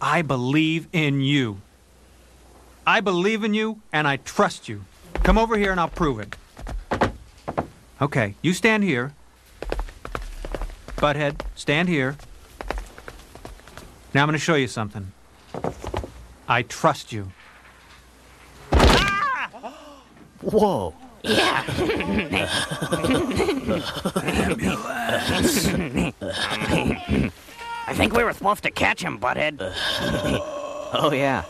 I believe in you. I believe in you and I trust you. Come over here and I'll prove it. Okay, you stand here. Butthead, stand here. Now I'm going to show you something. I trust you. Whoa. I think we were supposed to catch him, butthead. Oh, yeah.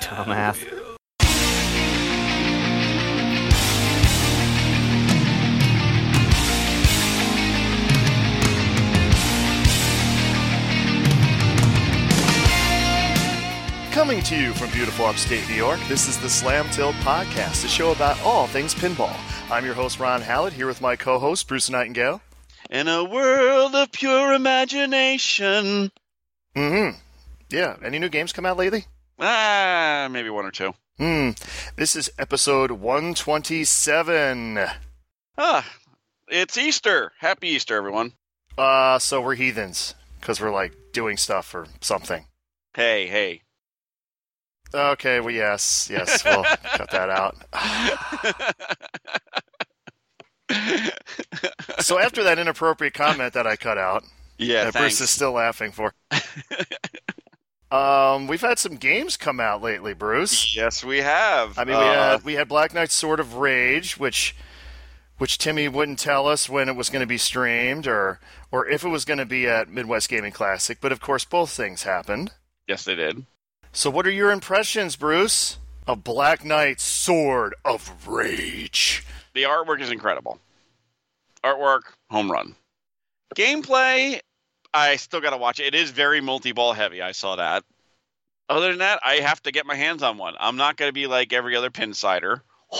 Dumbass. Coming to you from beautiful upstate New York, this is the Slam Tilt Podcast, a show about all things pinball. I'm your host, Ron Hallett, here with my co host, Bruce Nightingale. In a world of pure imagination. Mm hmm. Yeah, any new games come out lately? Ah, maybe one or two. Hmm. This is episode 127. Ah, it's Easter. Happy Easter, everyone. Uh, so we're heathens, because we're like doing stuff or something. Hey, hey. Okay, well, yes, yes, we'll cut that out. So after that inappropriate comment that I cut out, yeah, that thanks. Bruce is still laughing for. um, we've had some games come out lately, Bruce. yes, we have. Uh, I mean, we had we had Black Knight Sword of Rage, which which Timmy wouldn't tell us when it was going to be streamed or or if it was going to be at Midwest Gaming Classic, but of course both things happened. yes, they did. So what are your impressions, Bruce, of Black Knight Sword of Rage? The artwork is incredible. Artwork, home run. Gameplay, I still got to watch it. It is very multi ball heavy. I saw that. Other than that, I have to get my hands on one. I'm not going to be like every other pinsider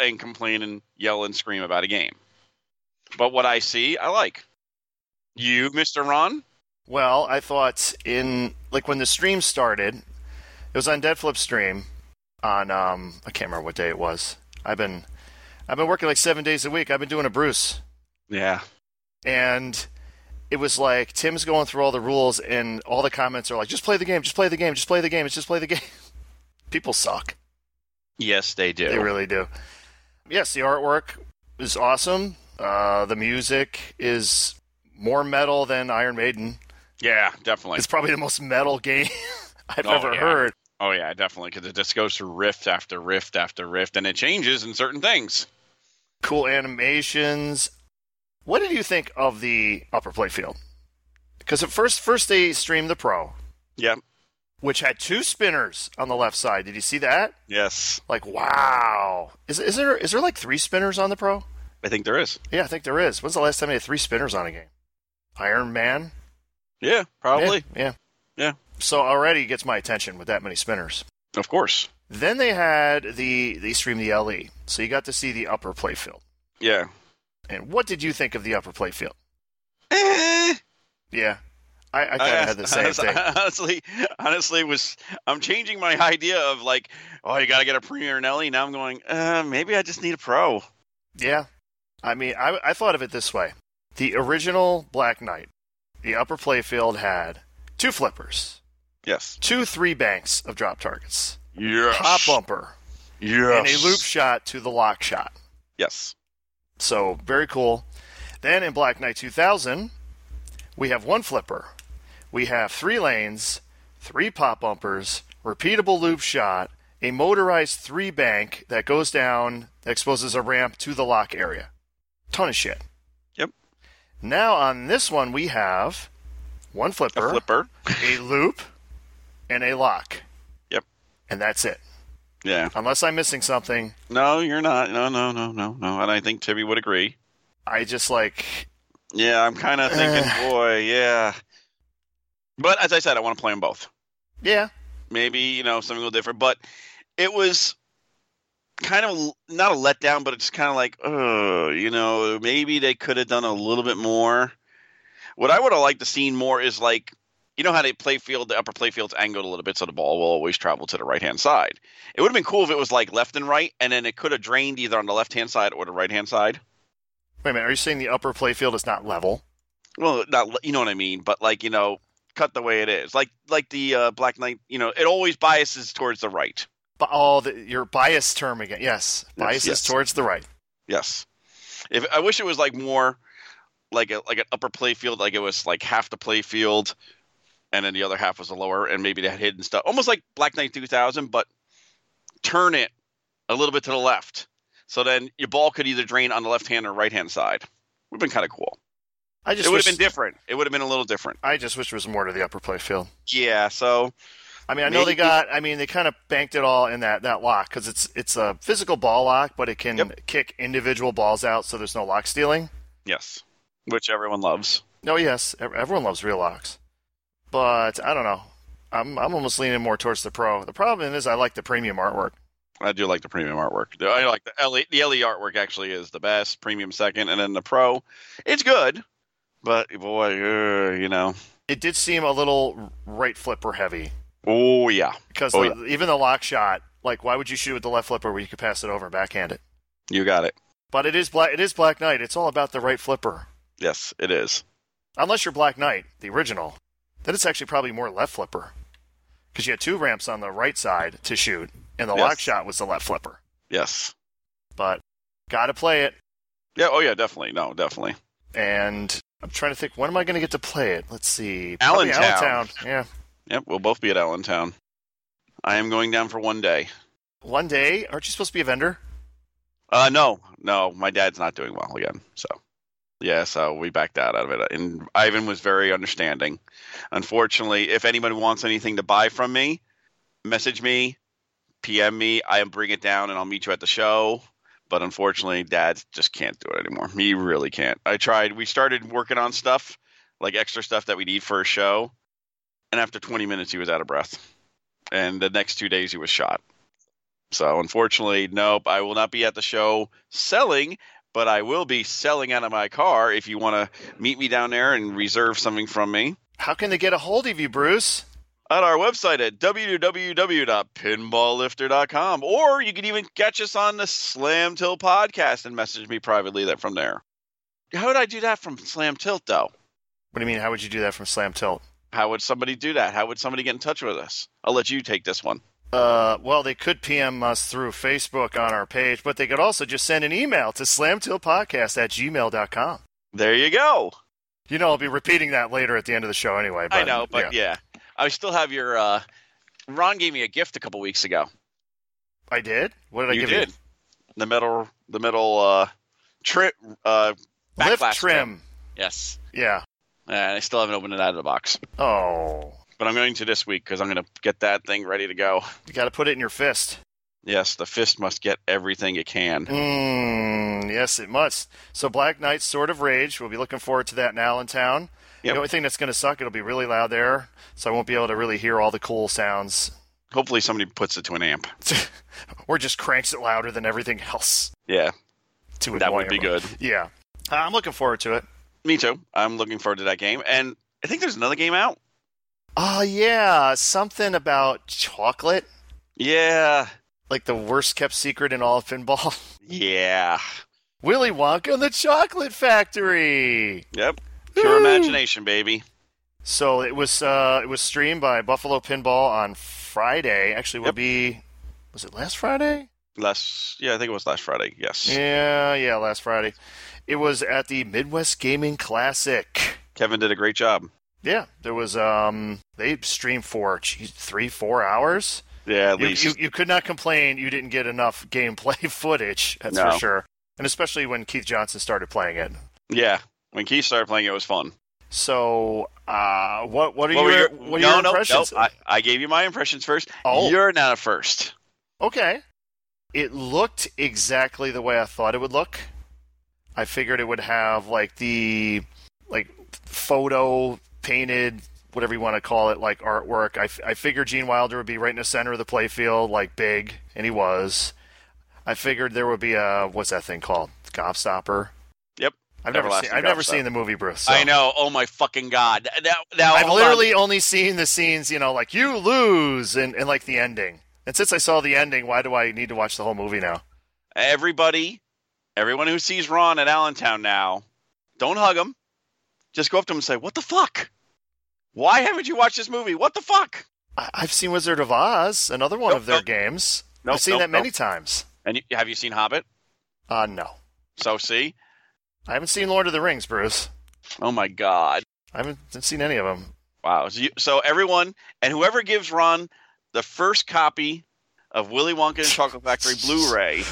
and complain and yell and scream about a game. But what I see, I like. You, Mr. Ron? Well, I thought in like when the stream started, it was on Deadflip stream on um I can't remember what day it was. I've been I've been working like seven days a week. I've been doing a Bruce, Yeah. and it was like Tim's going through all the rules, and all the comments are like, "Just play the game, just play the game, just play the game, just play the game." People suck. Yes, they do. They really do. Yes, the artwork is awesome. Uh, the music is more metal than Iron Maiden. yeah, definitely. It's probably the most metal game I've Oh, ever yeah. heard. Oh yeah, definitely. Because it just goes through rift after rift after rift, and it changes in certain things. cool animations. What did you think of the upper playfield? Because at first, first they streamed the pro, Yep. which had two spinners on the left side. Did you see that? Yes, Like, wow. Is is there is there like three spinners on the pro? I think there is. Yeah, I think there is. When's the last time they had three spinners on a game? Iron Man. Yeah, probably. Yeah. yeah. Yeah. So already gets my attention with that many spinners. Of course. Then they had the they streamed the LE, so you got to see the upper playfield. Yeah. And what did you think of the upper playfield? Eh, Yeah, I, I kind of had the same honestly, thing. honestly, honestly, was I'm changing my idea of like, oh, you got to get a premier and Ellie. Now I'm going, uh, maybe I just need a pro. Yeah. I mean, I, I thought of it this way the original Black Knight, the upper playfield had two flippers, Yes. two three banks of drop targets, Yes. pop bumper, Yes. and a loop shot to the lock shot. Yes. So, very cool. Then in Black Knight 2000, we have one flipper, we have three lanes, three pop bumpers, repeatable loop shot, a motorized three bank that goes down, exposes a ramp to the lock area. Ton of shit. Yep. Now on this one we have one flipper, A flipper. a loop, and a lock. Yep. And that's it. Yeah. Unless I'm missing something, No, you're not. No, no, no, no, no. And I think Tibby would agree. I just like Yeah, I'm kind of thinking, Eh. boy, yeah. But as I said, I want to play them both. yeah, Maybe you know something a little different. But it was kind of l- not a letdown, but it's kind of like, oh, you know, maybe they could have done a little bit more. What I would have liked to seen more is like, you know how they play field, the upper play field's angled a little bit, so the ball will always travel to the right hand side. It would have been cool if it was like left and right, and then it could have drained either on the left hand side or the right hand side. Wait a minute, are you saying the upper playfield is not level? well not you know what i mean but like you know cut the way it is. Like like the uh, Black Knight, you know, it always biases towards the right. Bi- Oh, the, your bias term again. Yes, Yes, biases yes. towards the right. Yes. If I wish it was like more like a like an upper play field, like it was like half the play field and then the other half was the lower and maybe that hidden stuff. Almost like Black Knight 2000, but turn it a little bit to the left. So then your ball could either drain on the left hand or right hand side. Would have been kind of cool. I just it would wish, have been different. It would have been a little different. I just wish there was more to the upper play field. Yeah, so I mean, I know Maybe- they got. I mean, they kind of banked it all in that that lock because it's it's a physical ball lock, but it can Yep. kick individual balls out, so there's no lock stealing. yes. Which everyone loves. No, yes, ev- everyone loves real locks, but I don't know. I'm I'm almost leaning more towards the pro. The problem is I like the premium artwork. I do like the premium artwork. I like the LE, the LE artwork actually is the best. Premium second, and then the pro, it's good, but boy, uh, you know, It did seem a little right flipper heavy oh yeah, because Oh, the, even the lock shot, like why would you shoot with the left flipper where you could pass it over and backhand it? you got it. But it is black. It is Black Knight. It's all about the right flipper. Yes, it is. Unless you're Black Knight, the original, then it's actually probably more left flipper because you had two ramps on the right side to shoot, and the Yes. lock shot was the left flipper. Yes, But gotta play it, yeah, oh yeah, definitely. No, definitely. and I'm trying to think when am I going to get to play it? Let's see. Allentown. Probably Allentown. Yeah. Yep, we'll both be at Allentown. I am going down for one day. One day, aren't you supposed to be a vendor? Uh, no, no, my dad's not doing well again. So, yeah, so we backed out of it. uh, And Ivan was very understanding. Unfortunately, if anyone wants anything to buy from me, message me, PM me. I bring it down and I'll meet you at the show. But unfortunately, dad just can't do it anymore. He really can't. I tried. We started working on stuff, like extra stuff that we need for a show. And after 20 minutes, he was out of breath. And the next two days, he was shot. So unfortunately, nope, I will not be at the show selling, but I will be selling out of my car if you want to meet me down there and reserve something from me How can they get a hold of you, Bruce? on our website at www.pinballlifter.com or you can even catch us on the Slam Tilt podcast and message me privately that from there. How would I do that from Slam Tilt though? What do you mean? How would you do that from Slam Tilt? How would somebody do that? How would somebody get in touch with us? I'll let you take this one. Uh, well, they could PM us through Facebook on our page, but they could also just send an email to slamtillpodcast at gmail.com. There you go. You know, I'll be repeating that later at the end of the show anyway. But, I know, but yeah. I still have your uh Ron gave me a gift a couple weeks ago. I did? What did I you give did. you? The metal the metal uh trip uh Lift backlash trim. Yes. Yeah. And I still haven't opened it out of the box. Oh. But I'm going to this week because I'm going to get that thing ready to go. You got to put it in your fist. Yes, the fist must get everything it can. Mm, yes, it must. So, Black Knight's Sword of Rage. We'll be looking forward to that now in town. Yep. The only thing that's going to suck, it'll be really loud there, so I won't be able to really hear all the cool sounds. Hopefully, somebody puts it to an amp. or just cranks it louder than everything else. Yeah, To that would annoy be everyone. good. Yeah. Uh, I'm looking forward to it. Me too. I'm looking forward to that game. And I think there's another game out. Oh, yeah. Something about chocolate. Yeah. Like the worst kept secret in all of pinball. Yeah. Willy Wonka and the Chocolate Factory. Yep. Pure imagination, baby. So it was uh, it was streamed by Buffalo Pinball on Friday. Actually, will Yep. be was it last Friday? Last, yeah, I think it was last Friday. Yes. Yeah, yeah, last Friday. It was at the Midwest Gaming Classic. Kevin did a great job. Yeah, there was um they streamed for geez, three four hours. Yeah, at you, least. you, you could not complain you didn't get enough gameplay footage, that's No. for sure. And especially when Keith Johnson started playing it. yeah. When Keith started playing, it was fun. So, uh, what what are What were your your- what are no, your no, impressions? No, I, I gave you my impressions first. Oh. You're not a first. okay, it looked exactly the way I thought it would look. I figured it would have like the like photo painted whatever you want to call it like artwork. I, f- I figured Gene Wilder would be right in the center of the playfield, like big, and he was. I figured there would be a what's that thing called? Gobstopper. Yep. I've never seen. Everlasting I've never Gobstopper. seen the movie, Bruce. so- I know. Oh my fucking god. Now, now I've hold on. literally only seen the scenes, you know, like you lose and, and like the ending. And since I saw the ending, why do I need to watch the whole movie now? everybody, everyone who sees Ron at Allentown now, don't hug him. Just go up to him and say, "What the fuck?" Why haven't you watched this movie? What the fuck? I- I've seen Wizard of Oz, another one Nope, of their nope. games. Nope, I've seen nope, that many nope. times. And you, have you seen Hobbit? Uh, no. So see, I haven't seen Lord of the Rings, Bruce. oh my god, I haven't haven't seen any of them. wow. So, you, so everyone and whoever gives Ron the first copy of Willy Wonka and the Chocolate Factory Blu-ray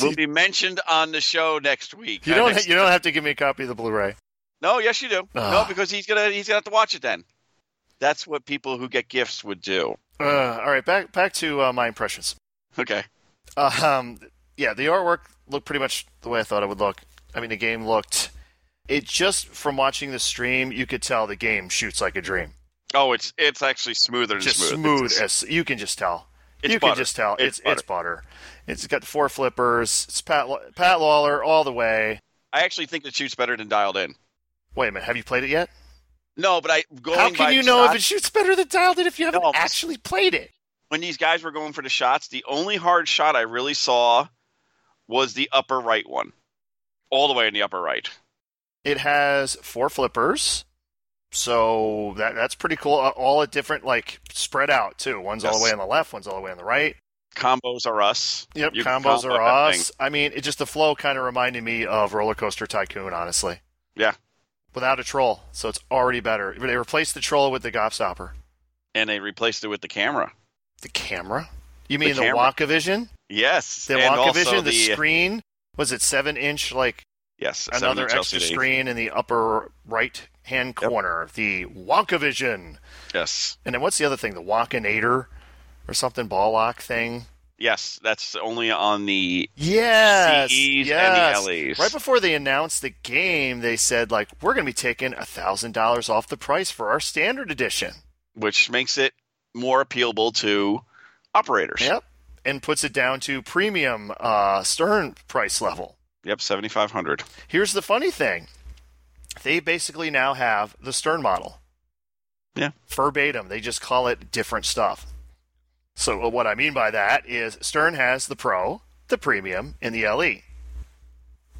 will be mentioned on the show next week. you Uh, don't next- you Ah. don't have to give me a copy of the Blu-ray. No, yes, you do. No, Ugh. because he's gonna he's gonna have to watch it then. That's what people who get gifts would do. Uh, all right, back back to uh, my impressions. Okay. Uh, um, yeah, the artwork looked pretty much the way I thought it would look. I mean, the game looked. It just from watching the stream, you could tell the game shoots like a dream. Oh, it's it's actually smoother than just smooth. smooth It's- as you can just tell. It's you butter. can just tell It's it's it's butter. It's got four flippers. It's Pat Law- Pat Lawler all the way. I actually think it shoots better than Dialed In. Wait a minute, have you played it yet? No, but I going How can by you the know if shots- it shoots better than dialed in if you haven't No. actually played it? when these guys were going for the shots, the only hard shot I really saw was the upper right one, all the way in the upper right. It has four flippers, so that that's pretty cool. Uh, All at different like spread out too. One's all the Yes. way on the left, one's all the way on the right. Combos are us. Yep, You can combos combo are that us. I mean, it just the flow kind of reminded me of Roller Coaster Tycoon, honestly. Yeah. Without a troll, so it's already better. They replaced the troll with the Gobstopper. and they replaced it with the camera. The camera? You mean the, camera. Wonka Vision? Yes, The Wonka and also Vision, the, the screen was it seven inch like yes seven another inch extra LCD. screen in the upper right hand Yep. corner. The Wonka Vision. Yes, And then what's the other thing? The Wonkinator or something ball lock thing? yes, that's only on the Yes, CEs yes. and the LEs. Right before they announced the game, they said like we're going to be taking a thousand dollars off the price for our standard edition. which makes it more appealable to operators. Yep, and puts it down to premium uh, Stern price level. yep, seventy five hundred. Here's the funny thing: they basically now have the Stern model. Yeah. verbatim. They just call it different stuff. So uh, what I mean by that is Stern has the Pro, the Premium, and the LE.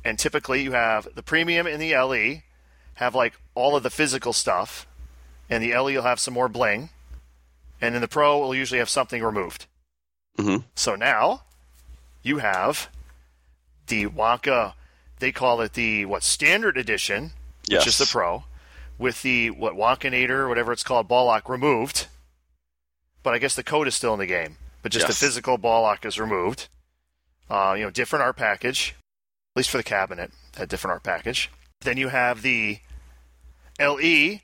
And typically you have the Premium and the LE have like all of the physical stuff, and the LE will have some more bling, and then the Pro will usually have something removed. Mhm. So now you have the Wonka. They call it the what standard edition, which Yes, is the Pro, with the what Wonkinator, whatever it's called, ball lock removed. But I guess the code is still in the game. But just Yes. the physical ball lock is removed. Uh, you know, different art package, at least for the cabinet, a different art package. Then you have the LE,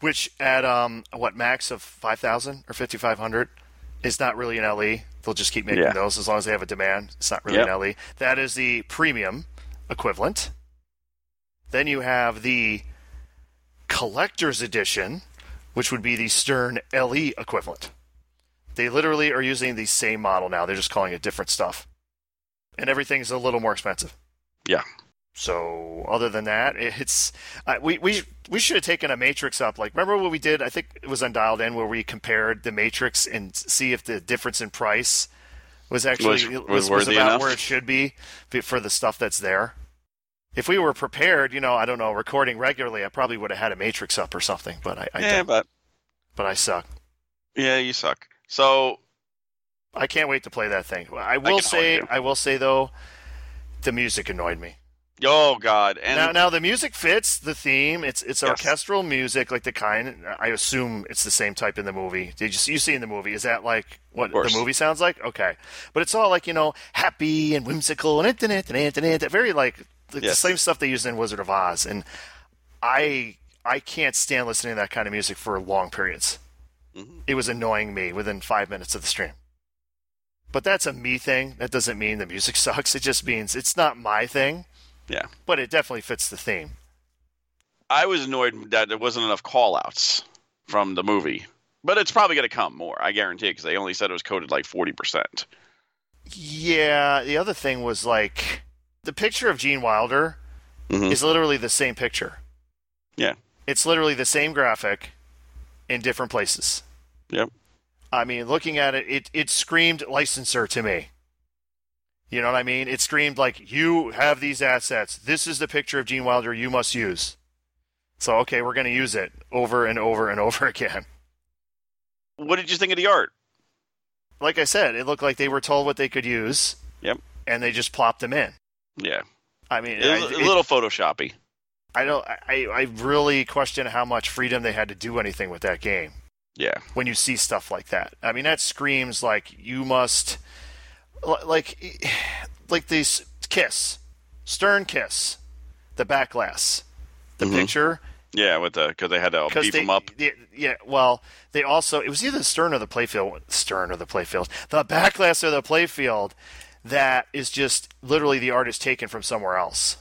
which at um what max of five thousand or fifty five hundred is not really an LE. They'll just keep making Yeah. those as long as they have a demand. It's not really Yep. an LE. That is the premium equivalent. Then you have the collector's edition, which would be the Stern LE equivalent. They literally are using the same model now. They're just calling it different stuff. And everything's a little more expensive. Yeah. So other than that, it's uh, we we we should have taken a matrix up. Like remember what we did? I think it was on Dialed In where we compared the matrix and see if the difference in price was actually Was- was about worthy enough? where it should be f- for the stuff that's there. If we were prepared, you know, I don't know, recording regularly, I probably would have had a matrix up or something. But I, I yeah, don't. but But I suck. yeah, you suck. So I can't wait to play that thing. I will can say, only do. I will say though, the music annoyed me. oh god, and now, now the music fits the theme. It's it's Yes. orchestral music, like the kind. I assume it's the same type in the movie. Did you you see in the movie? Is that like what the course. movie sounds like? Okay, but it's all like you know, happy and whimsical and that very like the, the Yes. same stuff they used in Wizard of Oz. And I I can't stand listening to that kind of music for long periods. Mhm. It was annoying me within five minutes of the stream. But that's a me thing. That doesn't mean the music sucks. It just means it's not my thing. Yeah. But it definitely fits the theme. I was annoyed that there wasn't enough call-outs from the movie, but it's probably going to come more. I guarantee because they only said it was coded like forty percent. Yeah. The other thing was like the picture of Gene Wilder Mhm. is literally the same picture. Yeah. It's literally the same graphic in different places. Yep. I mean, looking at it, it, it screamed licensor to me. You know what I mean? It screamed like, you have these assets. This is the picture of Gene Wilder you must use. So okay, we're going to use it over and over and over again. What did you think of the art? Like I said, it looked like they were told what they could use. Yep. And they just plopped them in. Yeah, I mean, it I, was a it- little photoshoppy. I don't. I, I really question how much freedom they had to do anything with that game. Yeah, when you see stuff like that. I mean, that screams like you must, li- like, like these kiss, stern kiss, the back glass, the Mhm. picture yeah, with the because they had to beef they, them up. they- yeah. Well, they also it was either the stern or the playfield, stern or the playfield, the back glass or the playfield. That is just literally the artist taken from somewhere else.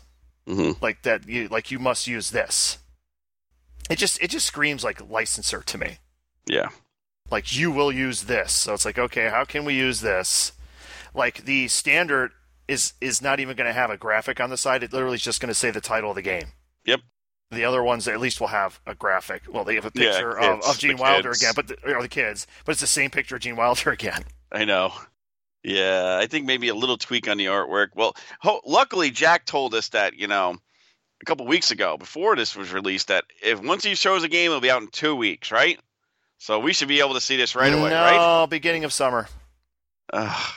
hmm Like that, you like you must use this. It just it just screams like licensor to me Yeah, like you will use this so it's like okay how can we use this like the standard is is not even going to have a graphic on the side it literally is just going to say the title of the game Yep. the other ones at least will have a graphic well they have a Yeah, picture of, kids, of gene the wilder kids. again but the, or the kids but it's the same picture of gene wilder again I know. Yeah, I think maybe a little tweak on the artwork. Well, ho- luckily Jack told us that you know a couple weeks ago before this was released that if once he shows a game, it'll be out in two weeks, right? So we should be able to see this right away, no, right? beginning of summer Ugh,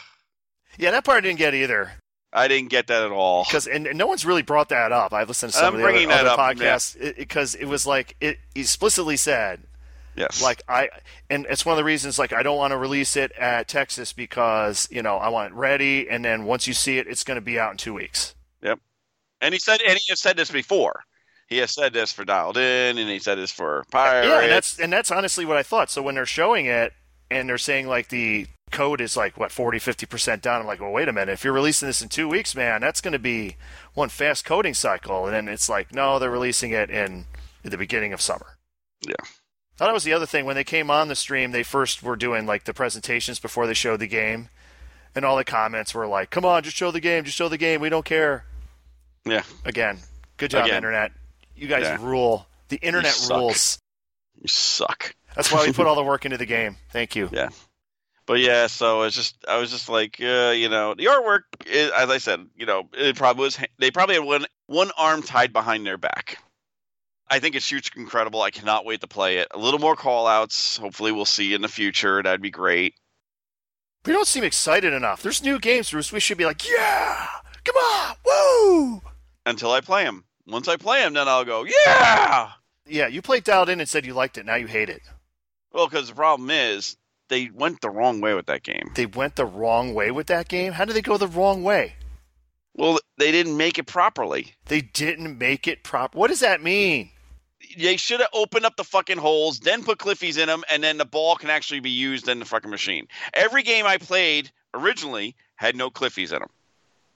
yeah that part i didn't get either I didn't get that at all. because and, and no one's really brought that up i've listened to some I'm of the other, bringing that other up, yeah. podcasts because it was like it explicitly said Yes, like i and it's one of the reasons like i don't want to release it at texas because you know i want it ready and then once you see it it's going to be out in two weeks and he said, and he has said this before. He has said this for Dialed In, and he said this for Pirates. yeah and that's and that's honestly what i thought so when they're showing it and they're saying like the code is like what 40 50% down i'm like well wait a minute if you're releasing this in two weeks man that's going to be one fast coding cycle and then it's like no they're releasing it in at the beginning of summer Yeah. Now, that was the other thing when they came on the stream they first were doing like the presentations before they showed the game and all the comments were like come on just show the game just show the game we don't care yeah, again good job Again. internet you guys Yeah. rule the internet suck. rules you suck. that's why we put all the work into the game thank you But yeah, so it's just I was just like, uh, you know, the artwork, is, as I said, you know, it probably was. They probably had one one arm tied behind their back. I think it shoots incredible. I cannot wait to play it. A little more call outs. Hopefully, we'll see in the future. That'd be great. We don't seem excited enough. There's new games, Bruce. We should be like, yeah, come on, woo. Until I play them. Once I play them, then I'll go, yeah. Yeah, you played Dialed In and said you liked it. Now you hate it. Well, because the problem is they went the wrong way with that game. They went the wrong way with that game. How did they go the wrong way? Well, they didn't make it properly. They didn't make it prop. What does that mean? They should have opened up the fucking holes, then put Cliffies in them, and then the ball can actually be used in the fucking machine. Every game I played originally had no Cliffies in them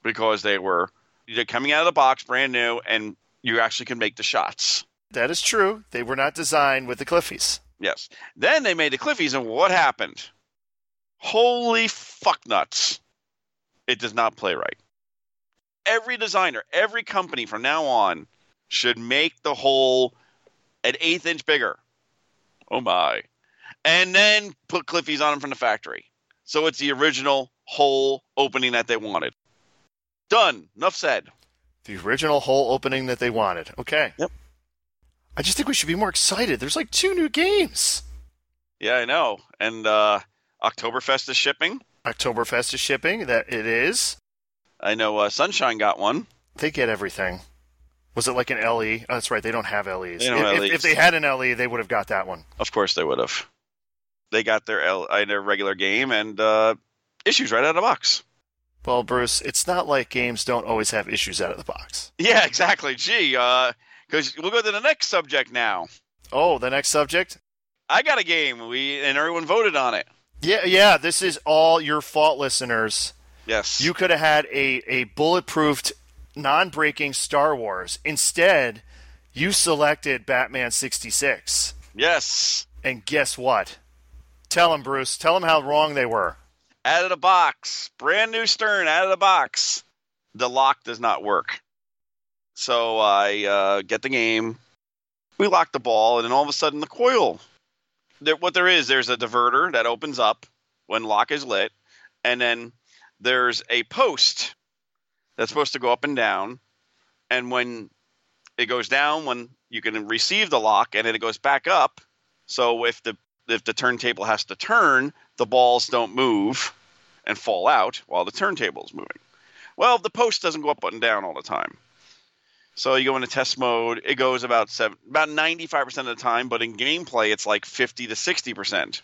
because they were they're coming out of the box brand new, and you actually can make the shots. That is true. They were not designed with the Cliffies. Yes. Then they made the Cliffies, and what happened? Holy fuck nuts. It does not play right. Every designer, every company from now on should make the hole an eighth inch bigger. Oh my. And then put Cliffies on them from the factory. So it's the original hole opening that they wanted. Done. Enough said. The original hole opening that they wanted. Okay. Yep. I just think we should be more excited. There's like two new games. Yeah, I know. And uh, Oktoberfest is shipping. Oktoberfest is shipping. That it is. I know uh, Sunshine got one. They get everything. Was it like an LE? Oh, that's right. They don't have LEs. They don't if, have if- LEs. if they had an LE, they would have got that one. Of course they would have. They got their L- uh, their regular game and uh, issues right out of the box. Well, Bruce, it's not like games don't always have issues out of the box. Yeah, exactly. Gee, because we'll go to the next subject now. Oh, the next subject? I got a game. We and everyone voted on it. Yeah, yeah, this is all your fault, listeners. Yes. You could have had a, a bulletproofed, non breaking Star Wars. Instead, you selected Batman 66. yes. And guess what? Tell them, Bruce. Tell them how wrong they were. Out of the box, brand new stern. Out of the box, the lock does not work. So I uh, get the game. We lock the ball, and then all of a sudden the coil. There, what there is, there's a diverter that opens up when lock is lit, and then there's a post that's supposed to go up and down, and when it goes down when you can receive the lock, and then it goes back up. So if the if the turntable has to turn, the balls don't move and fall out while the turntable is moving. Well, the post doesn't go up and down all the time. So you go into test mode. It goes about seven, about ninety five percent of the time, but in gameplay, it's like fifty to sixty percent.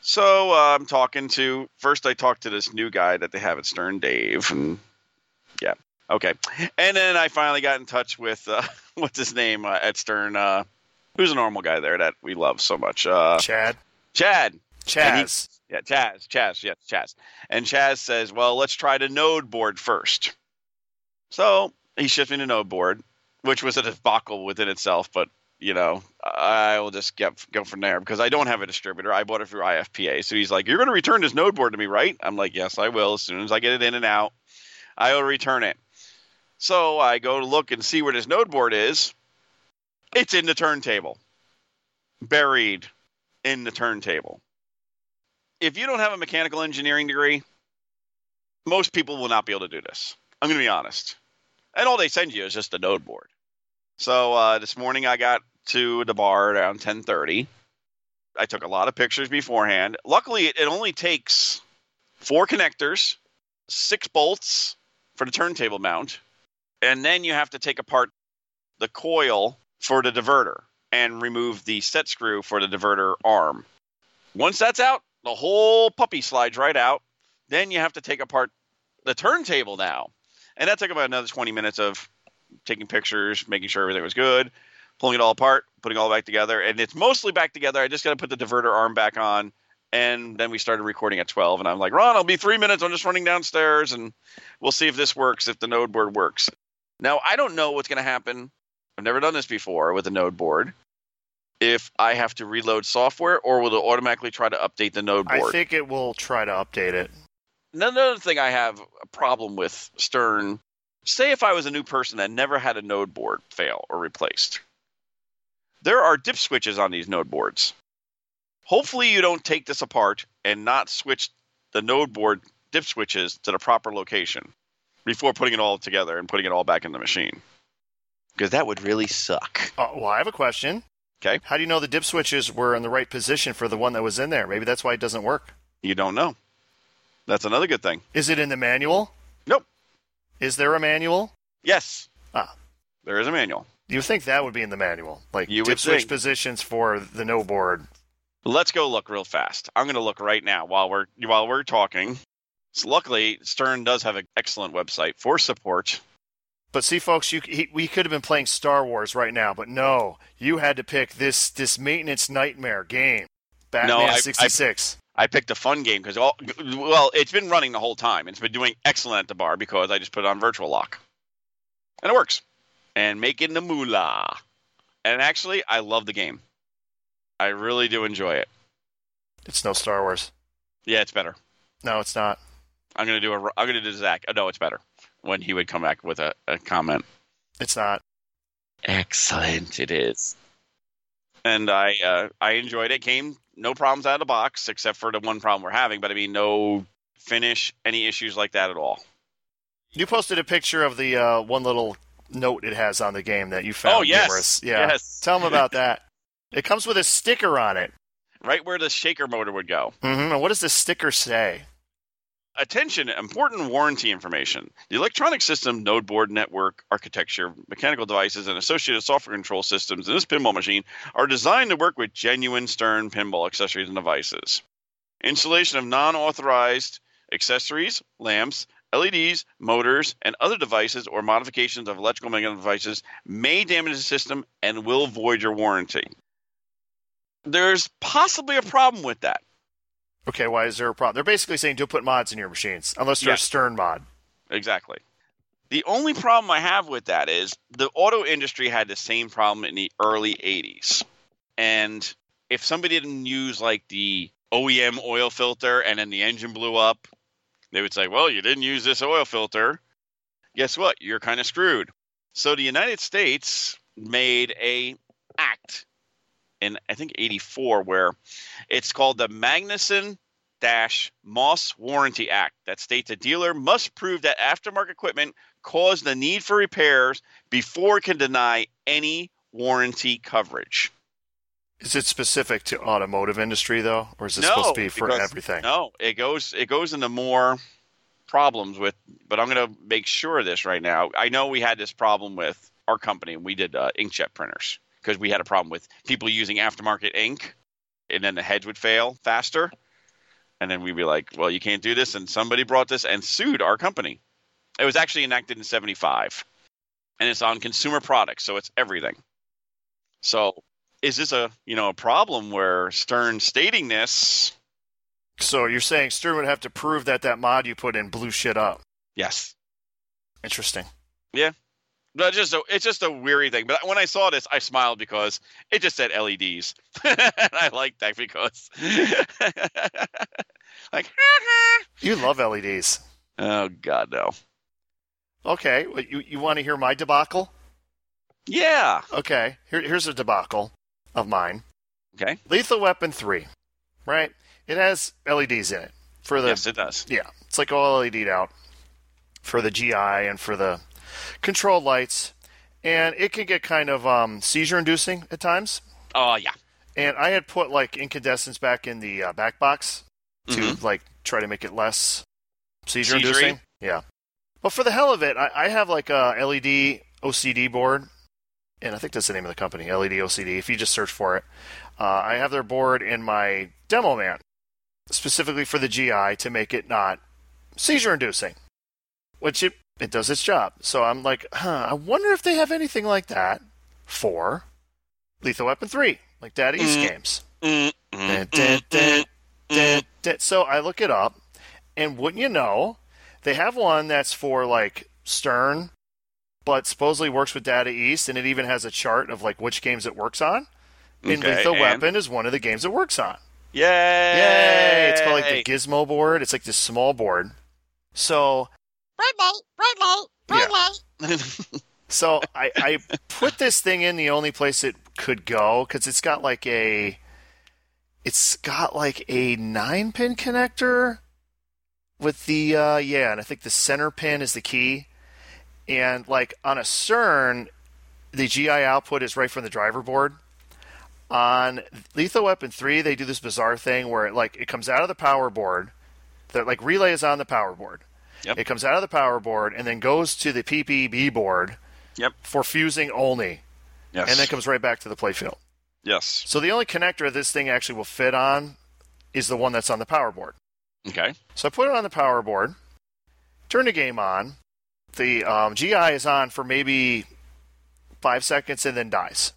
So uh, I'm talking to first. I talked to this new guy that they have at Stern, Dave, and yeah, okay. And then I finally got in touch with uh, what's his name uh, at Stern, uh, who's a normal guy there that we love so much, uh, Chad. Chad. And he- Chaz. yeah, Chaz, Chaz, yes, Chaz. And Chaz says, well, let's try the node board first. So he shipped me to node board, which was a debacle within itself, but, you know, I will just get, go from there because I don't have a distributor. I bought it through IFPA. So he's like, you're going to return this node board to me, right? I'm like, yes, I will. As soon as I get it in and out, I will return it. So I go to look and see where this node board is. It's in the turntable, buried in the turntable if you don't have a mechanical engineering degree, most people will not be able to do this. I'm going to be honest. And all they send you is just a node board. So uh, this morning I got to the bar around 10:30. I took a lot of pictures beforehand. Luckily, it, it only takes four connectors, six bolts for the turntable mount, and then you have to take apart the coil for the diverter and remove the set screw for the diverter arm. Once that's out, the whole puppy slides right out. Then you have to take apart the turntable now. And that took about another 20 minutes of taking pictures, making sure everything was good, pulling it all apart, putting it all back together. And it's mostly back together. I just got to put the diverter arm back on. And then we started recording at 12. And I'm like, Ron, I'll be three minutes. I'm just running downstairs and we'll see if this works, if the node board works. Now, I don't know what's going to happen. I've never done this before with a node board. If I have to reload software, or will it automatically try to update the node I board? think it will try to update it. another thing I have a problem with Stern. Say if I was a new person that never had a node board fail or replaced. There are dip switches on these node boards. Hopefully you don't take this apart and not switch the node board dip switches to the proper location before putting it all together and putting it all back in the machine. Because that would really suck. Uh, well, I have a question. 'Kay. How do you know the dip switches were in the right position for the one that was in there? Maybe that's why it doesn't work. You don't know. That's another good thing. Is it in the manual? Nope. Is there a manual? Yes. Ah. There is a manual. You would think that would be in the manual, like You would dip switch think. positions for the no board. Let's go look real fast. I'm going to look right now while we're while we're talking. So luckily, Stern does have an excellent website for support. But see, folks, you he, we could have been playing Star Wars right now, but no, you had to pick this this maintenance nightmare game, Batman I- I- sixty six. I picked a fun game because all well, it's been running the whole time. It's been doing excellent at the bar because I just put it on virtual lock, and it works. And making the moolah. And actually, I love the game. I really do enjoy it. It's no Star Wars. Yeah, it's better. No, it's not. I'm gonna do a. I'm gonna do Zach. Oh, no, it's better when he would come back with a, a comment. It's not. Excellent, it is. And I uh, I enjoyed it. Came no problems out of the box except for the one problem we're having. But I mean, no finish, any issues like that at all. You posted a picture of the uh, one little note it has on the game that you found oh yes, humorous. Yeah. yes. Tell them about that. It comes with a sticker on it. Right where the shaker motor would go. hmm And what does this sticker say? Attention, important warranty information. The electronic system, node board, network, architecture, mechanical devices, and associated software control systems in this pinball machine are designed to work with genuine Stern pinball accessories and devices. Installation of non authorized accessories, lamps, LEDs, motors, and other devices or modifications of electrical mechanical devices may damage the system and will void your warranty. There's possibly a problem with that. Okay, why is there a problem? They're basically saying don't put mods in your machines unless they're Yeah. a Stern mod. Exactly. The only problem I have with that is the auto industry had the same problem in the early 80s. And if somebody didn't use like the OEM oil filter and then the engine blew up, they would say, well, you didn't use this oil filter. Guess what? You're kind of screwed. So the United States made a act in I think 84 where it's called the Magnuson dash Moss Warranty Act that states a dealer must prove that aftermarket equipment cause the need for repairs before it can deny any warranty coverage. Is it specific to automotive industry though, or is it no, supposed to be for because- everything? No, it goes it goes into more problems with. But I'm going to make sure of this right now. I know we had this problem with our company. We did uh, inkjet printers because we had a problem with people using aftermarket ink, and then the heads would fail faster, and then we'd be like, "Well, you can't do this." And somebody brought this and sued our company. It was actually enacted in '75, and it's on consumer products, so it's everything. So. Is this a you know a problem where Stern stating this So you're saying Stern would have to prove that that mod you put in blew shit up. Yes. Interesting. No, it's just a, it's just a weary thing. But when I saw this, I smiled because it just said LEDs, and I like that because, like, You love E LEDs. oh god, no. Okay, well, you you want to hear my debacle? Yeah. Okay, here, here's a debacle of mine. Okay. Lethal Weapon 3, right? It has LEDs in it for the yes, it does. yeah, it's like all LED'd out for the GI and for the control lights, and it can get kind of um, seizure inducing at times. Oh yeah. And I had put like incandescents back in the uh, back box to Mhm. like try to make it less seizure Seizuring? inducing. Yeah, but for the hell of it, I, I have like a E LED OCD board, and I think that's the name of the company, E LED OCD. If you just search for it, uh, I have their board in my demo man specifically for the GI to make it not seizure inducing, which it, it does its job. So I'm like, huh, I wonder if they have anything like that for Lethal Weapon 3, like that East Mm. games. Mm, Dun, mm, dun, mm, dun, mm, dun, mm. dun. So I look it up, and wouldn't you know, they have one that's for like Stern, but supposedly works with Data East, and it even has a chart of like which games it works on. And Okay, Lethal and? Weapon is one of the games it works on. Yay! Yay! It's called like the Gizmo board. It's like this small board. So bright light, bright light, bright light. So I, I put this thing in the only place it could go because it's got like a, it's got like a nine pin connector, with the uh, yeah, and I think the center pin is the key, and like on a CERN, the GI output is right from the driver board. On Lethal Weapon three, they do this bizarre thing where it like it comes out of the power board, that like relay is on the power board. Yep. It comes out of the power board and then goes to the PPB board Yep. for fusing only, yes. and then comes right back to the playfield. yes. So the only connector this thing actually will fit on is the one that's on the power board. Okay. So I put it on the power board, turn the game on. The um, GI is on for maybe five seconds and then dies.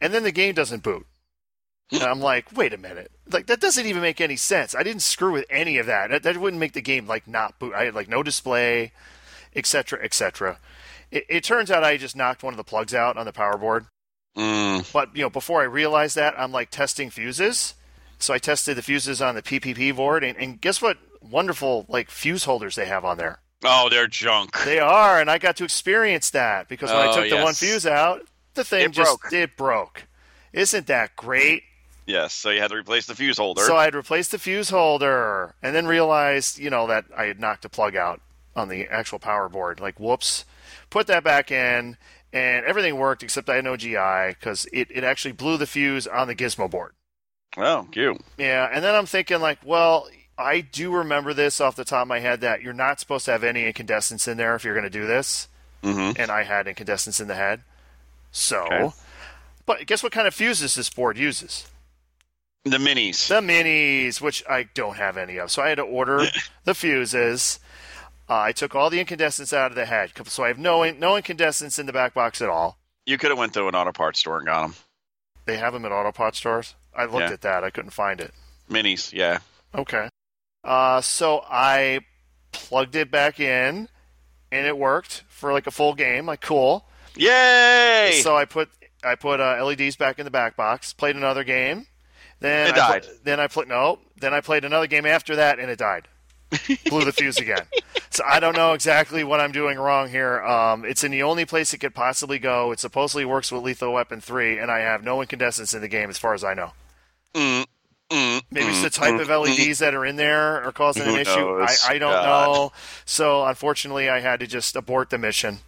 And then the game doesn't boot. And I'm like, wait a minute. Like that doesn't even make any sense. I didn't screw with any of that. That, that wouldn't make the game like not boot. I had like no display, etc., etc. It, it turns out I just knocked one of the plugs out on the power board. Mm, But you know, before I realized that, I'm like testing fuses. So I tested the fuses on the PPP board, and, and guess what? Wonderful like fuse holders they have on there. oh, they're junk. They are, and I got to experience that because when I Oh, took the one yes. fuse out, the thing It just broke. it broke. Isn't that great? yes. So you had to replace the fuse holder. So I had replaced the fuse holder, and then realized you know that I had knocked a plug out on the actual power board. Like, whoops! Put that back in, and everything worked except I had no GI because it, it actually blew the fuse on the Gizmo board. oh, cute. Yeah, and then I'm thinking like, well, I do remember this off the top of my head that you're not supposed to have any incandescents in there if you're going to do this, Mm-hmm. and I had incandescents in the head. So, Okay. but guess what kind of fuses this board uses? The minis. The minis, which I don't have any of. So I had to order the fuses. Uh, I took all the incandescents out of the head, so I have no no incandescents in the back box at all. you could have went to an auto parts store and got them. They have them at auto pot stores. I looked Yeah. at that. I couldn't find it. Minis. Yeah. Okay. Uh, so I plugged it back in, and it worked for like a full game. Like cool. Yay! So I put I put uh, LEDs back in the back box. Played another game. Then It I pl- died. then I played no. Then I played another game after that, and it died. Blew the fuse again. So I don't know exactly what I'm doing wrong here. Um, it's in the only place it could possibly go. It supposedly works with Lethal Weapon three, and I have no incandescents in the game as far as I know. Mm, mm, Maybe it's the type of E LEDs that are in there are causing an Who issue. I, knows? I don't God. know. So unfortunately, I had to just abort the mission. mm.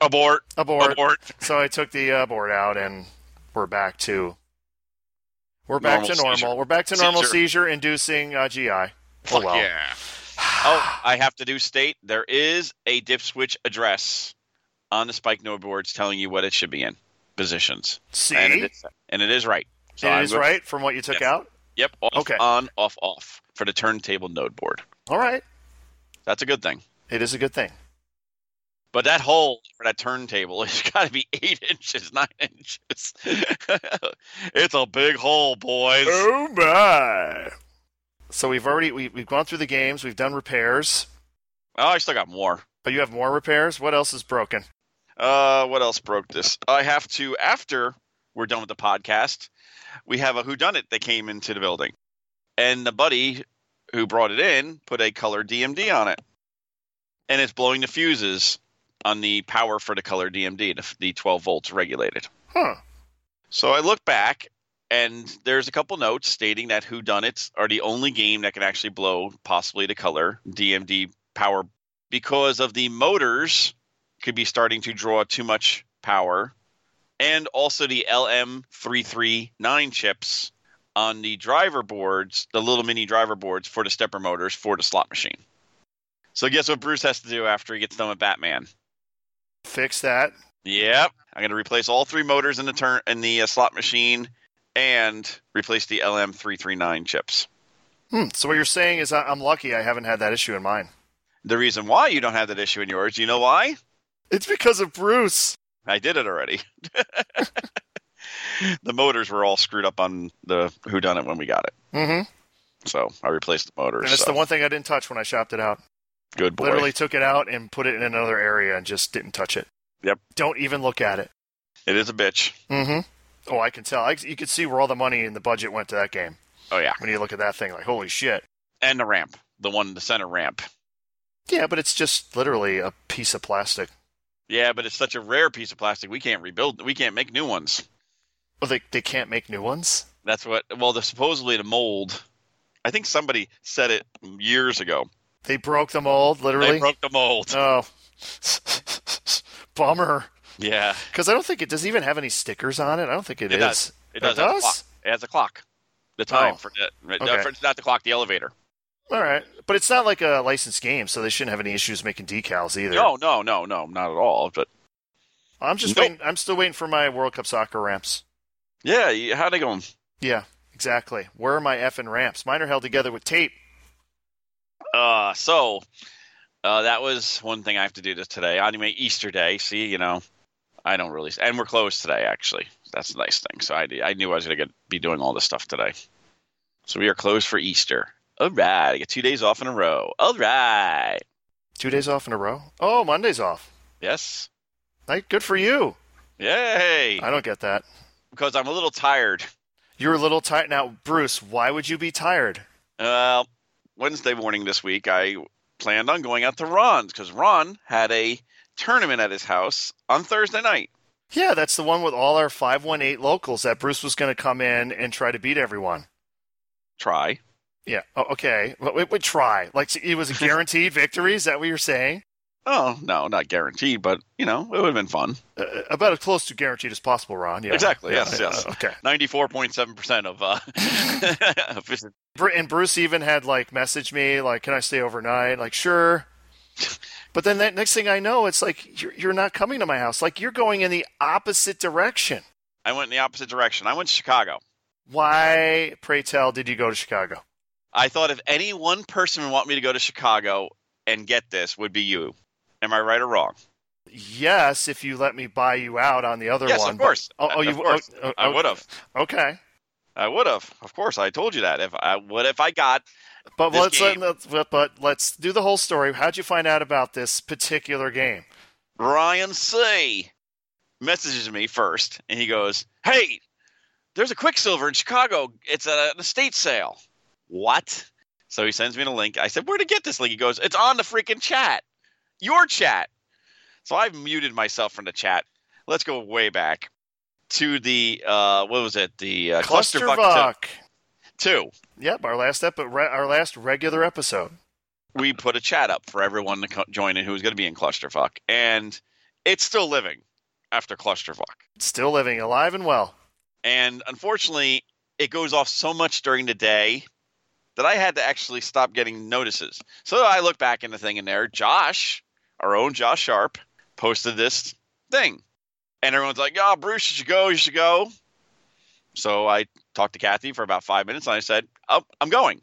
Abort. Abort. Oh, Abort. So I took the uh, board out, and we're back to we're back Normal to normal. seizure. We're back to normal Seizure. seizure-inducing uh, GI. Oh Fuck well. yeah. Oh, I have to do state. There is a dip switch address on the spike no boards telling you what it should be in positions. See, And it is, and it is right. So it I'm is good- right from what you took Yes. out. Yep. Off, Okay. On, off, off for the turntable node board. All right, That's a good thing. it is a good thing. But that hole for that turntable has got to be eight inches, nine inches. it's a big hole, boys. Oh my! So we've already we, we've gone through the games. We've done repairs, Oh, I still got more. but you have more repairs. What else is broken? Uh, what else broke this? I have to after we're done with the podcast, we have a who done it that came into the building, and the buddy who brought it in put a color DMD on it, and it's blowing the fuses on the power for the color DMD, the, the 12 volts regulated. Huh? So I look back, and there's a couple notes stating that Who Done It's are the only game that can actually blow possibly the color DMD power because of the motors could be starting to draw too much power, and also the LM339 chips on the driver boards, the little mini driver boards for the stepper motors for the slot machine. So guess what Bruce has to do after he gets done with Batman? Fix that. Yep, I'm going to replace all three motors in the turn in the uh, slot machine, and replace the LM339 chips. Hmm. So what you're saying is I, I'm lucky I haven't had that issue in mine. The reason why you don't have that issue in yours, you know why? It's because of Bruce. I did it already. the motors were all screwed up on the who done it when we got it, Mm-hmm. so I replaced the motors. And it's so, the one thing I didn't touch when I shopped it out. good boy. Literally took it out and put it in another area and just didn't touch it. Yep. Don't even look at it. It is a bitch. Mm-hmm. Oh, I can tell. I, you can see where all the money and the budget went to that game Oh yeah, when you look at that thing. Like, holy shit. and the ramp, the one the center ramp. Yeah, but it's just literally a piece of plastic. Yeah, but it's such a rare piece of plastic. We can't rebuild. We can't make new ones. Well, Oh, they they can't make new ones. That's what. Well, the supposedly the mold. I think somebody said it years ago. They broke the mold, literally. They broke the mold. oh, bummer. Yeah, Because I don't think it does even have any stickers on it. I don't think It is. does. it does. It have a does? clock. It has a clock. The time Oh. for the Okay. for- not the clock, the elevator. All right, but it's not like a licensed game, so they shouldn't have any issues making decals either. No, no, no, no, not at all. But I'm just Nope. waiting. I'm still waiting for my World Cup soccer ramps. yeah, you- how they going? Yeah, exactly. Where are my effing ramps? Mine are held together with tape. Uh, so uh, that was one thing I have to do this today. Anime Easter Day. See, you know, I don't really. And we're closed today, actually. That's a nice thing. So I, I knew I was going to be doing all this stuff today. So we are closed for Easter. All right, I get two days off in a row. All right. Two days off in a row. Oh, Monday's off. Yes. Like, good for you. Yay! I don't get that. Because I'm a little tired. You're a little tired now, Bruce. Why would you be tired? Uh, Wednesday morning this week, I planned on going out to Ron's because Ron had a tournament at his house on Thursday night. Yeah, that's the one with all our 518 locals that Bruce was going to come in and try to beat everyone. Try. Yeah. Oh, okay. Well, we, we try. Like so it was a guaranteed victory. Is that what you're saying? Oh, no, not guaranteed, but, you know, it would have been fun. Uh, about as close to guaranteed as possible, Ron. Yeah. Exactly, yes, yes. Okay. 94.7% of uh, efficient. Bru- and Bruce even had like messaged me like, "Can I stay overnight?" Like, sure. But then that next thing I know, it's like you're, you're not coming to my house. Like you're going in the opposite direction. I went in the opposite direction. I went to Chicago. Why, pray tell, did you go to Chicago? I thought if any one person would want me to go to Chicago and get this would be you. Am I right or wrong? Yes, if you let me buy you out on the other yes, one. of course. but- oh, oh, Of you course. oh, oh, I would have. Okay, I would have. Of course, I told you that. If I what if I got but This let's let, game- let's- but, but let's do the whole story. How'd you find out about this particular game? Ryan C messages me first, and he goes, "Hey, there's a Quicksilver in Chicago. It's at an estate sale." What? So he sends me the link. I said, "Where to get this link?" He goes, "It's on the freaking chat, your chat." So I've muted myself from the chat. Let's go way back to the uh, what was it? The uh, Clusterfuck. clusterfuck. Two, Yep, our last ep- re- our last regular episode. we put a chat up for everyone to co- join in who was going to be in Clusterfuck, and it's still living after Clusterfuck. Still living, alive and well. And unfortunately, it goes off so much during the day that I had to actually stop getting notices. So I look back in the thing, and there, Josh, our own Josh Sharp, posted this thing. And everyone's like, oh, Bruce, you should go, you should go. So I talked to Kathy for about five minutes, and I said, oh, I'm going.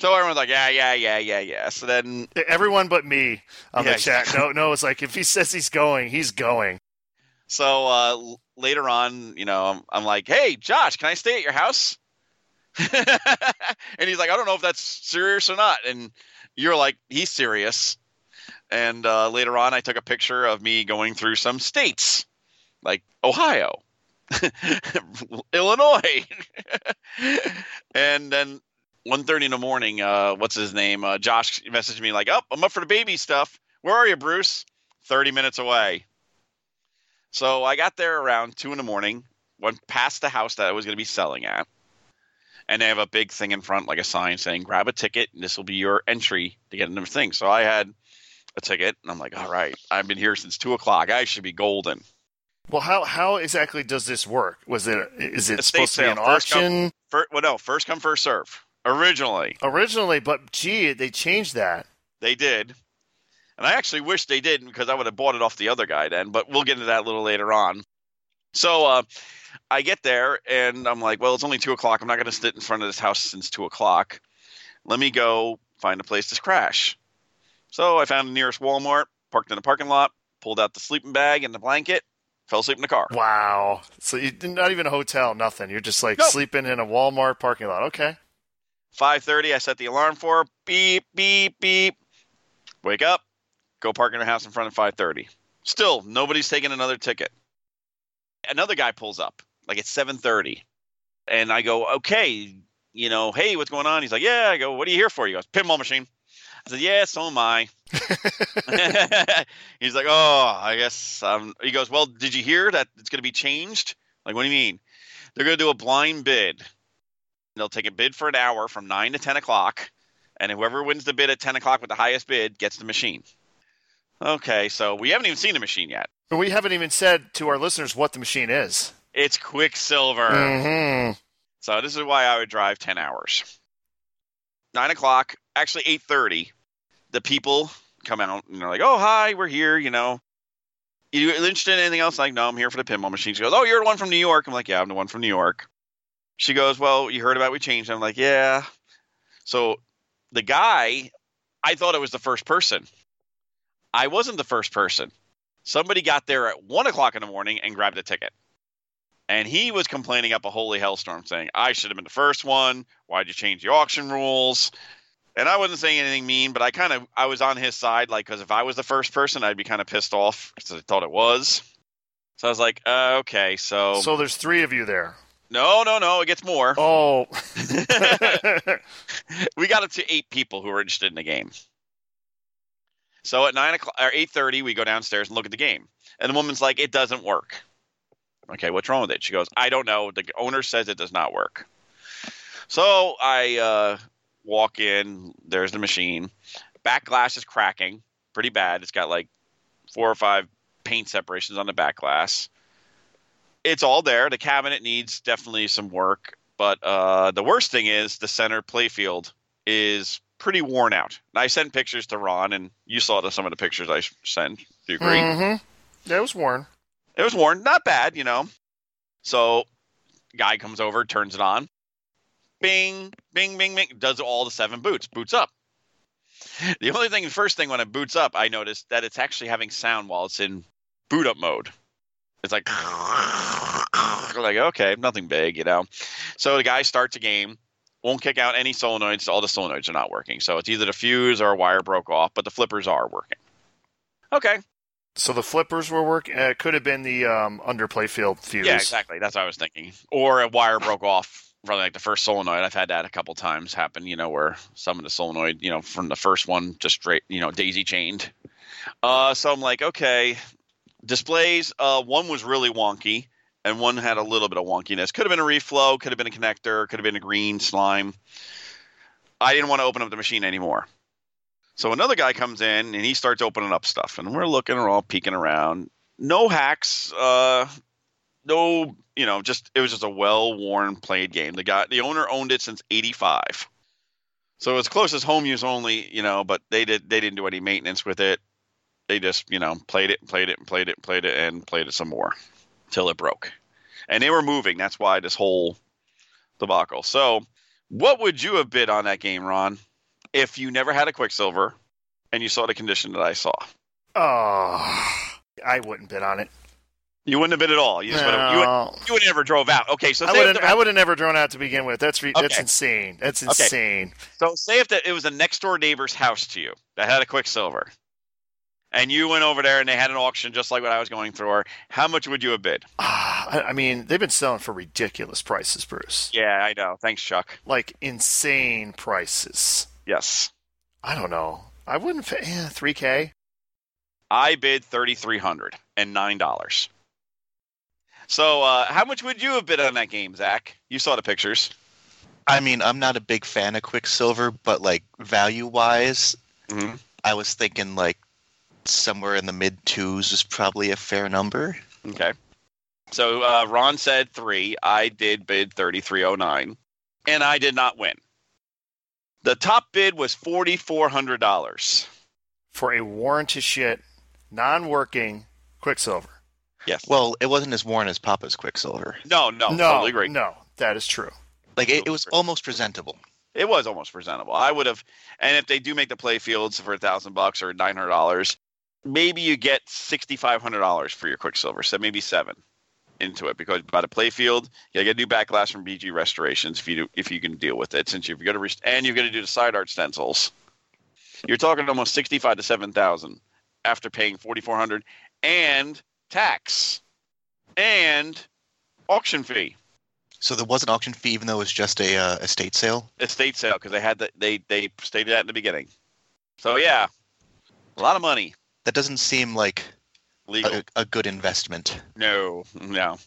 So everyone's like, yeah, yeah, yeah, yeah, yeah. So then E, Everyone but me on Yeah, the chat. No, no, it's like if he says he's going, he's going. So uh, l- later on, you know, I'm, I'm like, "Hey, Josh, can I stay at your house?" and he's like, "I don't know if that's serious or not." And you're like, "He's serious." And uh, later on, I took a picture of me going through some states, like Ohio, Illinois, and then 1.30 in the morning. Uh, what's his name? Uh, Josh messaged me like, "Oh, I'm up for the baby stuff. Where are you, Bruce?" Thirty minutes away. So I got there around two in the morning, went past the house that I was going to be selling at, and they have a big thing in front, like a sign saying, "Grab a ticket, and this will be your entry to get into the thing." So I had a ticket, and I'm like, "All right, I've been here since two o'clock. I should be golden." Well, how how exactly does this work? Was it is it Estate supposed to be sale, an first come- auction First, well, no, first come, first serve. Originally, originally? But gee, they changed that. they did, and I actually wish they didn't because I would have bought it off the other guy then. But we'll get into that a little later on. So uh, I get there and I'm like, well, it's only two o'clock. I'm not going to sit in front of this house since two o'clock. Let me go find a place to crash. So I found the nearest Walmart, parked in the parking lot, pulled out the sleeping bag and the blanket, fell asleep in the car. Wow. So you not even a hotel, nothing. You're just like Nope. sleeping in a Walmart parking lot. Okay. Five thirty, I set the alarm for beep beep beep. Wake up, go park in the house in front of five thirty. Still, nobody's taking another ticket. Another guy pulls up, like it's seven thirty, and I go, okay, you know, hey, what's going on? He's like, yeah. I go, what are you here for? He goes, pinball machine. I said, yeah, so am I. He's like, oh, I guess. Um, he goes, well, did you hear that it's going to be changed? Like, what do you mean? They're going to do a blind bid. They'll take a bid for an hour from nine to ten o'clock, and whoever wins the bid at ten o'clock with the highest bid gets the machine. Okay, so we haven't even seen the machine yet. But we haven't even said to our listeners what the machine is. It's Quicksilver. Mm-hmm. hmm So this is why I would drive ten hours. Nine o'clock, actually eight thirty. The people come out and they're like, "Oh hi, we're here." You know, you interested in anything else? Like, no, I'm here for the pinball machine. She goes, "Oh, you're the one from New York." I'm like, "Yeah, I'm the one from New York." She goes, "Well, you heard about we changed." I'm like, "Yeah." So the guy, I thought it was the first person. I wasn't the first person. Somebody got there at one o'clock in the morning and grabbed a ticket and he was complaining up a holy hellstorm saying i should have been the first one why'd you change the auction rules and i wasn't saying anything mean but i kind of i was on his side like because if i was the first person i'd be kind of pissed off because i thought it was so i was like uh, okay so, So there's three of you there. no no no it gets more Oh. we got it to eight people who were interested in the game. So at nine o'clock or eight thirty, we go downstairs and look at the game. And the woman's like, "It doesn't work." Okay, what's wrong with it? She goes, "I don't know." The owner says it does not work. So I uh, walk in. There's the machine. Back glass is cracking pretty bad. It's got like four or five paint separations on the back glass. It's all there. The cabinet needs definitely some work, but uh, the worst thing is the center playfield is pretty worn out. And I sent pictures to Ron, and you saw the, some of the pictures I s- sent. Do you agree? hmm That was Warren. It was worn, not bad, you know. So, guy comes over, turns it on. Bing, bing, bing, bing. Does all the seven boots. Boots up. The only thing, first thing when it boots up, I noticed that it's actually having sound while it's in boot up mode. It's like, like okay, nothing big, you know. So the guy starts a game, won't kick out any solenoids. All the solenoids are not working. So it's either the fuse or a wire broke off, but the flippers are working. Okay, So the flippers were working. Uh, it could have been the um, underplay field fuse. Yeah, exactly. That's what I was thinking. Or a wire broke off from like the first solenoid. I've had that a couple times happen, you know, where some of the solenoid, you know, from the first one just straight, you know, daisy chained. Uh, so I'm like, okay, displays, uh, one was really wonky and one had a little bit of wonkiness. Could have been a reflow, could have been a connector, could have been a green slime. I didn't want to open up the machine anymore. So another guy comes in and he starts opening up stuff, and we're looking, we're all peeking around. No hacks, uh, no, you know, just it was just a well-worn played game. The guy, the owner owned it since '85, so it's close as home use only, you know. But they did they didn't do any maintenance with it. They just you know played it and played it and played it and played it and played it some more till it broke, and they were moving. That's why this whole debacle. So, what would you have bid on that game, Ron, if you never had a Quicksilver and you saw the condition that I saw? Oh, I wouldn't bid on it. You wouldn't have bid at all. You just would have, you, would, No. you would never drove out. Okay, so I say would have, if the- I would have never drawn out to begin with. That's re- that's Okay. insane. That's Okay. insane. So say if that it was a next door neighbor's house to you that had a Quicksilver, and you went over there and they had an auction just like what I was going through. Or how much would you have bid? Ah, I, I mean, they've been selling for ridiculous prices, Bruce. Yeah, I know. Thanks, Chuck. Like insane prices. Yes, I don't know. I wouldn't pay eh, 3k. I bid thirty three hundred and nine dollars. So uh, how much would you have bid on that game, Zach? You saw the pictures. I mean, I'm not a big fan of Quicksilver, but like value wise, Mm-hmm. I was thinking like somewhere in the mid twos is probably a fair number. Okay. So uh, Ron said three. I did bid thirty three oh nine, and I did not win. The top bid was forty four hundred dollars. for a worn to shit, non-working Quicksilver. Yes. Well, it wasn't as worn as Papa's Quicksilver. no, no, no, totally agree. no, that is true. Like it, it was almost presentable. It was almost presentable. I would have, and if they do make the play fields for a thousand bucks or nine hundred dollars, maybe you get sixty five hundred dollars for your Quicksilver. So maybe seven into it because by the play field, you got to do backlash from BG restorations if you do, if you can deal with it. Since you've got to rest- and you've got to do the side art stencils, you're talking almost sixty five to seven thousand after paying forty four hundred and tax and auction fee. So there was an auction fee, even though it was just a uh, estate sale. estate sale because they had the, they they stated that in the beginning. So yeah, a lot of money That doesn't seem like legal. Uh, a, a good investment. no, no,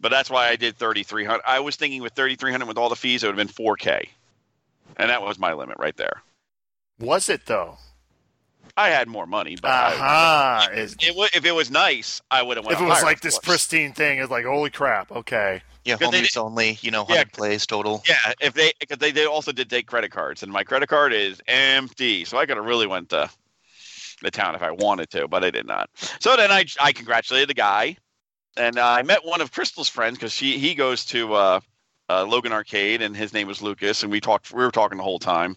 but that's why I did thirty three hundred. I was thinking with thirty three hundred with all the fees, it would have been four k, and that was my limit right there. Was it though? I had more money, but I- Aha! Is- it wa- if it was nice, I would have went. Uh-huh. if up it was higher, like of this course. pristine thing, it's like holy crap. Okay, Yeah, Because home they use only. You know, Yeah, hundred plays total. Yeah, if they because they, they also did take credit cards, and my credit card is empty, so I could have really went to the town if I wanted to, but I did not. So then I I congratulated the guy, and uh, I met one of Crystal's friends because she he goes to uh, uh, Logan Arcade, and his name was Lucas, and we talked we were talking the whole time.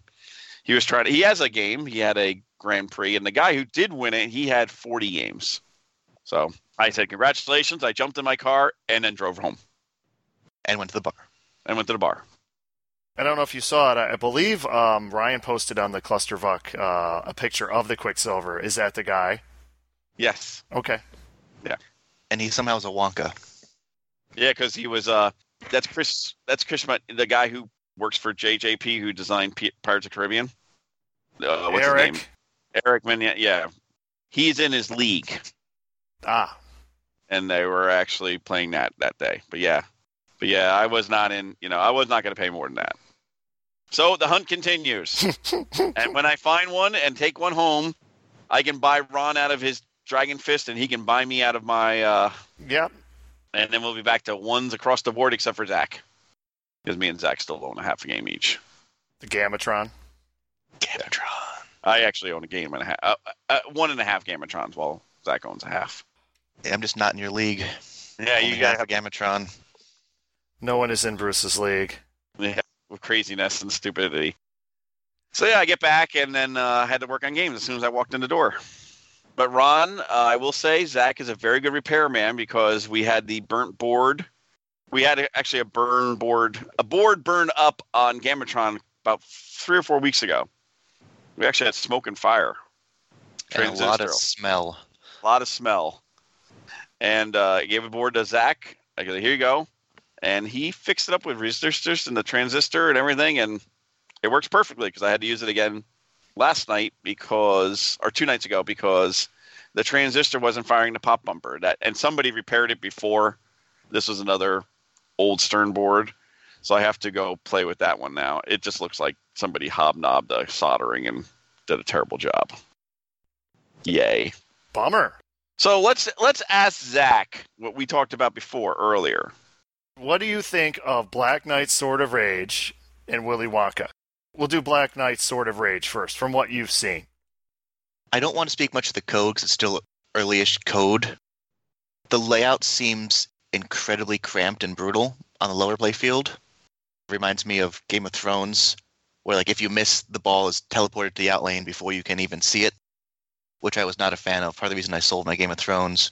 He was trying to, he has a game, he had a Grand Prix, and the guy who did win it, he had forty games. So I said congratulations. I jumped in my car and then drove home and went to the bar. and went to the bar. I don't know if you saw it. I I believe um, Ryan posted on the Clusterfuck uh, a picture of the Quicksilver. Is that the guy? Yes. Okay. And he somehow was a Wonka. Yeah, because he was. Uh, that's Chris. That's Chris, Mut- the guy who works for JJP, who designed P- Pirates of the Caribbean. Uh, what's his name? Eric. Eric Mignette. Yeah, he's in his league, Ah, and they were actually playing that that day. But yeah, but yeah, I was not in. You know, I was not going to pay more than that. So the hunt continues, and when I find one and take one home, I can buy Ron out of his Dragon Fist, and he can buy me out of my. Uh, yep. and then we'll be back to ones across the board except for Zach. Because me and Zach still own a half a game each. The Gamatron. Gamatron. I actually own a game and a half, uh, uh, one and a half Gamatrons while Zach owns a half. I'm just not in your league. Yeah, Only you got half a Gamatron. No one is in Bruce's league. with craziness and stupidity. So yeah, I get back and then uh, I had to work on games as soon as I walked in the door. But Ron, uh, I will say Zach is a very good repairman because we had the burnt board. We had a, actually a burn board, a board burned up on Gamatron about three or four weeks ago. We actually had smoke and fire. And a lot Transistor of smell. a lot of smell. And uh, I gave a board to Zach. I go, here you go. And he fixed it up with resistors and the transistor and everything. And it works perfectly because I had to use it again last night because, or two nights ago, because the transistor wasn't firing the pop bumper. That And somebody repaired it before This was another old Stern board, so I have to go play with that one now. It just looks like somebody hobnobbed the soldering and did a terrible job. Yay! Bummer. So let's let's ask Zach what we talked about before earlier. What do you think of Black Knight Sword of Rage and Willy Wonka? We'll do Black Knight Sword of Rage first, from what you've seen. I don't want to speak much of the code because it's still early-ish code. The layout seems incredibly cramped and brutal on the lower playfield. Reminds me of Game of Thrones, where like if you miss, the ball is teleported to the out lane before you can even see it, which I was not a fan of. Part of the reason I sold my Game of Thrones.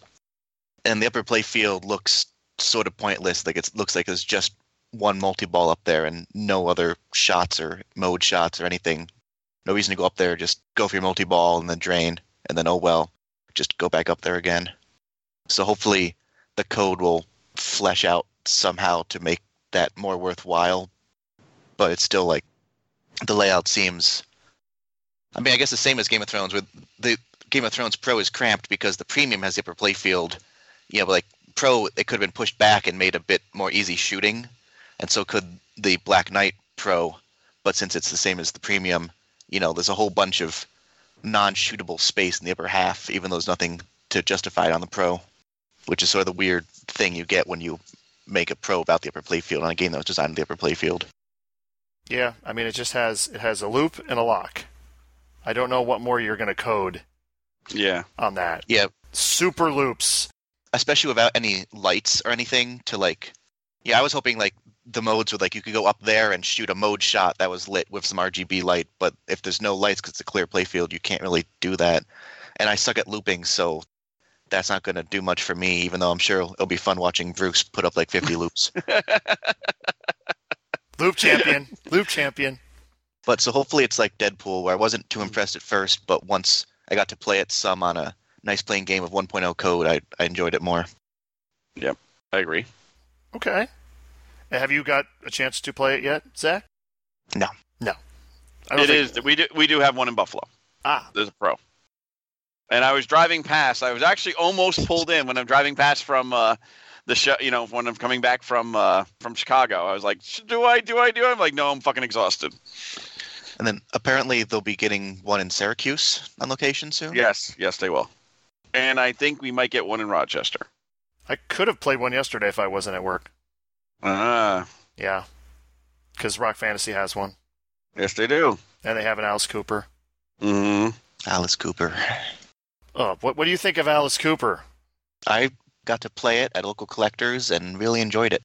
And the upper playfield looks sort of pointless. Like it looks like there's just one multi-ball up there and no other shots or mode shots or anything. No reason to go up there. Just go for your multi-ball and then drain, and then oh well, just go back up there again. So hopefully the code will flesh out somehow to make that more worthwhile. But it's still like the layout seems. I mean, I guess the same as Game of Thrones. With the Game of Thrones Pro is cramped because the premium has the upper playfield. You know, but like Pro, it could have been pushed back and made a bit more easy shooting, and so could the Black Knight Pro. But since it's the same as the premium, you know, there's a whole bunch of non-shootable space in the upper half, even though there's nothing to justify it on the Pro which is sort of the weird thing you get when you make a pro about the upper playfield on a game that was designed in the upper playfield. Yeah, I mean it just has it has a loop and a lock. I don't know what more you're going to code Yeah, on that. Yeah, Super loops. especially without any lights or anything to like. Yeah, I was hoping like the modes would like you could go up there and shoot a mode shot that was lit with some RGB light, but if there's no lights because it's a clear playfield, you can't really do that. And I suck at looping, so that's not going to do much for me. Even though I'm sure it'll be fun watching Bruce put up like 50 loops. Loop champion. loop champion. But so hopefully it's like Deadpool, where I wasn't too impressed at first, but once I got to play it some on a nice playing game of 1.0 code, I, I enjoyed it more. I agree. Okay. And Have you got a chance to play it yet, Zach? No. No. I It think- is. We do we do have one in Buffalo. Ah, There's a pro. And I was driving past. I was actually almost pulled in when I'm driving past from uh, the show. You know, when I'm coming back from uh, from Chicago, I was like, "Sh- "Do I? Do I? Do I?" I'm like, "No, I'm fucking exhausted." And then apparently they'll be getting one in Syracuse on location soon. Yes, yes, they will. And I think we might get one in Rochester. I could have played one yesterday if I wasn't at work. Ah, Yeah. Because Rock Fantasy has one, yes, they do. and they have an Alice Cooper. hmm Alice Cooper. Oh, what, what do you think of Alice Cooper? I got to play it at local collectors and really enjoyed it.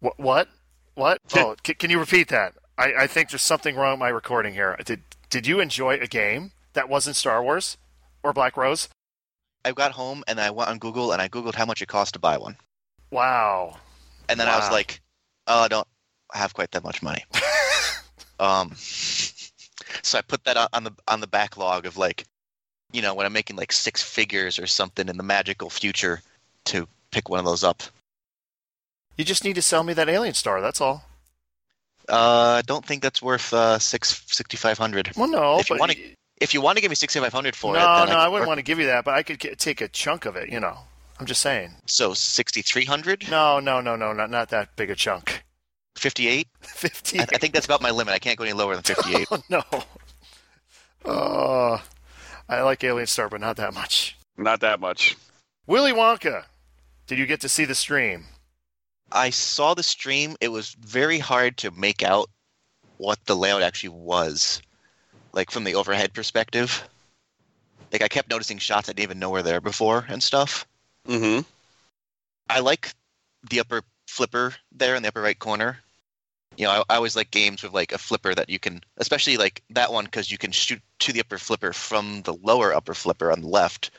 What? What? What? Oh, c- can you repeat that? I, I think there's something wrong with my recording here. Did Did you enjoy a game that wasn't Star Wars or Black Rose? I got home and I went on Google and I Googled how much it cost to buy one. Wow. And then I was Wow. like, oh, I don't have quite that much money. Um, so I put that on- on the on the backlog of like, you know, when I'm making like six figures or something in the magical future, to pick one of those up. You just need to sell me that Alien Star. That's all. Uh, I don't think that's worth uh, six sixty five hundred. Well, no, If you but wanna If you want to give me sixty five hundred for no, it, no, then I could wouldn't work- want to give you that, but I could get, take a chunk of it. You know, I'm just saying. So sixty three hundred, No, no, no, no, not not that big a chunk. fifty eight. Fifty. I, I think that's about my limit. I can't go any lower than fifty eight. Oh no. Uh, I like Alien Star, but not that much. Not that much. Willy Wonka. Did you get to see the stream? I saw the stream. It was very hard to make out what the layout actually was, like from the overhead perspective. Like I kept noticing shots I didn't even know were there before and stuff. hmm I like the upper flipper there in the upper right corner. You know, I, I always like games with like a flipper that you can, especially like that one because you can shoot to the upper flipper from the lower upper flipper on the left.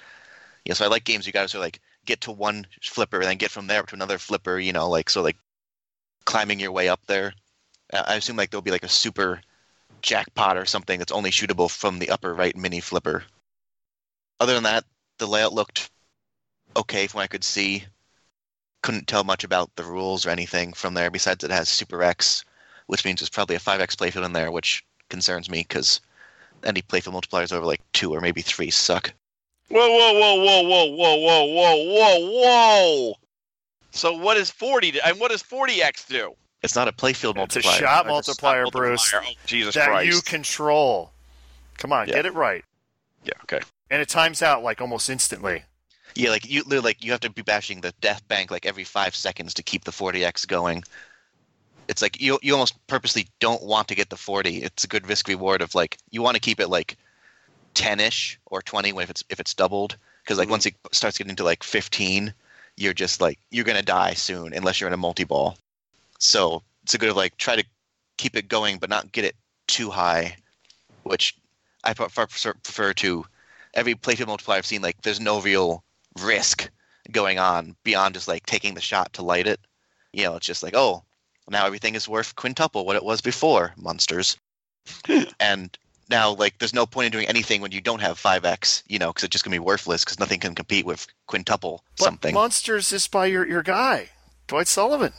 You know, so I like games you got to sort of like get to one flipper and then get from there up to another flipper. You know, like so like climbing your way up there. I I assume like there'll be like a super jackpot or something that's only shootable from the upper right mini flipper. Other than that, the layout looked okay from what I could see couldn't tell much about the rules or anything from there. Besides, it has Super X, which means there's probably a 5X playfield in there, which concerns me because any playfield multipliers over like two or maybe three suck. Whoa, whoa, whoa, whoa, whoa, whoa, whoa, whoa, whoa, whoa! So what is 40 do- and what does 40x do? It's not a playfield It's a multiplier. shot Or does- multiplier, Bruce, multiplier. Oh, Jesus that Christ. you control. Come on, Yeah. get it right. yeah, okay. And it times out like almost instantly. Yeah, like you literally, like you have to be bashing the death bank like every five seconds to keep the 40x going. It's like you you almost purposely don't want to get the 40. It's a good risk reward of like you want to keep it like 10ish or 20 if it's if it's doubled because like Mm-hmm. once it starts getting to like 15, you're just like you're gonna die soon unless you're in a multi ball. So it's a good like try to keep it going but not get it too high, which I pre- far prefer prefer to every playfield multiplier I've seen. Like there's no real risk going on beyond just like taking the shot to light it. You know, it's just like, oh, now everything is worth quintuple what it was before, monsters. and now, like, there's no point in doing anything when you don't have 5x, you know, because it's just going to be worthless because nothing can compete with quintuple But something. Monsters is by your, your guy, Dwight Sullivan.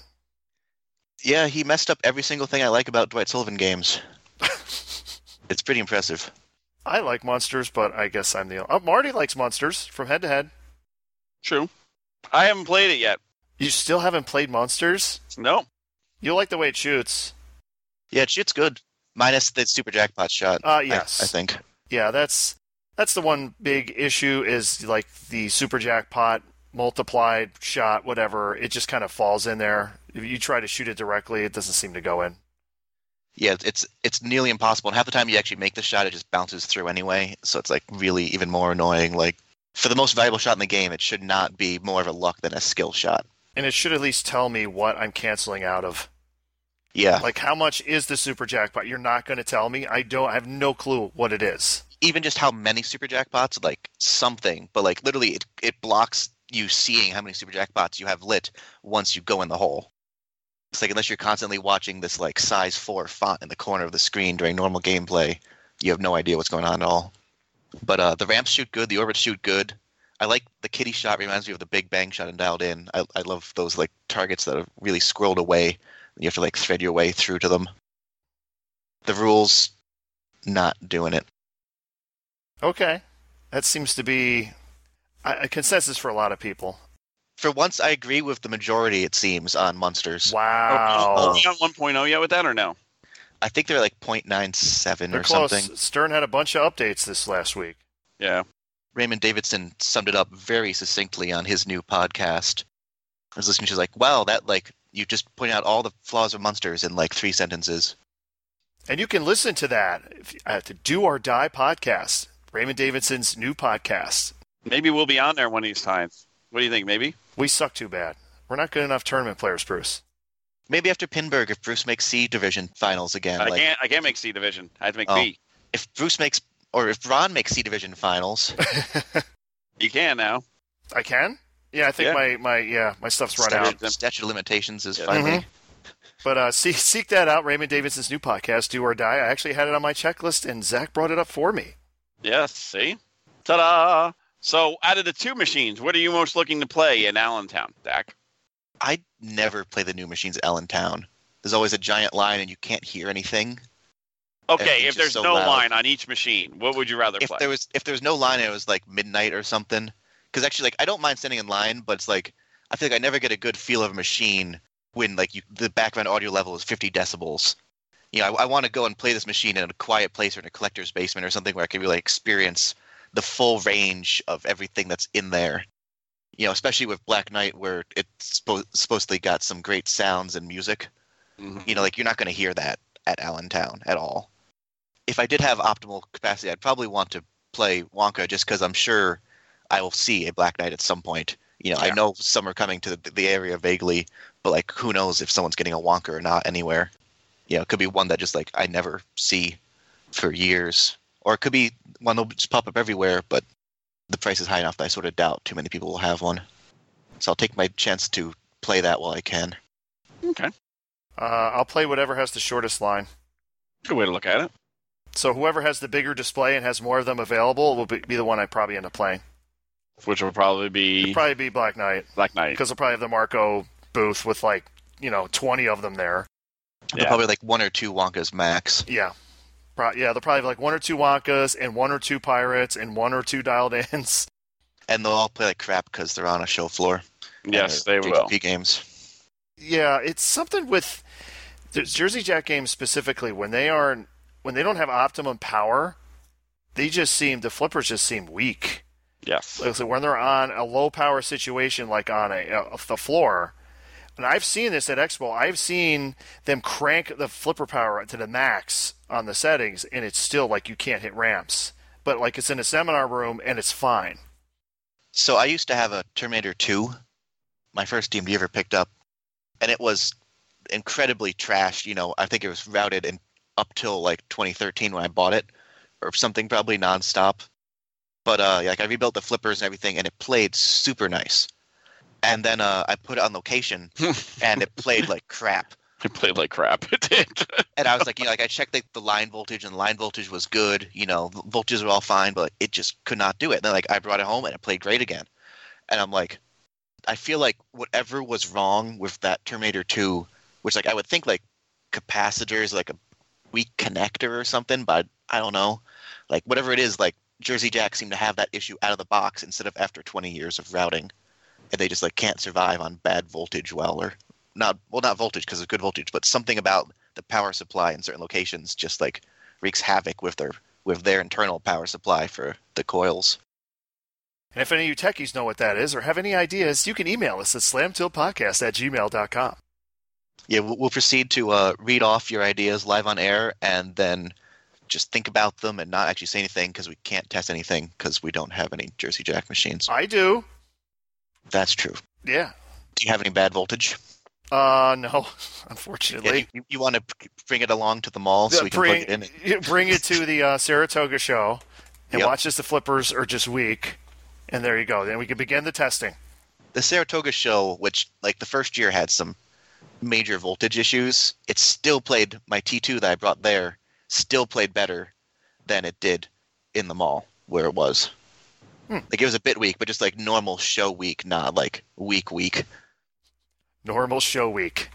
yeah, he messed up every single thing I like about Dwight Sullivan games. it's pretty impressive. I like monsters, but I guess I'm the oh, Marty likes monsters from head to head. True. I haven't played it yet. You still haven't played monsters? No. You like the way it shoots. Yeah, it shit's good. Minus the super jackpot shot. Uh, I- yes. I think. Yeah, that's that's the one big issue is like the super jackpot multiplied shot, whatever. It just kind of falls in there. If you try to shoot it directly, it doesn't seem to go in. yeah, it's it's nearly impossible. And half the time you actually make the shot, it just bounces through anyway. So it's like really even more annoying. Like for the most valuable shot in the game, it should not be more of a luck than a skill shot. And it should at least tell me what I'm canceling out of. Yeah, Like how much is the super jackpot? You're not going to tell me. I don't I have no clue what it is. even just how many super jackpots, like something, but like literally, it it blocks you seeing how many super jackpots you have lit once you go in the hole. It's like unless you're constantly watching this like size four font in the corner of the screen during normal gameplay, you have no idea what's going on at all. But uh, the ramps shoot good, the orbits shoot good. I like the kitty shot. Reminds me of the Big Bang shot and dialed in. I, I love those like targets that are really scrolled away. You have to like thread your way through to them. The rules, not doing it. Okay. That seems to be a a consensus for a lot of people. for once I agree with the majority it seems on monsters. Wow. oh, Are we on 1.0 yet with that or no? I think they're like 0.97 They're or close. something. Stern had a bunch of updates this last week. Yeah. Raymond Davidson summed it up very succinctly on his new podcast. I was listening she's like, "Wow, that like you just pointed out all the flaws of monsters in like 3 sentences." And you can listen to that if- at the Do or Die podcast, Raymond Davidson's new podcast. Maybe we'll be on there one of these times. What do you think? Maybe? We suck too bad. We're not good enough tournament players, Bruce. Maybe after Pinburg if Bruce makes C division finals again, I like can't I can't make C division. I have to make Oh. B. if Bruce makes or if Ron makes C division finals, Oh. You can now. I can? Yeah, I think Yeah. my, my yeah, my stuff's run out. statute, statute of limitations is Yeah. finally Mm-hmm. But uh, see, seek that out, Raymond Davidson's new podcast, Do or Die. I actually had it on my checklist, and Zach brought it up for me. Yes, see? Ta da! So out of the two machines, what are you most looking to play in Allentown, Dak? I never play the new machines at Allentown. There's always a giant line and you can't hear anything. Okay, Everything's if there's just so no loud. line on each machine, what would you rather if play? there was if there was no line, it was like midnight or something. Because actually, like I don't mind standing in line, but it's like I feel like I never get a good feel of a machine when like you, the background audio level is 50 decibels. You know, I, I want to go and play this machine in a quiet place or in a collector's basement or something where I can really experience the full range of everything that's in there. You know, especially with Black Knight, where it's suppo- supposedly got some great sounds and music Mhm. you know, like you're not going to hear that at Allentown at all. If I did have optimal capacity, I'd probably want to play Wonka just because I'm sure I will see a Black Knight at some point. You know, I Yeah. know some are coming to the, the area vaguely, but like who knows if someone's getting a Wonka or not anywhere. You know, it could be one that just like I never see for years, or it could be one that'll just pop up everywhere, but the price is high enough that I sort of doubt too many people will have one. So I'll take my chance to play that while I can. Okay, Uh, I'll play whatever has the shortest line. good way to look at it. So whoever has the bigger display and has more of them available will be, be the one I probably end up playing. Which will probably It'll be probably be Black Knight Black Knight. because they'll probably have the Marco booth with like you know twenty of them there. They're Yeah. Probably like one or two Wonkas max. Yeah, Pro- yeah, they'll probably have like one or two Wonkas and one or two pirates and one or two dialed ins. and they'll all play like crap because they're on a show floor. Yes, uh, they will. JGP games. Yeah, it's something with the Jersey Jack games specifically when they are when they don't have optimum power, they just seem the flippers just seem weak. Yes. Like, so when they're on a low power situation, like on a uh, the floor, and I've seen this at Expo. I've seen them crank the flipper power to the max on the settings, and it's still like you can't hit ramps. But like it's in a seminar room and it's fine. So I used to have a Terminator 2, my first DMD ever picked up, and it was incredibly trash. You know, I think it was routed in up till like 2013 when I bought it, or something probably nonstop. But uh, like I rebuilt the flippers and everything, and it played super nice. And then uh, I put it on location, and it played like crap. It played like crap. It did. And I was like, you know, like I checked like the line voltage, and the line voltage was good. You know, the voltages were all fine, but it just could not do it. And then like I brought it home, and it played great again. And I'm like, I feel like whatever was wrong with that Terminator 2, which like I would think like capacitors, like a weak connector or something, but I don't know, like whatever it is, like Jersey Jack seemed to have that issue out of the box instead of after 20 years of routing, and they just like can't survive on bad voltage well or not well not voltage because it's good voltage, but something about the power supply in certain locations just like wreaks havoc with their with their internal power supply for the coils. And if any of you techies know what that is or have any ideas, you can email us at slamtillpodcast at gmail.com. Yeah, we'll, we'll proceed to uh, read off your ideas live on air and then just think about them and not actually say anything because we can't test anything because we don't have any Jersey Jack machines. I do. That's true. Yeah. Do you have any bad voltage? Uh, no, Yeah, unfortunately. you, you- you want to bring it along to the mall so we can bring, plug it in? yeah, bring it to the uh, Saratoga show and Yep. watch as the flippers are just weak. And there you go. Then we can begin the testing. The Saratoga show, which like the first year had some major voltage issues, it still played my T2 that I brought there, still played better than it did in the mall where it was. Hmm. Like it was a bit weak, but just like normal show week, not like week week. Normal show week.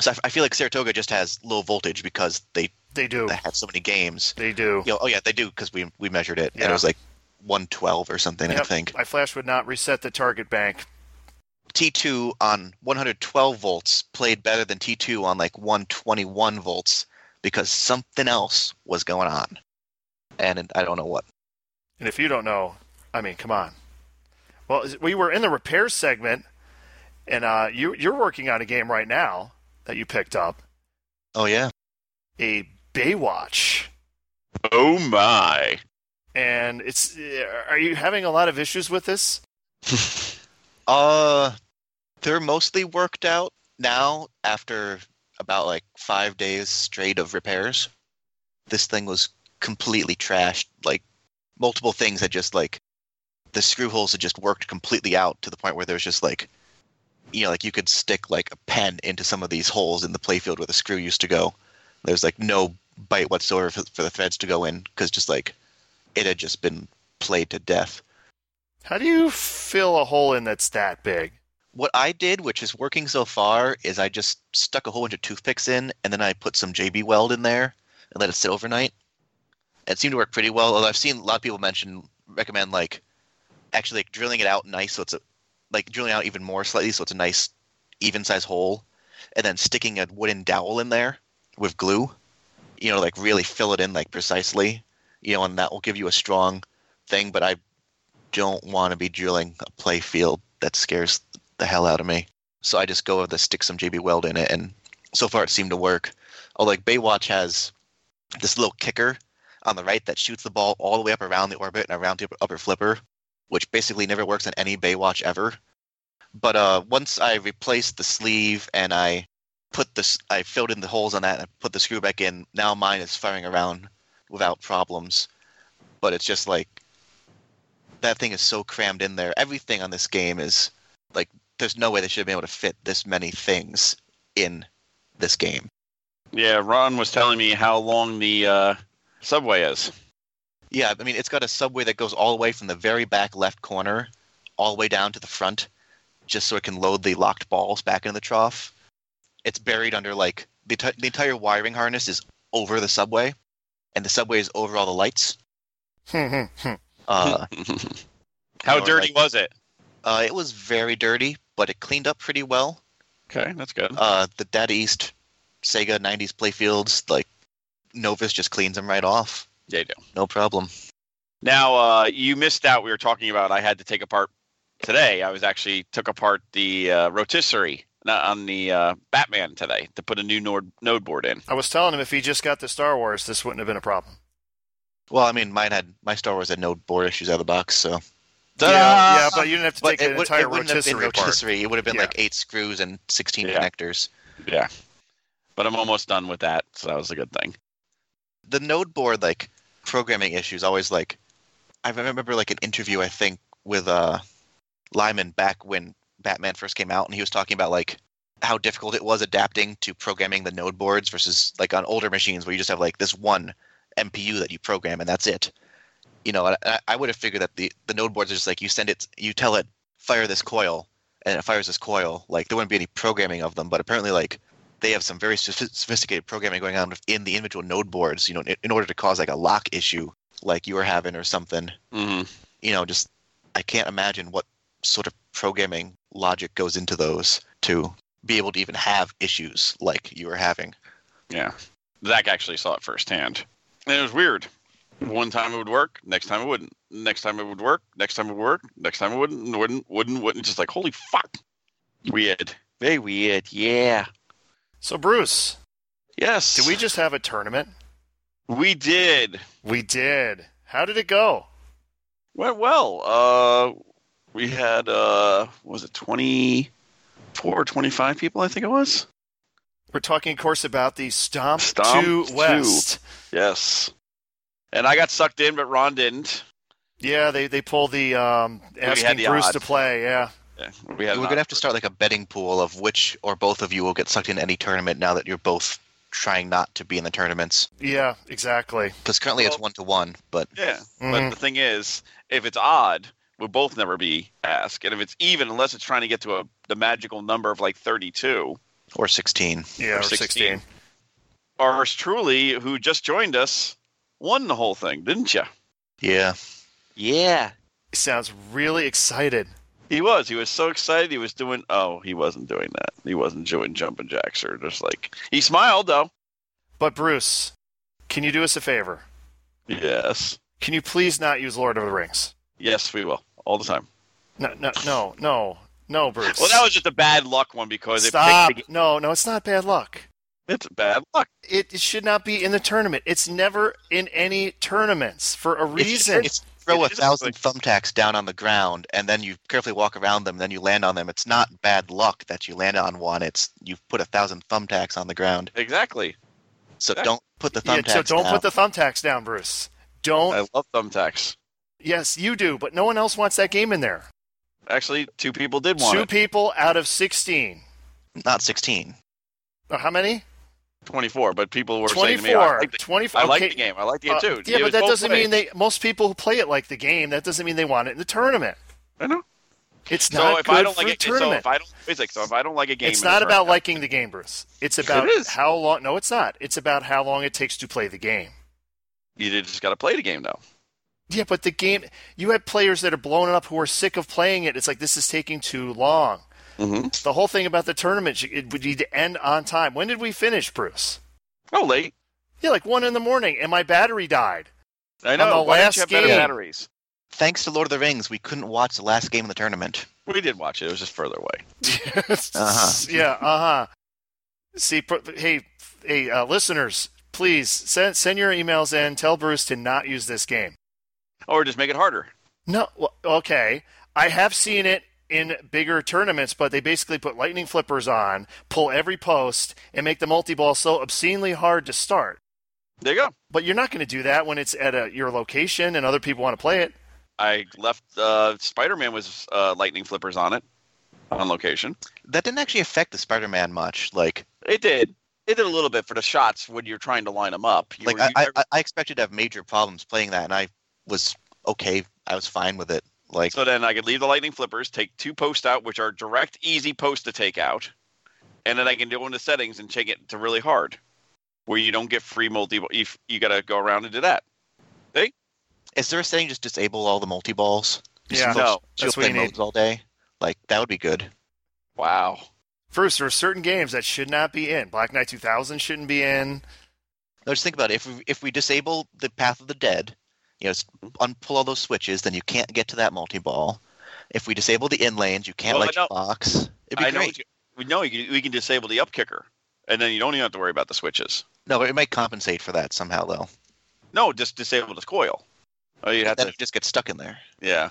So I, f- I feel like Saratoga just has low voltage because they They do. have so many games. They do. You know, oh yeah, they do because we we measured it and Yeah. it was like 112 or something, I Yep, think. My flash would not reset the target bank. T2 on 112 volts played better than T2 on like 121 volts because something else was going on. And it- I don't know what. And if you don't know, I mean, come on. Well, is- we were in the repair segment, and uh, you, you're working on a game right now that you picked up Oh, yeah. a Baywatch. Oh my. And it's. Are you having a lot of issues with this? Uh, they're mostly worked out now after about like five days straight of repairs. This thing was completely trashed. Like, multiple things had just like the screw holes had just worked completely out to the point where there was just like, you know, like you could stick like a pen into some of these holes in the playfield where the screw used to go. There's like no bite whatsoever for, for the threads to go in because just like it had just been played to death. How do you fill a hole in that's that big? what I did, which is working so far, is I just stuck a whole bunch of toothpicks in, and then I put some JB Weld in there and let it sit overnight. It seemed to work pretty well. Although I've seen a lot of people mention recommend like actually like drilling it out nice, so it's a like drilling out even more slightly, so it's a nice even size hole, and then sticking a wooden dowel in there with glue. You know, like really fill it in like precisely. You know, and that will give you a strong thing. But I don't want to be drilling a play field that scares the hell out of me. So I just go with the stick some JB Weld in it, and so far it seemed to work. Oh, like Baywatch has this little kicker on the right that shoots the ball all the way up around the orbit and around the upper- upper flipper, which basically never works on any Baywatch ever. But uh, once I replaced the sleeve and I put this, I filled in the holes on that and I put the screw back in. Now mine is firing around without problems. But it's just like that thing is so crammed in there. Everything on this game is like there's no way they should have been able to fit this many things in this game. Yeah, Ron was telling me how long the uh, subway is. Yeah, I mean it's got a subway that goes all the way from the very back left corner all the way down to the front just so it can load the locked balls back into the trough. It's buried under like the, t- the entire wiring harness is over the subway and the subway is over all the lights. Uh, how Or dirty like- was it? Uh, it was very dirty, but it cleaned up pretty well. Okay, that's good. Uh, the Data East Sega 90s playfields, like Novus just cleans them right off. yeah, you do. No problem. Now uh, you missed out. We were talking about. I had to take apart today. I was actually took apart the uh, rotisserie not on the uh, Batman today to put a new node, node board in. I was telling him if he just got the Star Wars, this wouldn't have been a problem. Well, I mean, mine had my Star Wars had no board issues out of the box, so Ta-da! yeah, yeah, but you didn't have to but take it, an would, entire it wouldn't have been rotisserie, apart. rotisserie. It would have been Yeah. like eight screws and sixteen Yeah. connectors. Yeah. But I'm almost done with that, so that was a good thing. The Node board like programming issues always like I remember like an interview I think with uh Lyman back when Batman first came out, and he was talking about like how difficult it was adapting to programming the Node boards versus like on older machines where you just have like this one MPU that you program and that's it. You know, and I, I would have figured that the the Node boards are just like you send it, you tell it fire this coil, and it fires this coil. Like there wouldn't be any programming of them, but apparently like they have some very sophi- sophisticated programming going on in the individual node boards. You know, in, in order to cause like a lock issue like you were having or something hmm you know, just I can't imagine what sort of programming logic goes into those to be able to even have issues like you were having. Yeah. Zach actually saw it firsthand. And it was weird. One time it would work, next time it wouldn't. Next time it would work, next time it would work, next time it wouldn't, wouldn't, wouldn't, wouldn't. Just like, holy fuck. Weird. Very weird. Yeah. So, Bruce, Yes. did we just have a tournament? We did. We did. How did it go? Went well. Uh, we had, uh, what was it 24 or 25 people, I think it was? We're talking, of course, about the Stomp, Stomp to to- West. Yes. And I got sucked in, but Ron didn't. Yeah, they they pull the um, had asking the Bruce odds. to play. Yeah, Yeah, we had an We're gonna have option. to start like a betting pool of which or both of you will get sucked in any tournament now that you're both trying not to be in the tournaments. yeah, exactly. Because currently it's Well- one to one, but Yeah, but Mhm. the thing is, if it's odd, we'll both never be asked, and if it's even, unless it's trying to get to a the magical number of like thirty-two, or sixteen. Yeah, Or or 16. 16. ours truly, who just joined us, won the whole thing, didn't you? Yeah. Yeah. He sounds really excited. He was. He was so excited. He was doing. Oh, he wasn't doing that. He wasn't doing jumping jacks or just like he smiled though. But Bruce, can you do us a favor? Yes, Can you please not use Lord of the Rings? yes, we will all the time. No, no, no, no, no, Bruce. Well, that was just a bad luck one because it stop. picked. No, no, it's not bad luck. The, it's bad luck. It, it should not be in the tournament. It's never in any tournaments for a It's- reason. It's, throw It a is thousand thumbtacks down on the ground and then you carefully walk around them, then you land on them. It's not bad luck that you land on one, it's you've put a thousand thumbtacks on the ground. Exactly. So That- don't put the yeah, thumbtacks. so don't down. put the thumbtacks down, Bruce. Don't. I love thumbtacks. yes, you do, but no one else wants that game in there. Actually, two people did want Two it. people out of 16. not sixteen. Uh, How many? 24, but people were saying to me, 24. I like the, 24. I like okay. the game. I like the game Uh, too. yeah, It but was that both doesn't ways. mean they. Most people who play it like the game. That doesn't mean they want it in the tournament. I know. It's So not if good I don't for like a it, so tournament. if I don't, it's like, so if I don't like a game, it's in a not about tournament- liking the game, Bruce. It's about is. how long. No, it's not. It's about how long it takes to play the game. you just got to play the game though. Yeah, but the game. You have players that are blown up who are sick of playing it. It's like this is taking too long. Mm-hmm. The whole thing about the tournament, you- it would need to end on time. When did we finish, Bruce? Oh, late. Yeah, like one in the morning, and my battery died. I know. the Why last don't you have better game. batteries? Thanks to Lord of the Rings, we couldn't watch the last game of the tournament. We did watch it. It was just further away. Uh-huh. Yeah, uh huh. See, pr- hey, f- hey, uh, listeners, please send send your emails in. Tell Bruce to not use this game. Or just make it harder. No, well, okay. I have seen it in bigger tournaments, but they basically put lightning flippers on, pull every post, and make the multi ball so obscenely hard to start. There you go. But you're not going to do that when it's at a, your location and other people want to play it. I left. Uh, Spider Man was uh, lightning flippers on it, on location. That didn't actually affect the Spider-Man much. Like, It did. It did a little bit for the shots when you're trying to line them up. You like were- I, you- I, I expected to have major problems playing that, and I was okay. I was fine with it. Like, So then I could leave the lightning flippers, take two posts out, which are direct, easy posts to take out, and then I can go into settings and take it to really hard, where you don't get free multi. If you got to go around and do that. is there a setting just disable all the multi balls? Yeah. No. That's what you need. all day. Like that would be good. Wow. First, there are certain games that should not be in. Black Knight 2000 shouldn't be in. Now just think about it. If we, if we disable the Path of the Dead, you know, s- unpull all those switches, then you can't get to that multi ball. If we disable the in lanes, you can't Well, I let know- your box. It'd be I know great. what you- we know you can, we can disable the up kicker, and then you don't even have to worry about the switches. No, but it might compensate for that somehow, though. No, just disable the coil. Oh, you have Then to. you just get stuck in there. Yeah,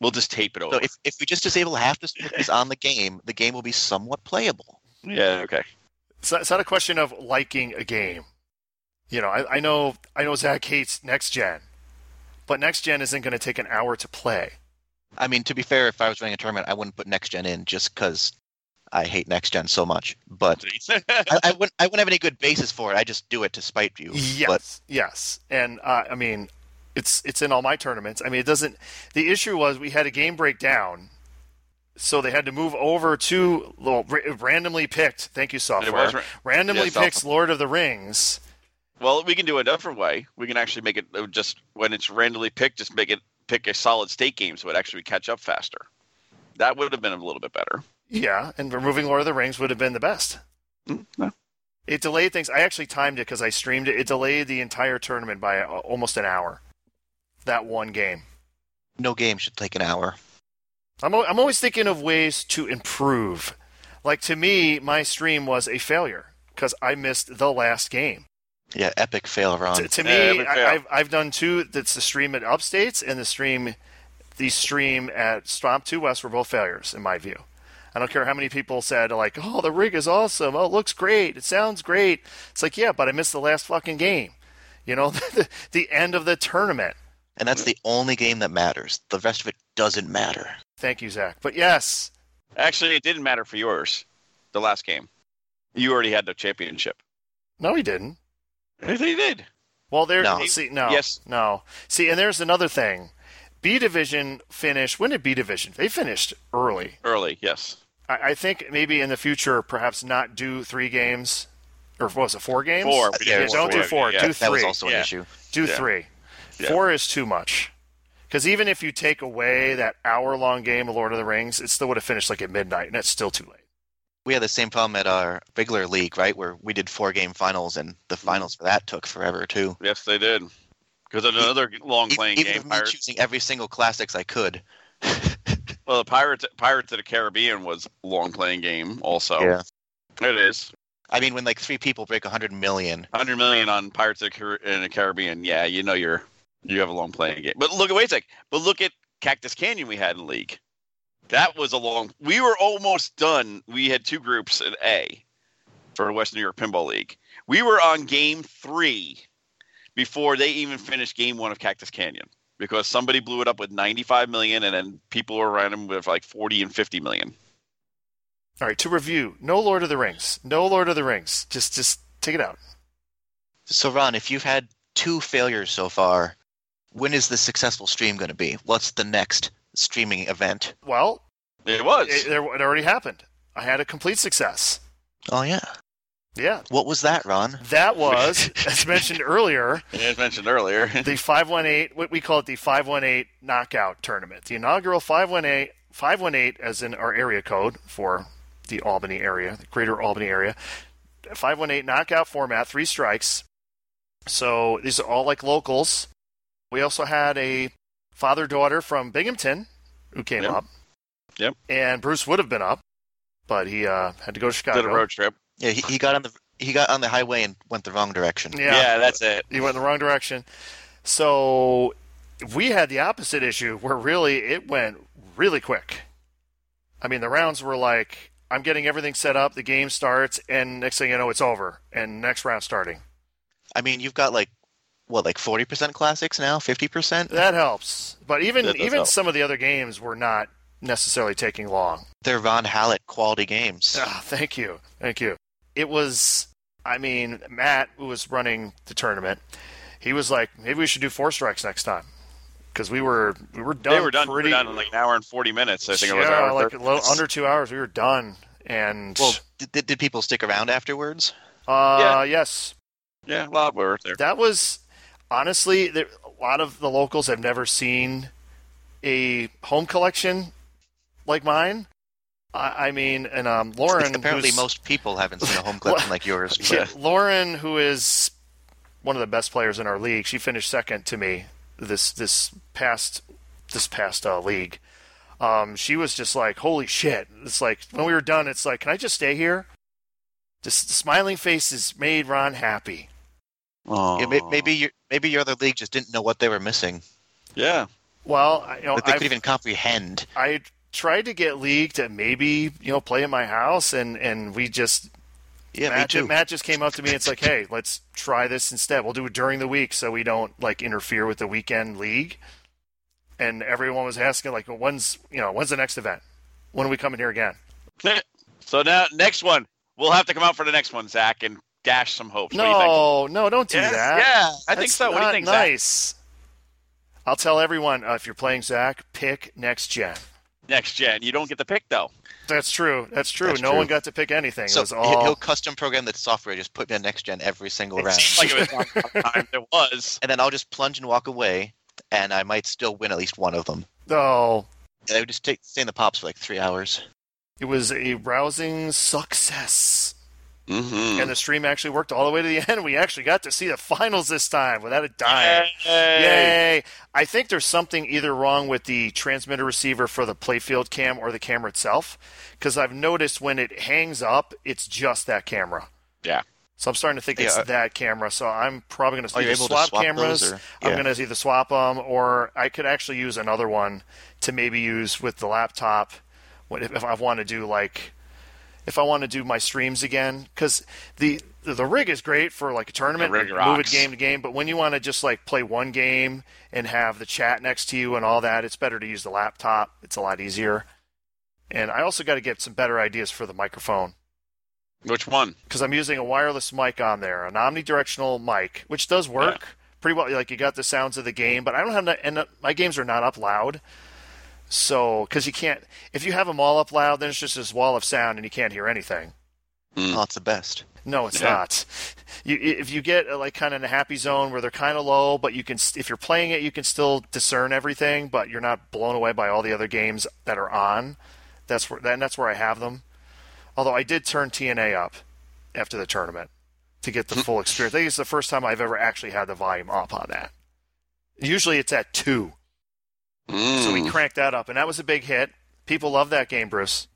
we'll just tape it over. So if, if we just disable half the switches on the game, the game will be somewhat playable. yeah, okay. It's not, it's not a question of liking a game. You know, I, I know I know Zach hates next gen, but next gen isn't going to take an hour to play. I mean, to be fair, if I was running a tournament, I wouldn't put next gen in just because I hate next gen so much. But I, I wouldn't. I wouldn't have any good basis for it. I just do it to spite you. Yes, But yes, and uh, I mean, it's it's in all my tournaments. I mean, it doesn't. The issue was we had a game breakdown, so they had to move over to well, ra- randomly picked. Thank you, software. was ra- randomly yeah, picked software. Lord of the Rings. well, we can do it a different way. We can actually make it uh, just when it's randomly picked, just make it pick a solid state game, so it actually catch up faster. That would have been a little bit better. Yeah, and removing Lord of the Rings would have been the best. Mm, no. It delayed things. I actually timed it because I streamed it. It delayed the entire tournament by uh, almost an hour. That one game. no game should take an hour. I'm al- I'm always thinking of ways to improve. Like to me, my stream was a failure because I missed the last game. Yeah, epic fail T- wrong. to Yeah, me, epic fail. I, I've I've done two. That's the stream at Upstates and the stream, the stream at Stomp Two West were both failures in my view. I don't care how many people said like, "Oh, the rig is awesome. Oh, it looks great. It sounds great." It's like, yeah, but I missed the last fucking game. You know, the, the end of the tournament. And that's the only game that matters. The rest of it doesn't matter. Thank you, Zach. But yes, Actually, it didn't matter for yours. The last game, you already had the championship. no, he didn't. Yes, They did. Well, there. No. See, no. Yes. No. See, and there's another thing. B Division finished. When did B Division? They finished early. Early, yes. I, I think maybe in the future, perhaps not do three games, or what was it, four games? Four. Yeah, because- don't do four. Yeah. Do That was Three, also yeah. an issue. Do Yeah. three. Yeah. Four is too much. Because even if you take away that hour-long game of Lord of the Rings, it still would have finished like at midnight, and that's still too late. We had the same problem at our regular league, right? Where we did four game finals, and the Mm-hmm. finals for that took forever too. Yes, they did. Because another long E- playing Even game, with me Pirates. choosing every single classics I could. Well, the Pirates Pirates of the Caribbean was a long playing game also. Yeah. It is. I mean, when like three people break 100 million, 100 million on Pirates of the Car- in the Caribbean. Yeah, you know you're you have a long playing game. But look at wait a sec. But look at Cactus Canyon we had in league. That was a long we were almost done. We had two groups in A for West New York Pinball League. We were on game 3 before they even finished game 1 of Cactus Canyon because somebody blew it up with 95 million and then people were around him with like 40 and 50 million. All right. To review, no Lord of the Rings. No Lord of the Rings. Just, just take it out. So, Ron, if you've had two failures so far, when is the successful stream going to be? What's the next streaming event? Well, It was. it, there- it already happened. I had a complete success. Oh, yeah. Yeah, What was that, Ron? that was, as mentioned earlier, As mentioned earlier, the 518, what we call it the 518 knockout tournament. The inaugural 518, 518 as in our area code for the Albany area, the greater Albany area. 518 knockout format, three strikes. So these are all like locals. We also had a father daughter from Binghamton who came Yep. up. Yep. And Bruce would have been up, but he uh, had to go to Chicago. did a road trip. Yeah, he, he got on the he got on the highway and went the wrong direction. Yeah. that's it. you went in the wrong direction. So we had the opposite issue where really it went really quick. I mean, the rounds were like, I'm getting everything set up, the game starts, and next thing you know, it's over, and next round starting. I mean, you've got like what, like 40% classics now, 50%? That helps. But even That does even help. some of the other games were not necessarily taking long. They're Ron Hallett quality games. Ah, thank you. Thank you. It was, I mean, Matt, who was running the tournament, he was like, maybe we should do four strikes next time. Because we were we were done. They were done. we Pretty, were done in like an hour and forty minutes. I think it was. yeah, hour like a 30. little under two hours. We were done, and Well, did- did, did people stick around afterwards? uh, yeah. yes, yeah, a lot were there. that was honestly there, a lot of the locals have never seen a home collection like mine. I, I mean, and um, Lauren. Apparently, who's- most people haven't seen a home collection like yours. But Yeah, Lauren, who is one of the best players in our league, she finished second to me this this past this past uh, league. Um, she was just like, "Holy shit!" It's like when we were done, it's like, "Can I just stay here?" Just smiling faces made Ron happy. Oh, Yeah, may- maybe your maybe your other league just didn't know what they were missing. Yeah. Well, I, you know, That they I've, could even comprehend. I tried to get League to maybe you know play at my house, and and we just Yeah, Matt, me too. Matt just came up to me. It's like, hey, let's try this instead. We'll do it during the week so we don't like interfere with the weekend league. And everyone was asking like, well, when's you know when's the next event? When are we coming here again? So now next one, we'll have to come out for the next one, Zach, and dash some hopes. What do you think? No, no, don't do Yes, that. Yeah, I think That's so. What do you not think, Zach? Nice. I'll tell everyone uh, if you're playing Zach, pick next gen. Next gen, you don't get the pick though. That's true. That's true. That's no true. one got to pick anything. So it was all he- he'll custom program that software. Just put me on next gen every single round, Like it was on time there was. and then I'll just plunge and walk away, and I might still win at least one of them. oh, And I would just take, stay in the pops for like three hours. it was a rousing success. Mm-hmm. and the stream actually worked all the way to the end. We actually got to see the finals this time without a dime. Yay. Yay! I think there's something either wrong with the transmitter receiver for the playfield cam or the camera itself, because I've noticed when it hangs up, it's just that camera. Yeah. So I'm starting to think Yeah, it's I- that camera. So I'm probably going Are to you able to swap swap cameras. those, or- I'm yeah. going to either swap them or I could actually use another one to maybe use with the laptop. What if, if I want to do like if I want to do my streams again because the the rig is great for like a tournament, The rig move it rocks. game to game. But when you want to just like play one game and have the chat next to you and all that, it's better to use the laptop. It's a lot easier. And I also got to get some better ideas for the microphone Which one? because I'm using a wireless mic on there, an omnidirectional mic, which does work pretty well. Like you got the sounds of the game, but I don't have that. And uh, my games are not up loud, so because you can't. If you have them all up loud, then it's just this wall of sound, and you can't hear anything. Mm. Hmm. Oh, it's the best. No, it's Yeah. not. You, if you get uh, like kind of in a happy zone where they're kind of low, but you can, st- if you're playing it, you can still discern everything, but you're not blown away by all the other games that are on. That's where, and that's where I have them. Although I did turn TNA up after the tournament to get the full experience. I think it's the first time I've ever actually had the volume up on that. Usually it's at two, so we Mm. cranked that up, and that was a big hit. People love that game, Bruce.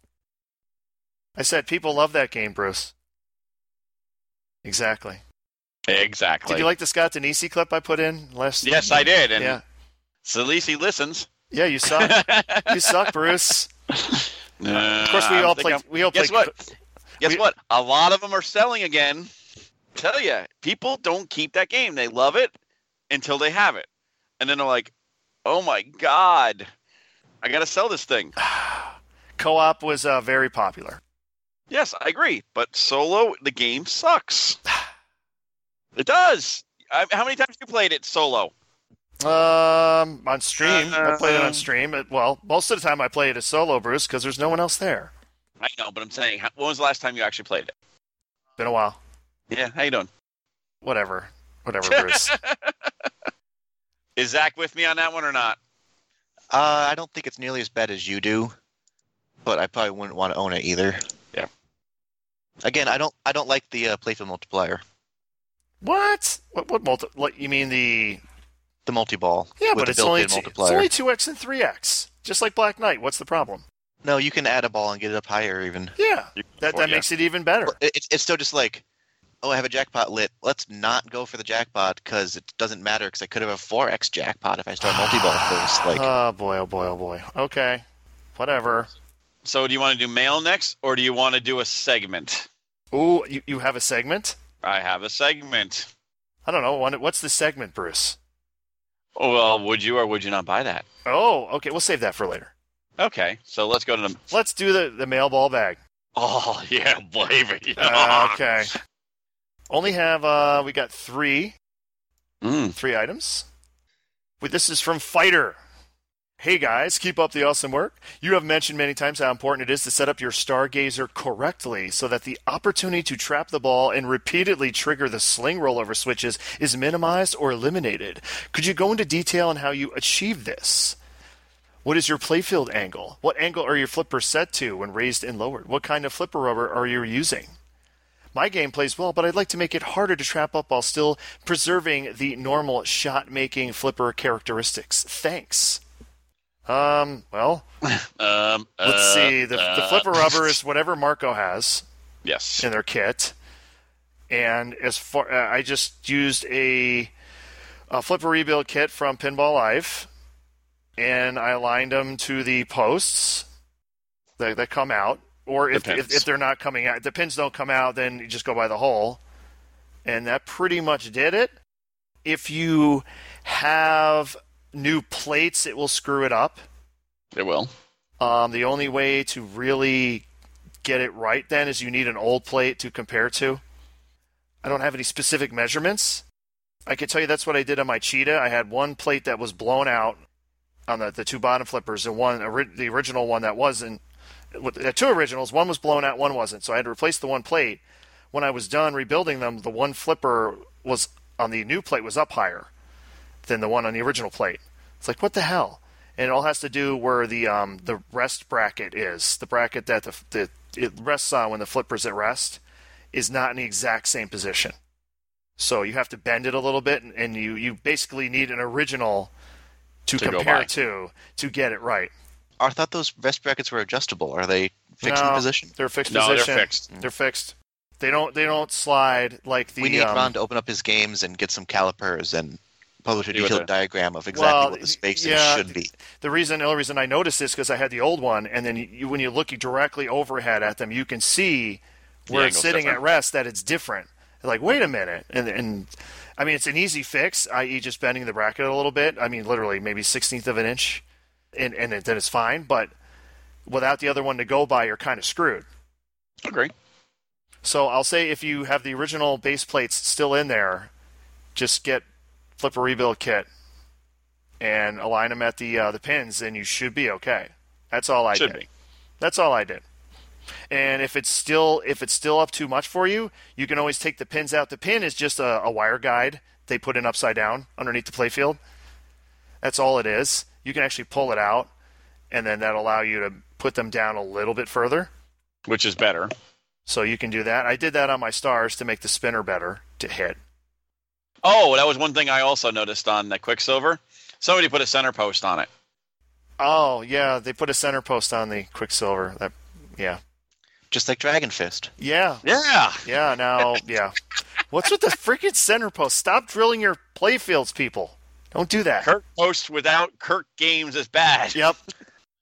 I said people love that game, Bruce. Exactly. exactly. Did you like the Scott Denisi clip I put in last? yes, I did, and Yeah, so at least he listens. yeah. You suck. you suck, Bruce. of Of course, we all play. We all play. Guess what? Guess we- what? A lot of them are selling again. Tell you, people don't keep that game. They love it until they have it, and then they're like, "Oh my god, I gotta sell this thing." Co-op was uh, very popular. Yes, I agree. But solo, the game sucks. It does. I, how many times have you played it solo? Um, on stream, I played it on Um, stream. It, well, most of the time I play it as solo, Bruce, because there's no one else there. I know, but I'm saying, how- when was the last time you actually played it? Been a while. Yeah, how you doing? Whatever, whatever, Bruce. Is Zach with me on that one or not? Uh, I don't think it's nearly as bad as you do, but I probably wouldn't want to own it either. Yeah. Again, I don't. I don't like the uh, playfield multiplier, what? What? What? Multi- what you mean the? the multi-ball. Yeah, with but the it's only, built-in two, it's multiplier. only two x and three x, just like Black Knight. What's the problem? No, you can add a ball and get it up higher even. Yeah, You- that well, that yeah. makes it even better. But it- It's it's still just like, oh, I have a jackpot lit. Let's not go for the jackpot because it doesn't matter because I could have a four x jackpot if I start multi-ball first. Like, oh boy, oh boy, oh boy. Okay, whatever. So, do you want to do mail next, or do you want to do a segment? Ooh, you, you have a segment? I have a segment. I don't know. What- What's the segment, Bruce? Oh, well, would you or would you not buy that? Oh, okay. We'll save that for later. Okay, so let's go to the. Let's do the, the mail ball bag. Oh yeah, baby. Uh, okay. Only have, uh, we got three, Mm. three items. Wait, This is from Fighter. Hey guys, keep up the awesome work. You have mentioned many times how important it is to set up your stargazer correctly so that the opportunity to trap the ball and repeatedly trigger the sling rollover switches is minimized or eliminated. Could you go into detail on how you achieve this? What is your playfield angle? What angle are your flippers set to when raised and lowered? What kind of flipper rubber are you using? My game plays well, but I'd like to make it harder to trap up while still preserving the normal shot making flipper characteristics. Thanks. Um, well, Um, let's uh, see. The, the uh, flipper rubber is whatever Marco has Yes. in their kit. And as far, uh, I just used a, a flipper rebuild kit from Pinball Life, and I aligned them to the posts that, that come out. Or if, The pins. if if they're not coming out, if the pins don't come out, then you just go by the hole, and that pretty much did it. If you have new plates, it will screw it up. It will. Um, the only way to really get it right then is you need an old plate to compare to. I don't have any specific measurements. I can tell you that's what I did on my Cheetah. I had one plate that was blown out on the, the two bottom flippers, and one ori- the original one that wasn't. With the two originals, one was blown out, one wasn't. So I had to replace the one plate. When I was done rebuilding them, the one flipper was on the new plate was up higher than the one on the original plate. It's like what the hell? And it all has to do where the um, the rest bracket is. The bracket that the, the it rests on when the flipper's at rest is not in the exact same position. So you have to bend it a little bit, and, and you you basically need an original to, To go by. compare to to get it right. I thought those rest brackets were adjustable. Are they fixed in No, position? Mm. They're fixed No, they're position. fixed. They're fixed. They don't they don't slide like the we need um, Ron to open up his games and get some calipers and publish a See what detailed the- diagram of exactly Well, what the spacing yeah, should be. the reason the only reason I noticed this because I had the old one, and then you, when you look directly overhead at them, you can see The where it's angle's sitting at different. rest that it's different. Like, wait a minute, and and I mean it's an easy fix, i.e., just bending the bracket a little bit. I mean, literally maybe sixteenth of an inch, and and it, then it's fine. But without the other one to go by, you're kind of screwed. Agree. So I'll say if you have the original base plates still in there, just get Flipper Rebuild Kit and align them at the uh, the pins, and you should be okay. That's all I Should did. be. That's all I did. And if it's still if it's still up too much for you, you can always take the pins out. The pin is just a, a wire guide they put in upside down underneath the playfield. That's all it is. You can actually pull it out, and then that'll allow you to put them down a little bit further. Which is better. So you can do that. I did that on my stars to make the spinner better to hit. Oh, that was one thing I also noticed on the Quicksilver. Somebody put a center post on it. Oh yeah, they put a center post on the Quicksilver. That yeah. Just like Dragon Fist. Yeah. Yeah. Yeah, now yeah. What's with the freaking center post? Stop drilling your playfields, people. Don't do that. Kirk post without Kirk games is bad. Yep.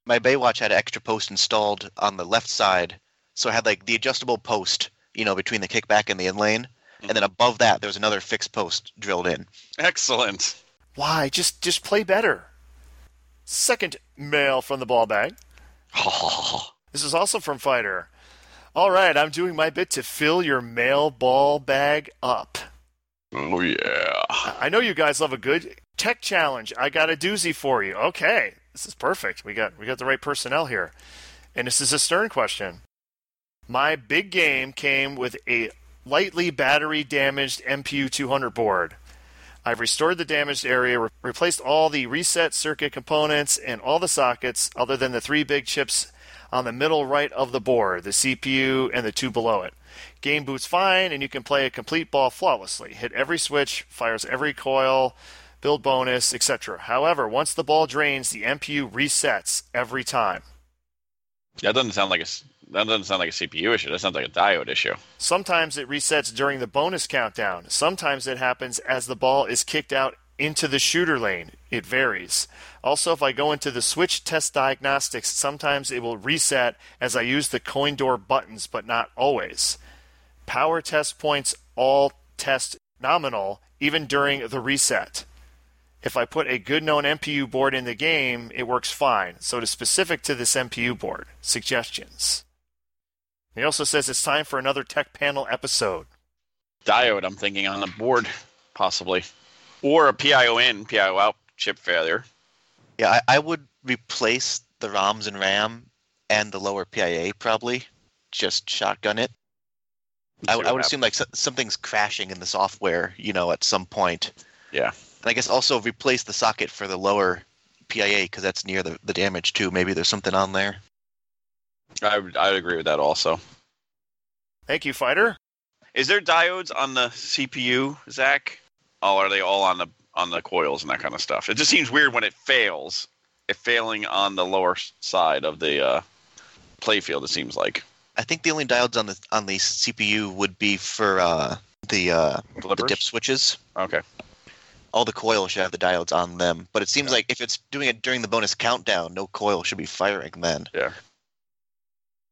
My Baywatch had an extra post installed on the left side, so I had like the adjustable post, you know, between the kickback and the in lane, and then above that there was another fixed post drilled in. Excellent. Why? Just just play better. Second mail from the ball bag. Oh, This is also from Fighter. All right, I'm doing my bit to fill your mail ball bag up. Oh yeah. I know you guys love a good tech challenge. I got a doozy for you. Okay, this is perfect. We got we got the right personnel here, and this is a stern question. My big game came with a lightly battery damaged MPU 200 board. I've restored the damaged area, re- replaced all the reset circuit components and all the sockets, other than the three big chips on the middle right of the board, the CPU and the two below it. Game boots fine, and you can play a complete ball flawlessly. Hit every switch, fires every coil, build bonus, etc. However, once the ball drains, the MPU resets every time. That doesn't sound like a s- that doesn't sound like a CPU issue. That sounds like a diode issue. Sometimes it resets during the bonus countdown. Sometimes it happens as the ball is kicked out into the shooter lane. It varies. Also, if I go into the switch test diagnostics, sometimes it will reset as I use the coin door buttons, but not always. Power test points all test nominal, even during the reset. If I put a good known MPU board in the game, it works fine. So it is specific to this MPU board. Suggestions. He also says it's time for another tech panel episode. Diode. I'm thinking on the board, possibly, or a PIO in PIO out chip failure. Yeah, I, I would replace the ROMs and RAM and the lower PIA probably. Just shotgun it. I, See what I would happens. assume like so- something's crashing in the software, you know, at some point. Yeah. And I guess also replace the socket for the lower PIA because that's near the, the damage too. Maybe there's something on there. I would I would agree with that also. Thank you, fighter. Is there diodes on the CPU, Zach? Oh, are they all on the on the coils and that kind of stuff? It just seems weird when it fails. It failing on the lower s- side of the uh, playfield. It seems like I think the only diodes on the on the CPU would be for uh, the uh, the flippers. dip switches. Okay, All the coils should have the diodes on them, but it seems like if it's doing it during the bonus countdown, no coil should be firing then. yeah.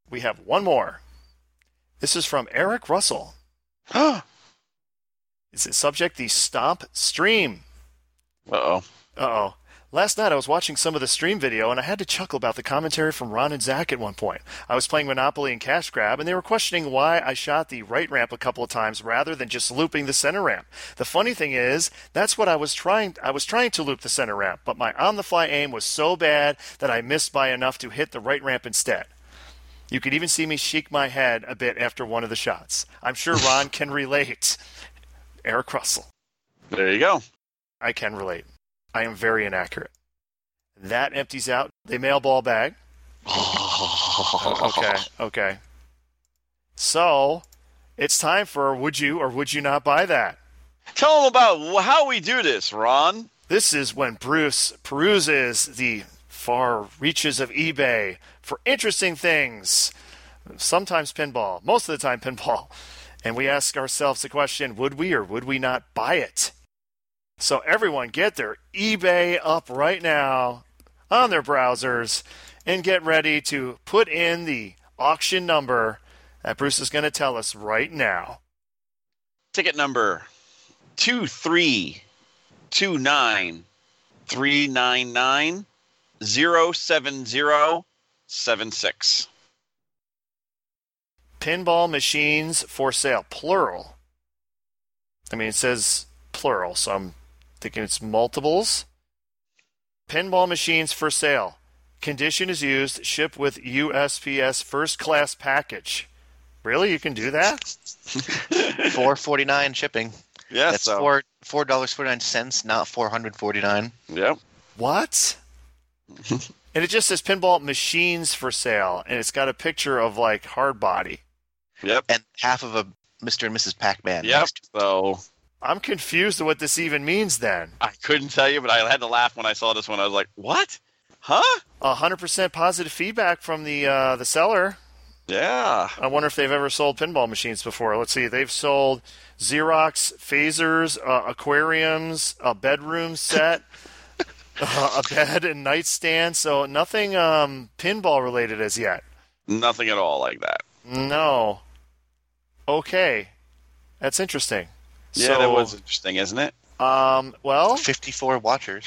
We have one more. This is from Eric Russell. uh It's the subject the Stomp Stream. oh. Uh oh. Last night I was watching some of the stream video and I had to chuckle about the commentary from Ron and Zach at one point. I was playing Monopoly and Cash Grab and they were questioning why I shot the right ramp a couple of times rather than just looping the center ramp. The funny thing is, that's what I was trying I was trying to loop the center ramp, but my on the fly aim was so bad that I missed by enough to hit the right ramp instead. You could even see me shake my head a bit after one of the shots. I'm sure Ron can relate. Eric Russell. There you go. I can relate. I am very inaccurate. That empties out the mail ball bag. Okay, okay. So it's time for would you or would you not buy that? Tell them about wh- how we do this, Ron. This is when Bruce peruses the far reaches of eBay for interesting things. Sometimes pinball, most of the time pinball. And we ask ourselves the question would we or would we not buy it? So, everyone, get their eBay up right now on their browsers and get ready to put in the auction number that Bruce is going to tell us right now. Ticket number two three two nine three nine nine zero seven zero seven six. pinball machines for sale, plural. I mean, it says plural, so I'm thinking it's multiples. Pinball machines for sale. Condition is used. Ship with USPS first class package. Really, you can do that? Four forty nine shipping. Yeah, That's so- four four dollars forty nine cents, not four hundred forty nine. Yep. What? and it just says pinball machines for sale, and it's got a picture of like hard body. Yep. And half of a Mr. and Mrs. Pac Man. Yep. So I'm confused at what this even means. Then I couldn't tell you, but I had to laugh when I saw this one. I was like, "What? Huh? 100% positive feedback from the uh, the seller. Yeah. I wonder if they've ever sold pinball machines before. Let's see. They've sold Xerox phasers, uh, aquariums, a bedroom set, uh, a bed and nightstand. So nothing um, pinball related as yet. Nothing at all like that." No. Okay. That's interesting. Yeah, so, that was interesting, isn't it? Um, well, Fifty four watchers.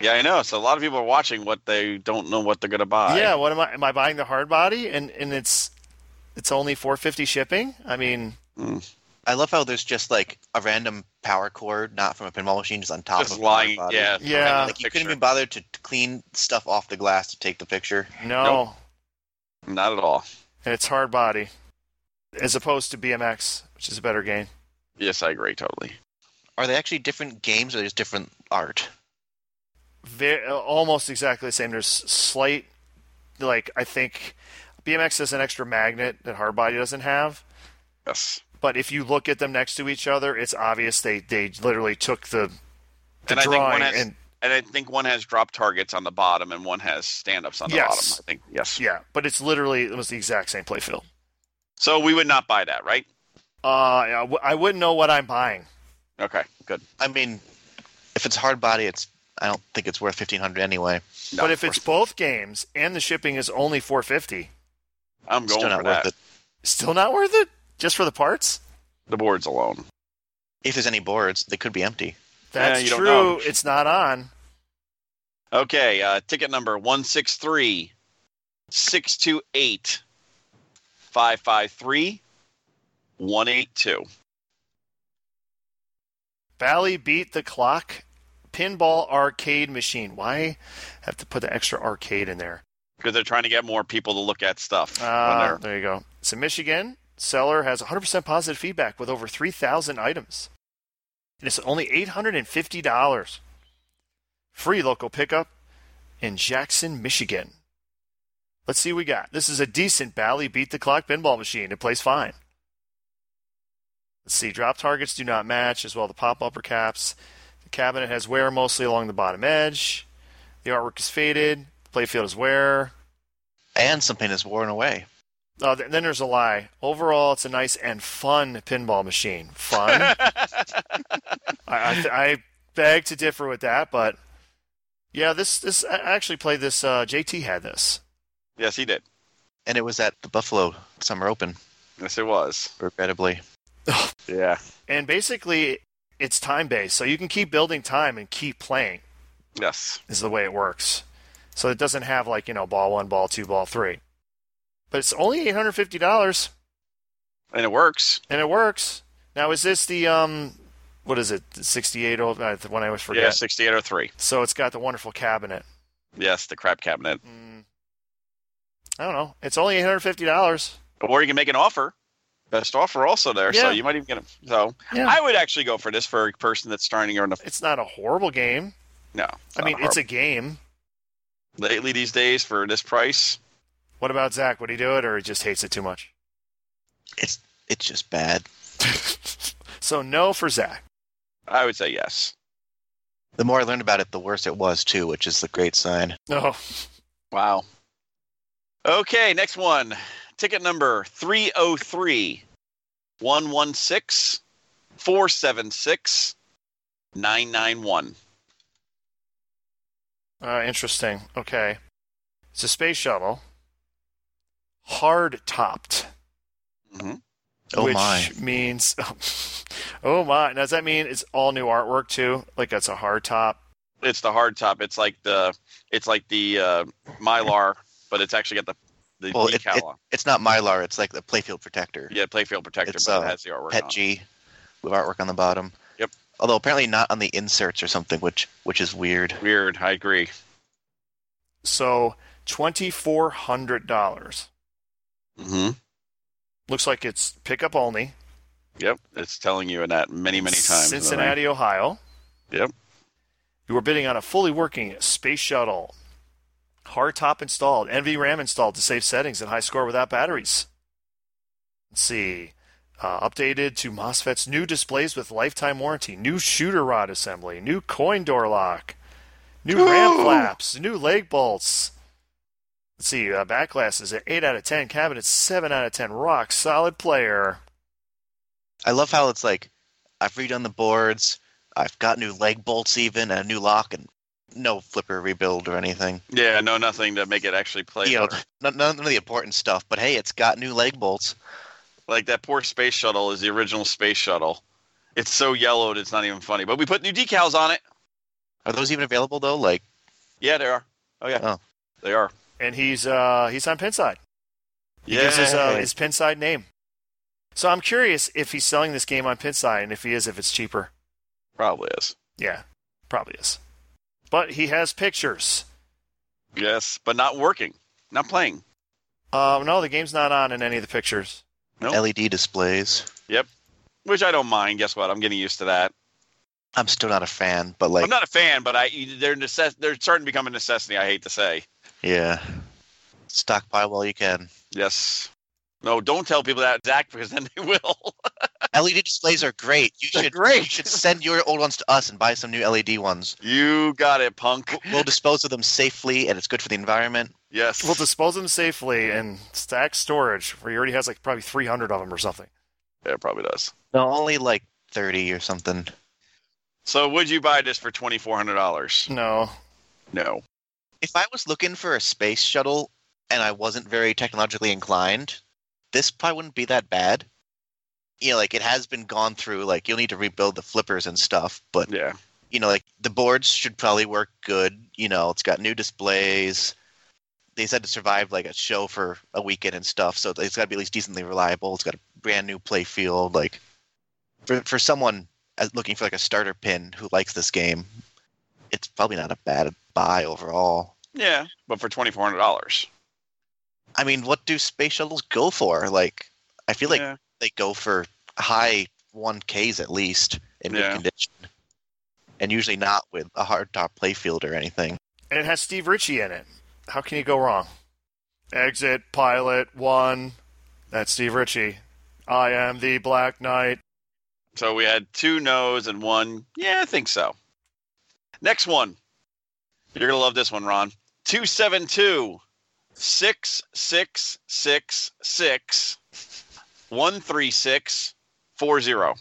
Yeah, I know. So a lot of people are watching what they don't know what they're gonna buy. yeah. What am I? Am I buying the hard body? And and it's it's only four fifty shipping. I mean, I love how there's just like a random power cord, not from a pinball machine, just on top Just of the lying. body. Yeah. Yeah. Like you Picture. couldn't even bother to to clean stuff off the glass to take the picture. no. Nope. Not at all. And it's hard body, as opposed to BMX, which is a better game. Yes, I agree totally. Are they actually different games or just different art? very, almost exactly the same. There's slight, like I think BMX has an extra magnet that Hardbody doesn't have. Yes. But if you look at them next to each other, it's obvious they they literally took the, the And I think one drawing has- and And I think one has drop targets on the bottom and one has stand ups on the Yes. bottom. I think yes. yeah. But it's literally it was the exact same playfield. So we would not buy that, right? Uh, I w- I wouldn't know what I'm buying. Okay, good. I mean, if it's hard body, it's I don't think it's worth fifteen hundred anyway. No, but if it's both games and the shipping is only 450, I'm Still going not for worth that. it. still not worth it just for the parts. The boards alone. If there's any boards, they could be empty. That's you don't true. know. It's not on. Okay, uh, ticket number 163 628 553 182. Bally beat the clock. Pinball arcade machine. Why have to put the extra arcade in there? Because they're trying to get more people to look at stuff. when Ah, they're- there you go. It's in Michigan. Seller has 100% positive feedback with over 3,000 items. And it's only $850. Free local pickup in Jackson, Michigan. Let's see what we got. This is a decent Bally beat the clock pinball machine. It plays fine. Let's see. Drop targets do not match, as well the pop upper caps. The cabinet has wear mostly along the bottom edge. The artwork is faded. The playfield is wear. And something is worn away. Uh, th- then there's a lie. Overall, it's a nice and fun pinball machine. Fun. I, I, th- I beg to differ with that, but yeah, this this I actually played this. Uh, JT had this. Yes, he did. And it was at the Buffalo Summer Open, Yes, it was. regrettably. Yeah. And basically, it's time based, so you can keep building time and keep playing. Yes. Is the way it works. So it doesn't have like you know ball one, ball two, ball three. But it's only eight hundred fifty dollars, And it works. and it works. Now, is this the um, what is it, sixty eight old? Uh, the one I always forget. Yeah, 6803. So it's got the wonderful cabinet. Yes, the crap cabinet. Mm, I don't know. It's only eight hundred fifty dollars. Or you can make an offer. Best offer also there. So Yeah. you might even get him. So Yeah. I would actually go for this for a person that's starting on the. It's not a horrible game. No. I mean, it's a game. Lately these days for this price. What about Zach? Would he do it, or he just hates it too much? It's it's just bad. So no for Zach. I would say yes. The more I learned about it, the worse it was too, which is the great sign. No. Wow. Okay, next one. Ticket number 303 116 476 991. Uh, interesting. Okay. It's a space shuttle. Hard topped. Mhm. Oh which my. means oh my. Now, does that mean it's all new artwork too? Like that's a hard top. It's the hard top. It's like the it's like the uh, Mylar, but it's actually got the the Well, it, decal it- on. it's not Mylar. It's like the Playfield Protector. Yeah, Playfield Protector, It's, but it uh, has the artwork Pet on. it. G with artwork on the bottom. Yep. Although apparently not on the inserts or something, which which is weird. Weird. I agree. So twenty four hundred dollars. Mm-hmm. Looks like it's pickup only. Yep, it's telling you in that many many times. Cincinnati, Ohio. Yep. You were bidding on a fully working space shuttle. Hardtop installed, NVRAM installed to save settings and high score without batteries. Let's see. Uh, updated to MOSFET's new displays with lifetime warranty, new shooter rod assembly, new coin door lock, new RAM flaps, new leg bolts. Let's see. Uh, back glass is at 8 out of 10, cabinets 7 out of 10, rock solid player. I love how it's like I've redone the boards, I've got new leg bolts even, and a new lock, and no flipper rebuild or anything. Yeah, no, nothing to make it actually play. You know, better. none, none of the important stuff. But hey, it's got new leg bolts. Like that poor space shuttle is the original space shuttle. It's so yellowed, it's not even funny. But we put new decals on it. Are those even available though? Like, Yeah, they are. Oh yeah, Oh. they are. And he's uh, he's on Pinside. He yeah, gives his, uh, his Pinside name. So I'm curious if he's selling this game on Pinside, and if he is, if it's cheaper. probably is. Yeah, probably is. But he has pictures. Yes, but not working, not playing. Um, no, the game's not on in any of the pictures. Nope. LED E displays. Which I don't mind. Guess what? I'm getting used to that. I'm still not a fan, but like, I'm not a fan, but I they're necess- they're starting to become a necessity. I hate to say. yeah, stockpile while you can. Yes. No, don't tell people that, Zach, because then they will. LED E displays are great. You They're should great. You should send your old ones to us and buy some new LED ones. you got it, punk. We'll dispose of them safely, and it's good for the environment. Yes. We'll dispose of them safely in stack storage, where he already has like probably 300 of them or something. yeah, it probably does. No, only like thirty or something. So would you buy this for twenty four hundred dollars? No. No. If I was looking for a space shuttle and I wasn't very technologically inclined, this probably wouldn't be that bad. You know, like it has been gone through. Like you'll need to rebuild the flippers and stuff, but Yeah. you know, like the boards should probably work good. You know, it's got new displays. They said to survive like a show for a weekend and stuff, so it's got to be at least decently reliable. It's got a brand new play field. Like for for someone as- looking for like a starter pin who likes this game, it's probably not a bad buy overall. Yeah. But for twenty four hundred dollars. I mean, what do space shuttles go for? Like, I feel like yeah. they go for high one Ks at least in Yeah. good condition, and usually not with a hard top play field or anything. and it has Steve Ritchie in it. How can you go wrong? Exit, pilot, one. That's Steve Ritchie. I am the Black Knight. So we had two no's and one. Yeah, I think so. Next one. You're going to love this one, Ron. 272 6666 136 40. L-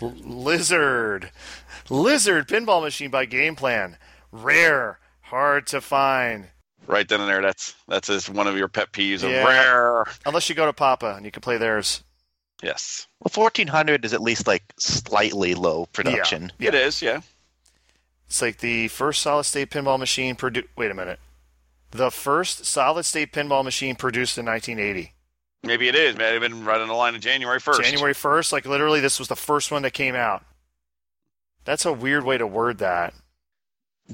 Lizard. Lizard pinball machine by game plan. Rare. Hard to find. Right then and there, that's that's just one of your pet peeves. of Yeah. Rare. Unless you go to Papa and you can play theirs. Yes, Well, 1400 is at least like slightly low production. Yeah. it is. Yeah, It's like the first solid state pinball machine produced. Wait a minute. The first solid state pinball machine produced in 1980. maybe it is. Might have been right on the line of January first. January 1st. Like literally, this was the first one that came out. That's a weird way to word that.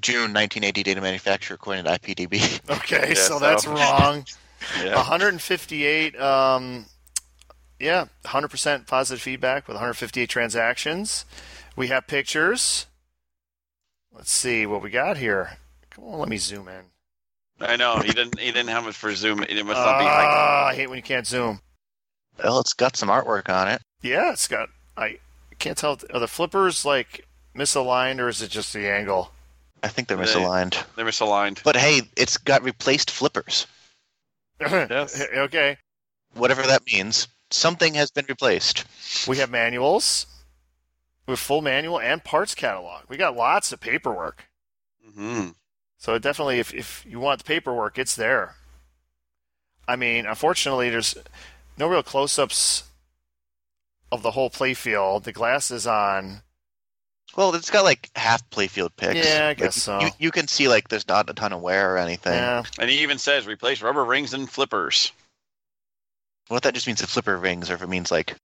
June 1980 data manufacturer according to IPDb. Okay, Yeah, so so- that's wrong. Yeah. Uh-huh. 158. Um, yeah, 100% positive feedback with 158 transactions. We have pictures. Let's see what we got here. Come on, let me zoom in. I know he didn't. He didn't have it for Zoom. It must not be like Ah, I hate when you can't zoom. well, it's got some artwork on it. Yeah, it's got. I can't tell. Are the flippers like misaligned or is it just the angle? I think they're They- misaligned. they're misaligned. But hey, it's got replaced flippers. Yes. Okay. Whatever that means, something has been replaced. We have manuals. We have full manual and parts catalog. We got lots of paperwork. hmm So definitely, if, if you want the paperwork, it's there. I mean, unfortunately, there's no real close-ups of the whole playfield. The glass is on. Well, it's got like half playfield picks. Yeah, I Like, guess so. You, you can see like there's not a ton of wear or anything. Yeah, And he even says replace rubber rings and flippers. Well, if that just means the flipper rings, or if it means like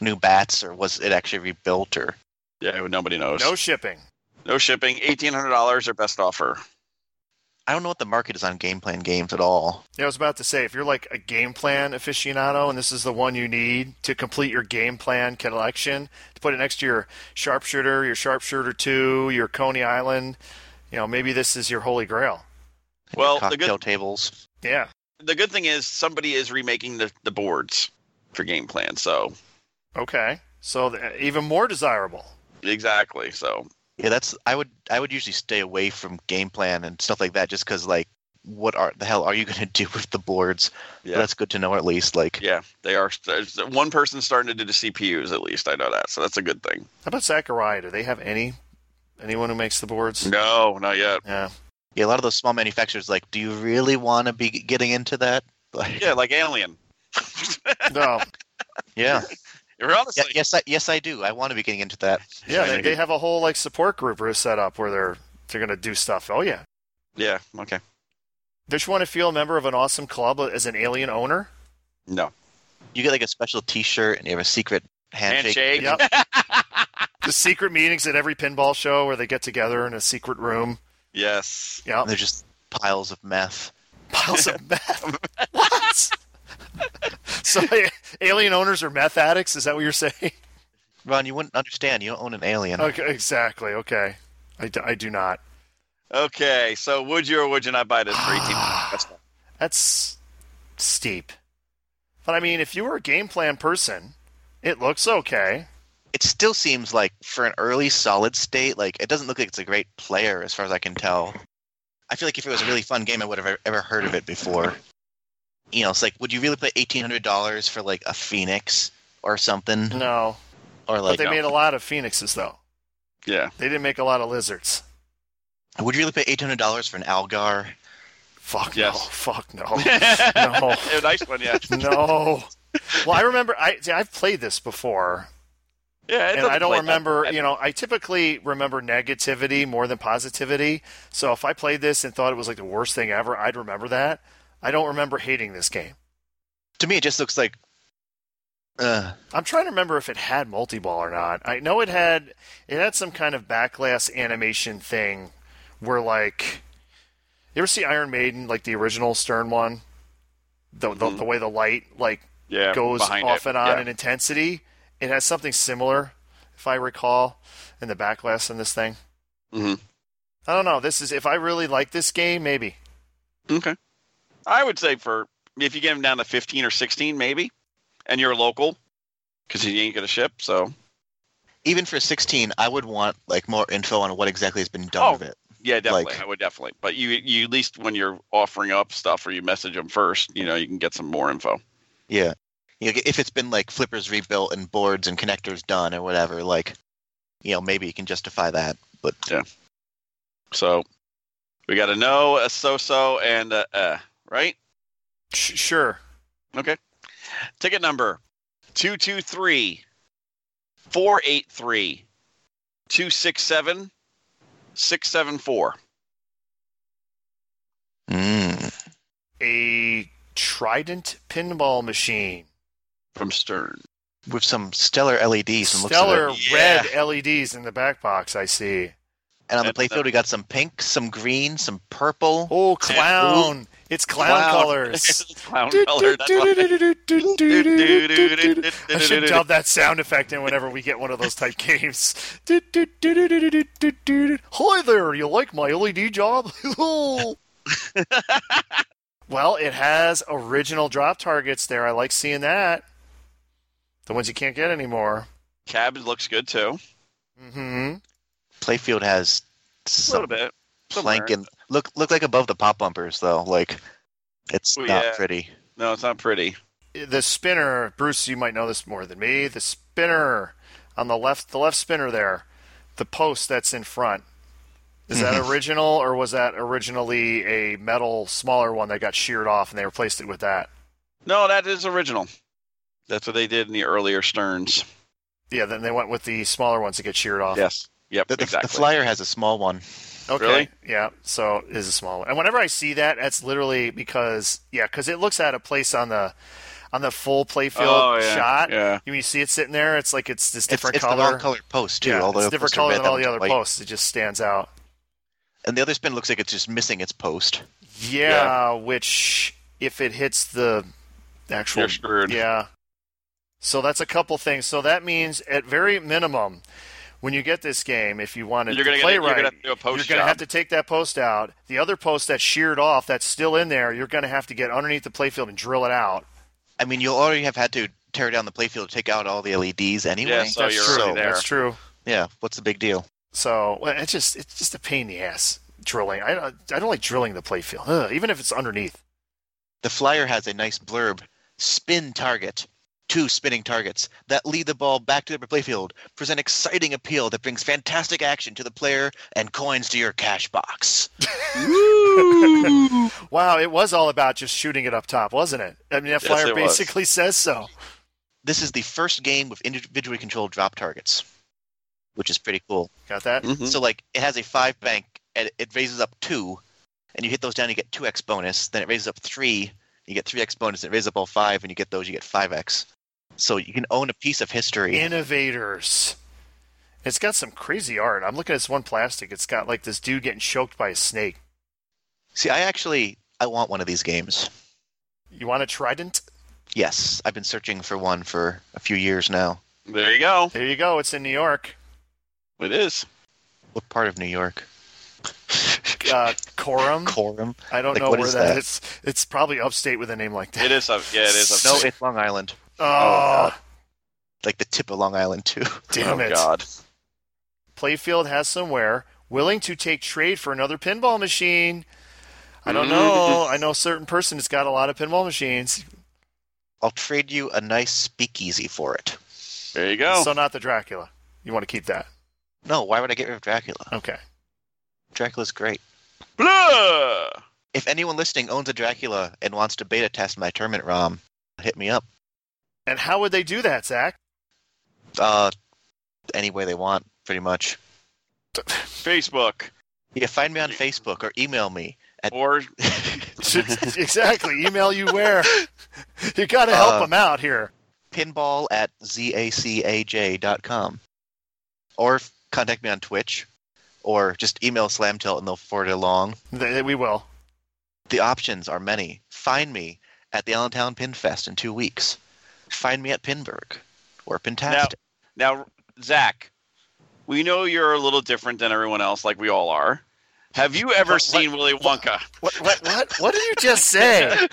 new bats, or was it actually rebuilt, or Yeah, nobody knows. no shipping. No shipping. Eighteen hundred dollars or best offer. I don't know what the market is on game plan games at all. Yeah, I was about to say, if you're like a game plan aficionado and this is the one you need to complete your game plan collection, to put it next to your sharpshooter, your sharpshooter two, your Coney Island, you know, maybe this is your holy grail. Well, the cocktail good tables. Yeah. the good thing is somebody is remaking the, the boards for game plan. So Okay. So th- even more desirable. exactly. So Yeah, that's I would I would usually stay away from game plan and stuff like that, just because like what are the hell are you going to do with the boards? But yeah, that's good to know at least. Like yeah, they are. there's One person's starting to do the CPUs at least. I know that. So that's a good thing. How about Sakurai? Do they have any anyone who makes the boards? No, not yet. Yeah. yeah, a lot of those small manufacturers like, do you really want to be getting into that? Like, Yeah, like Alien. No. yeah. Or honestly, Yeah, yes, I, yes, I do. I want to be getting into that. Yeah, they, they have a whole like support group or set up where they're they're gonna do stuff. Oh yeah. yeah, okay. Don't you want to feel a member of an awesome club as an alien owner? No You get like a special T-shirt and you have a secret handshake. handshake. Yep. the secret meetings at every pinball show where they get together in a secret room. Yes. Yeah. And they're just piles of meth. Piles of meth. what? so alien owners are meth addicts? Is that what you're saying? Ron, you wouldn't understand. You don't own an alien. Okay, exactly. Okay. I, d- I do not. Okay. So would you or would you not buy this for eighteen? That's fine. That's steep. But I mean, if you were a game plan person, it looks okay. It still seems like for an early solid state, like it doesn't look like it's a great player as far as I can tell. I feel like if it was a really fun game, I would have e- ever heard of it before. You know, it's like, would you really pay eighteen hundred dollars for like a phoenix or something, No. or But like, they Mm-hmm. no. made a lot of phoenixes, though. Yeah. They didn't make a lot of lizards. would you really pay eight hundred dollars for an Algar? Fuck no. Yes. Fuck no. no. A nice one. Yeah. No. Well, I remember. I see, I've played this before, Yeah. it and doesn't I don't play that remember. bad. You know, I typically remember negativity more than positivity. So if I played this and thought it was like the worst thing ever, I'd remember that. I don't remember hating this game. To me, it just looks like, uh, I'm trying to remember if it had multi-ball or not. I know it had it had some kind of backlash animation thing where like you ever see Iron Maiden like the original Stern one? The the, the way the light like Mm-hmm. Yeah. goes behind off it. and on Yeah. in intensity. It has something similar, if I recall, in the backlash in this thing. Mhm. I don't know. This is if I really like this game, maybe. Okay. I would say for if you get him down to 15 or 16, maybe, and you're local, because he ain't going to ship. So, Even for 16, I would want like more info on what exactly has been done Oh. with it. yeah, definitely. Like- I would definitely. But you, you at least when you're offering up stuff or you message them first, you know, you can get some more info. Yeah. You know, if it's been like flippers rebuilt and boards and connectors done or whatever, like, you know, maybe you can justify that. But So, we got a no, a so so, and a, uh, right? Sh- sure. Okay. Ticket number 223 483 267 674. Mm. A Trident pinball machine. From Stern. with some stellar LEDs and looks of Stellar it. it. red LEDs in the back box. I see. And on And, the uh, playfield, we got some pink, some green, some purple. Oh, clown! It's clown, colors. clown color. That's what I- I should dub that sound effect in whenever we get one of those type games. Hi there, you like my LED job? well, it has original drop targets there. I like seeing that. The ones you can't get anymore. Cab looks good too. Mm-hmm. Playfield A has little some bit. somewhere. plank and look look like above the pop bumpers though. Like it's Oh, not yeah. pretty. No, it's not pretty. the spinner, Bruce, you might know this more than me. The spinner on the left, the left spinner there, the post that's in front. Is that Mm-hmm. original, or was that originally a metal smaller one that got sheared off and they replaced it with that? No, that is original. That's what they did in the earlier Sterns. Yeah, then they went with the smaller ones that get sheared off. Yes. Yep. The, the, exactly. the flyer has a small one. Okay. Really? Yeah. So it is a small one. And whenever I see that, that's literally because yeah, because it looks out of place on the on the full playfield Oh, yeah, shot. yeah. You, you see it sitting there. It's like it's this It's, different it's color. the wrong color post too. yeah, although it's the different posts are color red, than that all one's the other white. posts. It just stands out. And the other spin looks like it's just missing its post. Yeah, which if it hits the actual, You're screwed. yeah. So that's a couple things. So that means at very minimum, when you get this game, if you want it to You're gonna get- play you're right, gonna have to do a post you're gonna job. have to take that post out. The other post that's sheared off, that's still in there, you're gonna have to get underneath the playfield and drill it out. I mean, you'll already have had to tear down the playfield to take out all the LEDs anyway. Yeah, so that's you're true. already there. That's true. yeah, what's the big deal? So well, it's just it's just a pain in the ass drilling. I don't I don't like drilling the playfield, Ugh, even if it's underneath. The flyer has a nice blurb spin target. Two spinning targets that lead the ball back to the playfield present exciting appeal that brings fantastic action to the player and coins to your cash box. Wow, it was all about just shooting it up top, wasn't it? I mean, that flyer it was. basically says so. This is the first game with individually controlled drop targets, which is pretty cool. Got that? Mhm. So, like, it has a five bank and it raises up two, and you hit those down, you get 2x bonus. Then it raises up three, you get 3x bonus. And it raises up all five, and you get those, you get 5x. So, you can own a piece of history. Innovators. It's got some crazy art. I'm looking at this one plastic. It's got like this dude getting choked by a snake. See, I actually I want one of these games. You want a trident? Yes, I've been searching for one for a few years now. There you go. There you go. It's in New York. It is. What part of New York? Uh, Coram. Coram. I don't like, know what where is that that? is. It's probably upstate with a name like that. It is. Up. Yeah, it is. Up. No, it's Long Island. Oh, Like the tip of Long Island too. damn oh, it. God. Playfield has somewhere willing to take trade for another pinball machine. I don't know. Mm. I know a certain person that's got a lot of pinball machines. I'll trade you a nice speakeasy for it. There you go. So not the Dracula. You want to keep that. No, why would I get rid of Dracula? Okay. Dracula's great. Blah! If anyone listening owns a Dracula and wants to beta test my tournament ROM, hit me up. And how would they do that, Zach? Uh, any way they want, pretty much. Facebook Yeah, find me on Facebook or email me at or exactly. Email you where. You got to help Uh, them out here. pinball at zacaj.com. Or f- contact me on Twitch, or just email Slamtilt and they'll forward it along. Th- We will. The options are many. Find me at the Allentown Pinfest in two weeks. Find me at Pinburg or Pintastic. now, Zach. We know you're a little different than everyone else, like we all are. Have you ever seen Willy Wonka? What, what, what, what did you just say?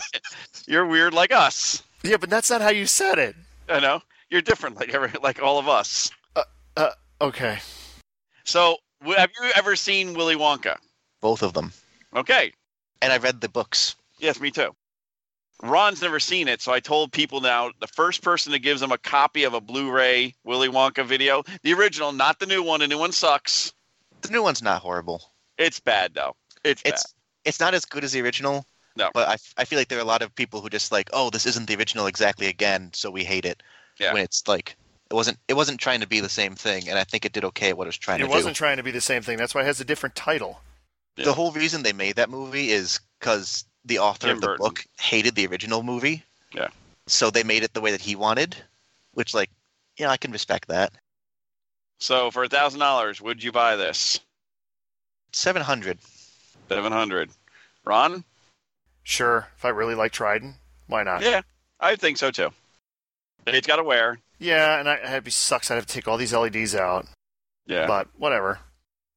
You're weird like us. Yeah, but that's not how you said it. I know. You're different like every, like all of us. Okay. So, w- have you ever seen Willy Wonka? Both of them. Okay. And I read the books. Yes, me too. Ron's never seen it, so I told people now the first person that gives them a copy of a Blu-ray Willy Wonka video, the original, not the new one. The new one sucks. The new one's not horrible. It's bad though. It's, It's it's not as good as the original. No. But I, I feel like there are a lot of people who just like, oh, this isn't the original exactly again, so we hate it. Yeah. When it's like it wasn't it wasn't trying to be the same thing, and I think it did okay at what it was trying It to wasn't do. trying to be the same thing. That's why it has a different title. Yeah. The whole reason they made that movie is because the author Tim of the Burton. book hated the original movie. Yeah. So they made it the way that he wanted, which like, yeah, I can respect that. bad. So for a thousand dollars, would you buy this? Seven hundred. Seven hundred. Ron? Sure, if I really like Trident, why not? Yeah, I think so too. It's got to wear. Yeah, and I, it sucks. I'd have to take all these LEDs out, Yeah, but whatever.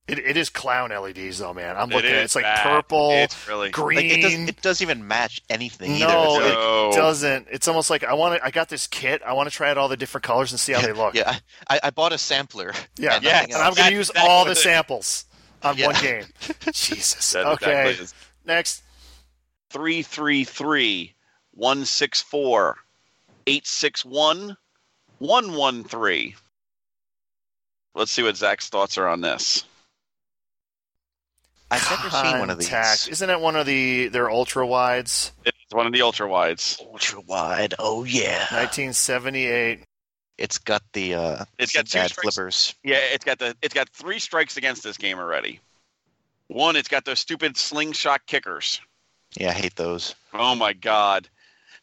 It, it is clown LEDs though, man. I'm It looking at it. is It's like bad. purple, It's really Like it green. doesn't it doesn't even match anything No, either. It's like- No. doesn't. It's almost like I want to. I got this kit. I want to try out all the different colors and see how they look. yeah, I- I, I bought a sampler. Yeah. and Yes. nothing And I'm going That's to use exactly all what the it- samples on Yeah. one game. Jesus. That okay. exactly is Next. 333 164 861 113. Let's see what Zach's thoughts are on this. I've never seen one of these. Contact. Isn't it one of the their ultra wides? It's one of the ultra wides. Ultra wide. Oh yeah. 1978. It's got the uh, It's got two bad strikes. flippers. Yeah, it's got the it's got three strikes against this game already. One, it's got those stupid slingshot kickers. Yeah, I hate those. Oh my god.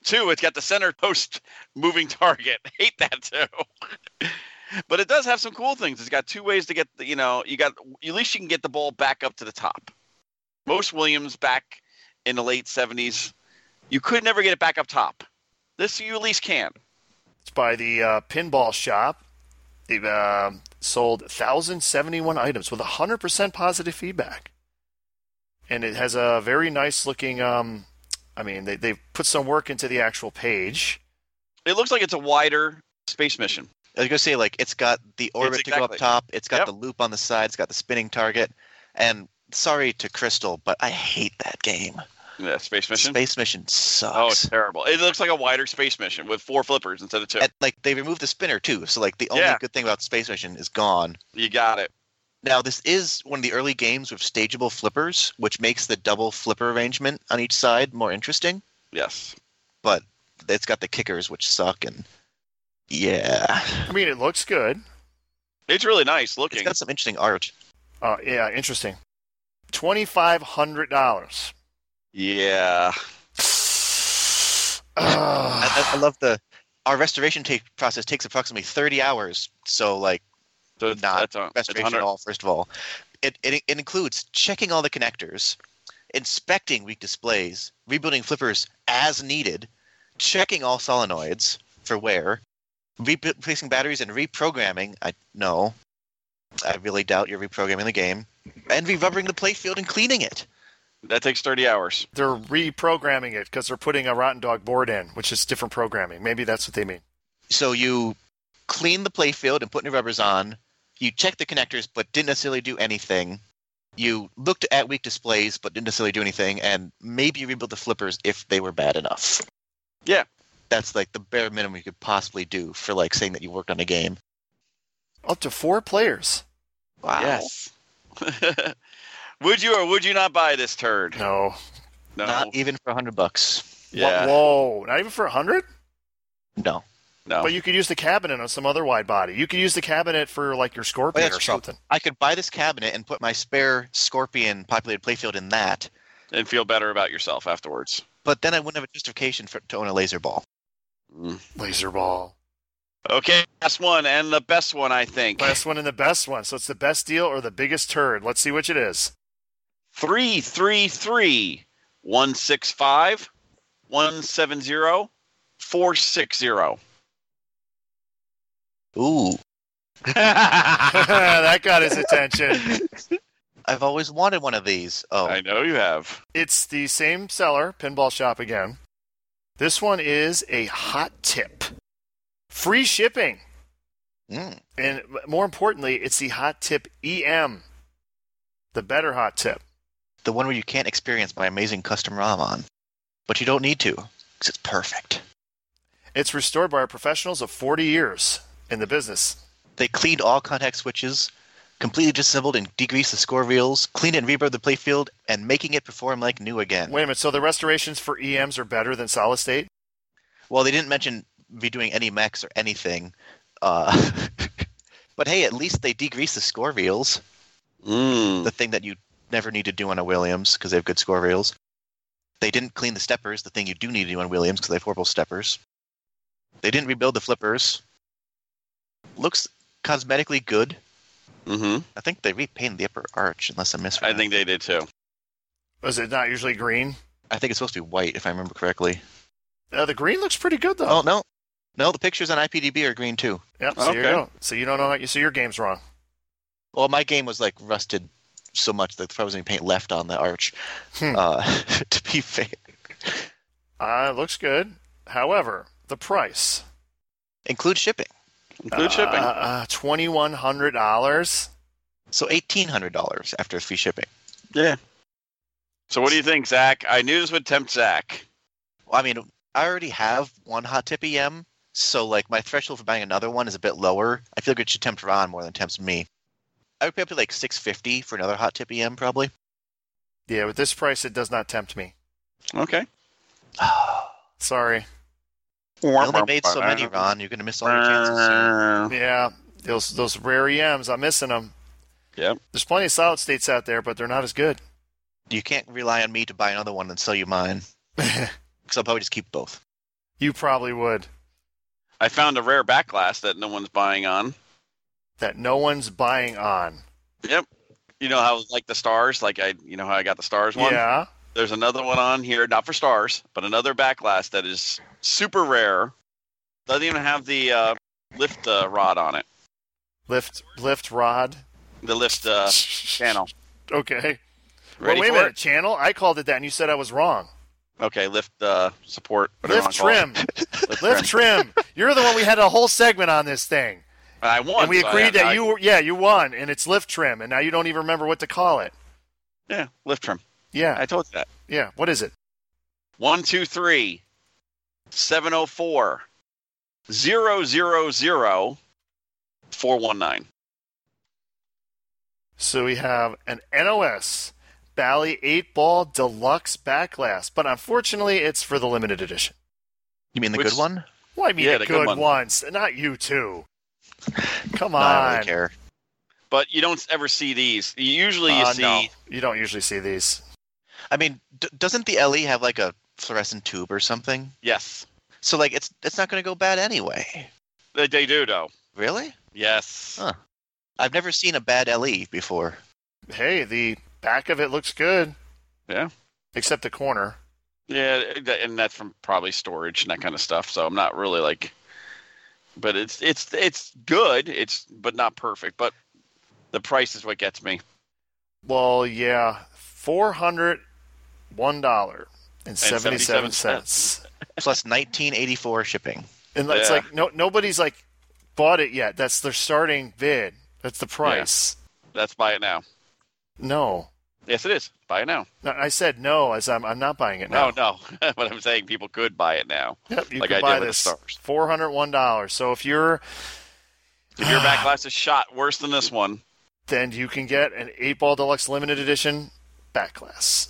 Two, it's got the center post moving target. Hate that too. but it does have some cool things. It's got two ways to get the, you know, you got at least you can get the ball back up to the top. Most Williams back in the late 70s, you could never get it back up top. This you at least can. It's by the uh, Pinball Shop. They've uh, sold 1,071 items with 100% positive feedback. And it has a very nice looking. Um, I mean, they, they've put some work into the actual page. It looks like it's a wider space mission. I was gonna say like it's got the orbit to go up exactly- top. It's got Yep. the loop on the side. It's got the spinning target. And sorry to Crystal, but I hate that game. Yeah, space mission. Space Mission oh, it's sucks. terrible. It looks like a wider space mission with four flippers instead of two. and, like they removed the spinner too, so like the only Yeah. good thing about Space Mission is gone. You got it. Now this is one of the early games with stageable flippers, which makes the double flipper arrangement on each side more interesting. Yes. But it's got the kickers, which suck, and yeah, I mean, it looks good. It's really nice it's looking. got some interesting art. Uh, yeah, interesting. Twenty-five hundred dollars. Yeah. I, I- I love the our restoration take process takes approximately thirty hours, so like So it's, Not that's a, it's restoration at 100 all. First of all, it, it it includes checking all the connectors, inspecting weak displays, rebuilding flippers as needed, checking all solenoids for wear, re- replacing batteries and reprogramming. I no, I really doubt you're reprogramming the game, and re-rubbering the playfield and cleaning it. That takes 30 hours. They're reprogramming it because they're putting a Rotten Dog board in, which is different programming. Maybe that's what they mean. So you clean the playfield and put new rubbers on. You check the connectors, but didn't necessarily do anything. You looked at weak displays, but didn't necessarily do anything, and maybe you rebuilt the flippers if they were bad enough. Yeah. That's like the bare minimum you could possibly do for like saying that you worked on a game. Up to four players. Wow. Yes. would you or would you not buy this turd? No. No. Not even for a hundred bucks. yeah. Whoa! Not even for a hundred. No. no. But you could use the cabinet on some other wide body. You could use the cabinet for like your Oh, Scorpion that's or true. something. I could buy this cabinet and put my spare Scorpion populated playfield in that, and feel better about yourself afterwards. but then I wouldn't have a justification for to own a laser ball. Laser ball. Okay, last one and the best one I think. Last one and the best one. So it's the best deal or the biggest turd. Let's see which it is. 333 165 170 460. Ooh. that got his attention. I've always wanted one of these. Oh, I know you have. It's the same seller, Pinball Shop again. This one is a hot tip. Free shipping. Mm. And more importantly, it's the hot tip EM, the better hot tip. the one where you can't experience my amazing custom ROM on, but you don't need to because it's perfect. It's restored by our professionals of 40 years in the business. They cleaned all contact switches, completely disassembled and degreased the score reels, cleaned and rebuilt the playfield, and making it perform like new again. Wait a minute, so the restorations for EMs are better than solid state? Well, they didn't mention redoing any mechs or anything, uh, but hey, at least they degreased the score reels, Mm. the thing that you never need to do on a Williams because they have good score reels. They didn't clean the steppers, the thing you do need to do on Williams because they have horrible steppers. They didn't rebuild the flippers. Looks cosmetically good. hmm I think they repainted the upper arch, unless I misread. I think they did too. Was it not usually green? I think it's supposed to be white, if I remember correctly. Uh, the green looks pretty good though. Oh no, no, the pictures on IPDB are green too. Yep, so you Okay. go. So you don't know how you so your game's wrong. Well, my game was like rusted so much that there wasn't any paint left on the arch. Hmm. Uh, to be fair, Uh, it looks good. However, the price. include shipping, Include shipping. Uh, uh, $2,100. so eighteen hundred dollars after free shipping. Yeah. So what do you think, Zach? I knew this would tempt Zach. Well, I mean, I already have one hot tip EM, so like my threshold for buying another one is a bit lower. I feel like it should tempt Ron more than it tempts me. I would pay up to like six fifty for another hot tip EM probably. Yeah, with this price, it does not tempt me. Okay. Sorry. You only made so many, Ron. You're gonna miss all your chances. soon. Yeah, those those rare EMs, I'm missing them. Yep. There's plenty of solid states out there, but they're not as good. You can't rely on me to buy another one and sell you mine, because I'll probably just keep both. you probably would. I found a rare backlash that no one's buying on. That no one's buying on. Yep. You know how like the stars, like I, you know how I got the stars one. Yeah. There's another one on here, not for stars, but another backlash that is super rare. Doesn't even have the uh, lift uh, rod on it. Lift lift rod. The lift uh, channel. Okay. well, Ready wait a for minute. Channel. I called it that, and you said I was wrong. it? Okay, lift uh, support. whatever Lift you wanna call trim. it. Lift, lift trim. trim. You're the one we had a whole segment on this thing, I won. and we so I agreed have- that I- you were yeah you won, and it's lift trim, and now you don't even remember what to call it. Yeah, lift trim. Yeah. I told you that. yeah. What is it? One, two, three, seven, oh, four, zero, zero, zero, four, one, nine. So we have an NOS Bally 8 Ball Deluxe Backlash, but unfortunately it's for the limited edition. You mean the Which- good one? Well, I mean, Yeah, a the good, good one. ones, not you two. Come No, on. I don't really care. But you don't ever see these. You Usually, you Uh, see. no, you don't usually see these. I mean, d- doesn't the LE have like a fluorescent tube or something? Yes, So like, it's it's not going to go bad anyway. they, they do though. Really? Yes. Huh. I've never seen a bad LE before. Hey, the back of it looks good. Yeah. Except the corner. Yeah, that- and that's from probably storage and that kind of stuff. So I'm not really like, but it's it's it's good. It's but not perfect. But the price is what gets me. Well, yeah, four hundred one dollar and seventy seven 77 cents. Plus 1984 shipping. And it's Yeah. like no nobody's like bought it yet. That's their starting bid. That's the price. That's buy it now. No. Yes, it is. Buy it now. No, I said no, as I'm I'm not buying it now. No, no. but I'm saying people could buy it now. Yep, you Like can I did buy with the this stars. four hundred one dollars. So if you're If your backlash is shot worse than this one, then you can get an eight ball deluxe limited edition backlash.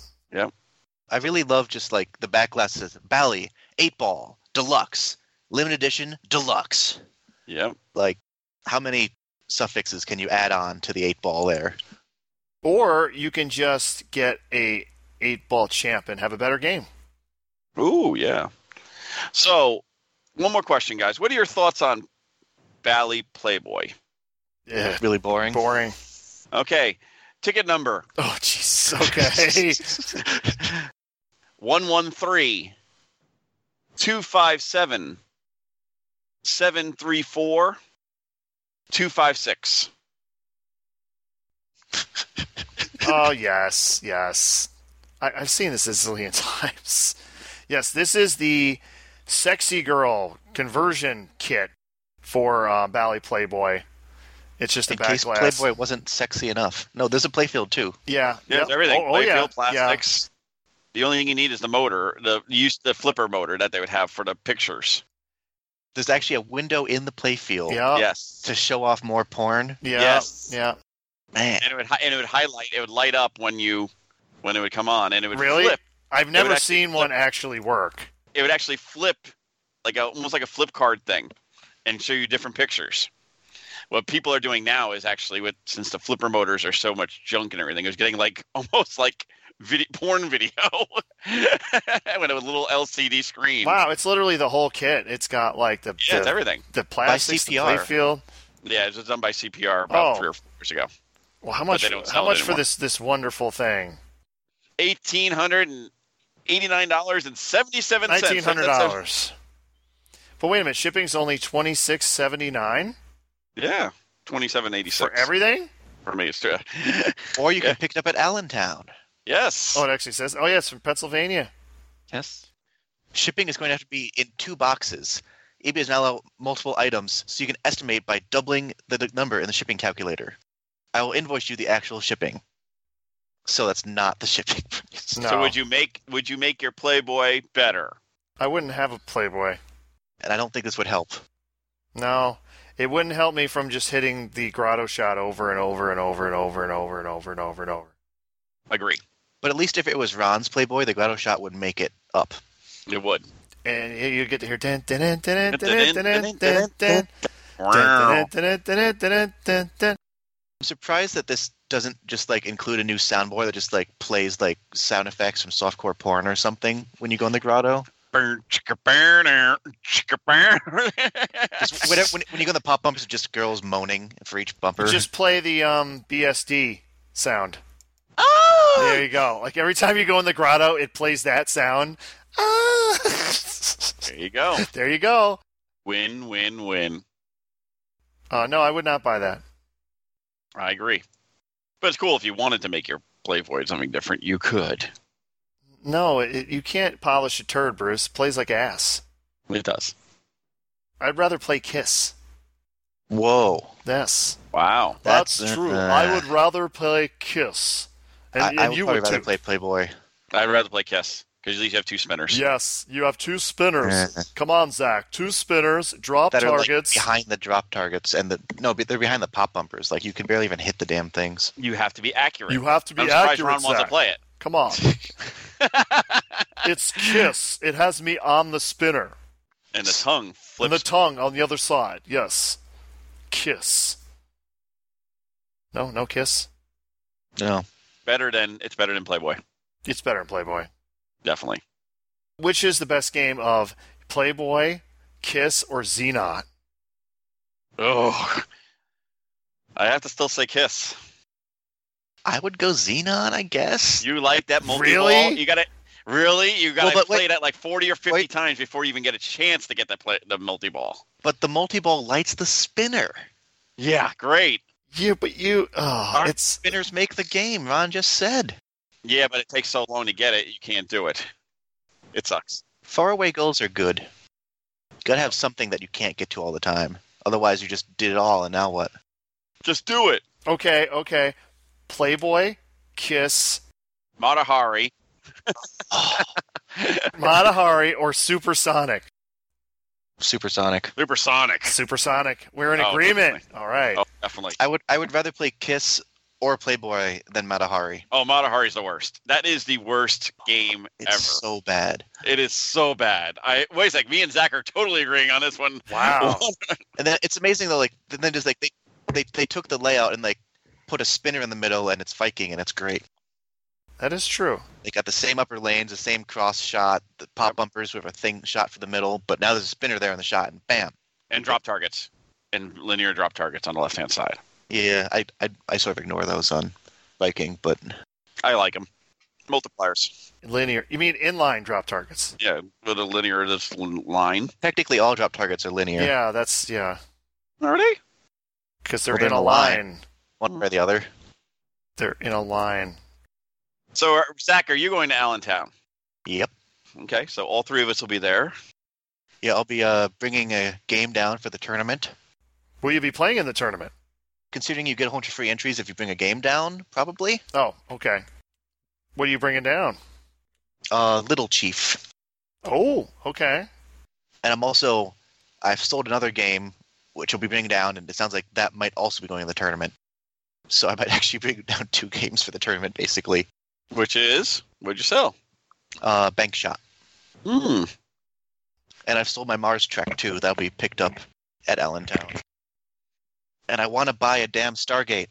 I really love just like the backlash says Bally, 8 ball, deluxe, limited edition, deluxe. yeah, Like, how many suffixes can you add on to the 8 ball there? Or you can just get a eight ball champ and have a better game. Ooh, yeah. So, one more question, guys. What are your thoughts on Bally Playboy? Yeah. Really boring. Boring. Okay, ticket number Oh jeez. Okay. one one three two five seven seven three four two five six. oh yes, yes. I, I've seen this a zillion times. Yes, this is the sexy girl conversion kit for uh, Bally Playboy. It's just In a back case glass. Playboy wasn't sexy enough. No, there's a playfield too. Yeah, Yeah, yep. it's everything. Oh, oh, Playfield, yeah, yeah. plastics. The only thing you need is the motor, the use the flipper motor that they would have for the pictures. There's actually a window in the playfield Yeah. yes, to show off more porn. Yeah. Yes. Yeah. Man, and it would hi- and it would highlight, it would light up when you when it would come on, and it would Really? flip. I've would never actually seen one actually work. It would actually flip, like a, almost like a flip card thing, and show you different pictures. What people are doing now is actually with since the flipper motors are so much junk and everything, it was getting like almost like video, porn video with a little LCD screen. Wow, it's literally the whole kit. It's got like the Yeah, it's the, everything. the plastics, the CPR. playfield. Yeah, it was done by CPR about Oh. three or four years ago. Well, how they much? don't How sell it much for anymore. this this wonderful thing? Eighteen hundred and eighty-nine dollars and seventy-seven cents. Nineteen hundred dollars. But wait a minute, shipping's only twenty six seventy nine Yeah, twenty-seven eighty-six for everything. for me. It's true. or you Yeah. can pick it up at Allentown. yes. Oh, it actually says. Oh yeah, it's from Pennsylvania. Yes. Shipping is going to have to be in two boxes. eBay is now allow multiple items, so you can estimate by doubling the d- number in the shipping calculator. I will invoice you the actual shipping. So that's not the shipping price. No, So would you make would you make your Playboy better? I wouldn't have a Playboy. And I don't think this would help. No, it wouldn't help me from just hitting the grotto shot over and over and over and over and over and over and over and over. Agree. But at least if it was Ron's Playboy, the Grotto shot would make it up. It would. And you- you get to hear dun dun dun dun dun dun dun dun dun dun Wow. dun dun dun dun dun. I'm surprised that this doesn't just like include a new soundboard that just like plays like sound effects from softcore porn or something when you go in the grotto. Burn, chicka, burn, er, chicka, burn. Just whatever, when, when you go in the pop bumps, it's just girls moaning for each bumper. Just play the um, BSD sound. Oh! There you go. Like every time you go in the grotto, it plays that sound. Ah! There you go. there you go. Win, win, win. Uh, no, I would not buy that. I agree. But it's cool if you wanted to make your Playboy something different, you could. No, it, you can't polish a turd, Bruce. It plays like ass. It does. I'd rather play Kiss. Whoa. Yes, Wow. that's, That's- true. uh, I would rather play Kiss. And, I, and I would you probably would rather too. play Playboy. I'd rather play Kiss because at least you have two spinners. Yes, you have two spinners. Yeah. Come on, Zach. Two spinners, drop That are like, targets. behind the drop targets and the no, but they're behind the pop bumpers. Like you can barely even hit the damn things. You have to be accurate. you have to be I'm surprised accurate. Ron wants to Zach. play it. Come on. it's kiss. It has me on the spinner. And the tongue And flips. the tongue on the other side. Yes. Kiss. No, no kiss. No. better than it's better than Playboy. It's better in Playboy. Definitely. Which is the best game of Playboy, Kiss, or Xenot? Oh, I have to still say Kiss. I would go Xenon, I guess. You like that multi ball? Really? You got to Really? You got to Well, but play wait- that like forty or fifty wait. times before you even get a chance to get that play the multi ball. But the multi ball lights the spinner. Yeah, great. Yeah, but you. Oh, Aren't- it's. Spinners make the game, Ron just said. Yeah, but it takes so long to get it, you can't do it. It sucks. Faraway goals are good. Gotta have something that you can't get to all the time. Otherwise you just did it all and now what? Just do it, Okay, okay. Playboy, Kiss, Matahari. Matahari, or Supersonic. Supersonic. Supersonic. Supersonic. We're in Oh, agreement. All right. Oh, definitely. I would I would rather play Kiss or Playboy than Matahari. Oh, Matahari's the worst. That is the worst game It's ever. so bad. It is so bad. I wait a sec. Me and Zach are totally agreeing on this one. Wow. And then it's amazing though, like and then just like they, they they took the layout and like put a spinner in the middle and it's Viking and it's great. That is true. They got the same upper lanes, the same cross shot, the pop bumpers with a thing shot for the middle, but now there's a spinner there in the shot and bam. and drop targets and linear drop targets on the left hand side. Yeah, I, I I sort of ignore those on Viking, but I like them. Multipliers. Linear. You mean inline drop targets? Yeah, with a linear this l- line. technically all drop targets are linear, Yeah, that's yeah, Are they? because they're Well, they're in a in a line. line. one way or the other. They're in a line. So, are- Zach, are you going to Allentown? Yep. Okay, so all three of us will be there. Yeah, I'll be uh, bringing a game down for the tournament. Will you be playing in the tournament? Considering you get a whole bunch of free entries if you bring a game down, probably. Oh, okay. What are you bringing down? Uh, Little Chief. Oh, okay. And I'm also, I've sold another game, which I'll be bringing down, and it sounds like that might also be going in the tournament. So I might actually bring down two games for the tournament, basically. Which is what'd you sell? Uh, Bank Shot. Hmm. And I've sold my Mars Trek, too. That'll be picked up at Allentown. And I want to buy a damn Stargate.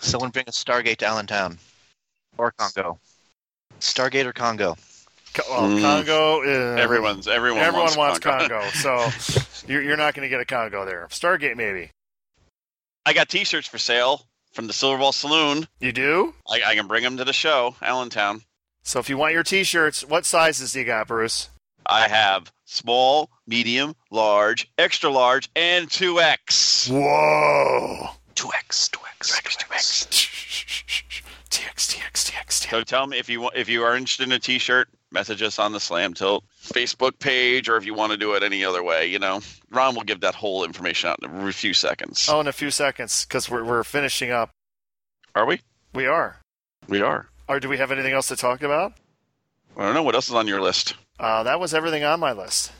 Someone bring a Stargate to Allentown. Or Congo. Stargate or Congo. Co- well, Mm. Congo. Uh, Everyone's everyone. everyone wants, Congo. so you're, you're not going to get a Congo there. Stargate, maybe. I got T-shirts for sale from the Silver Ball Saloon. You do? I, I can bring them to the show, Allentown. So if you want your T-shirts, what sizes do you got, Bruce? I have small, medium, large, extra large, and two X. Whoa! 2x, 2x, 2x. TX, TX, TX, So tell me if you want, if you are interested in a T-shirt, message us on the Slam Tilt Facebook page, or if you want to do it any other way. You know, Ron will give that whole information out in a few seconds. Oh, in a few seconds, because we're, we're finishing up. Are we? We are. We are. Or do we have anything else to talk about? I don't know what else is on your list. Uh, that was everything on my list.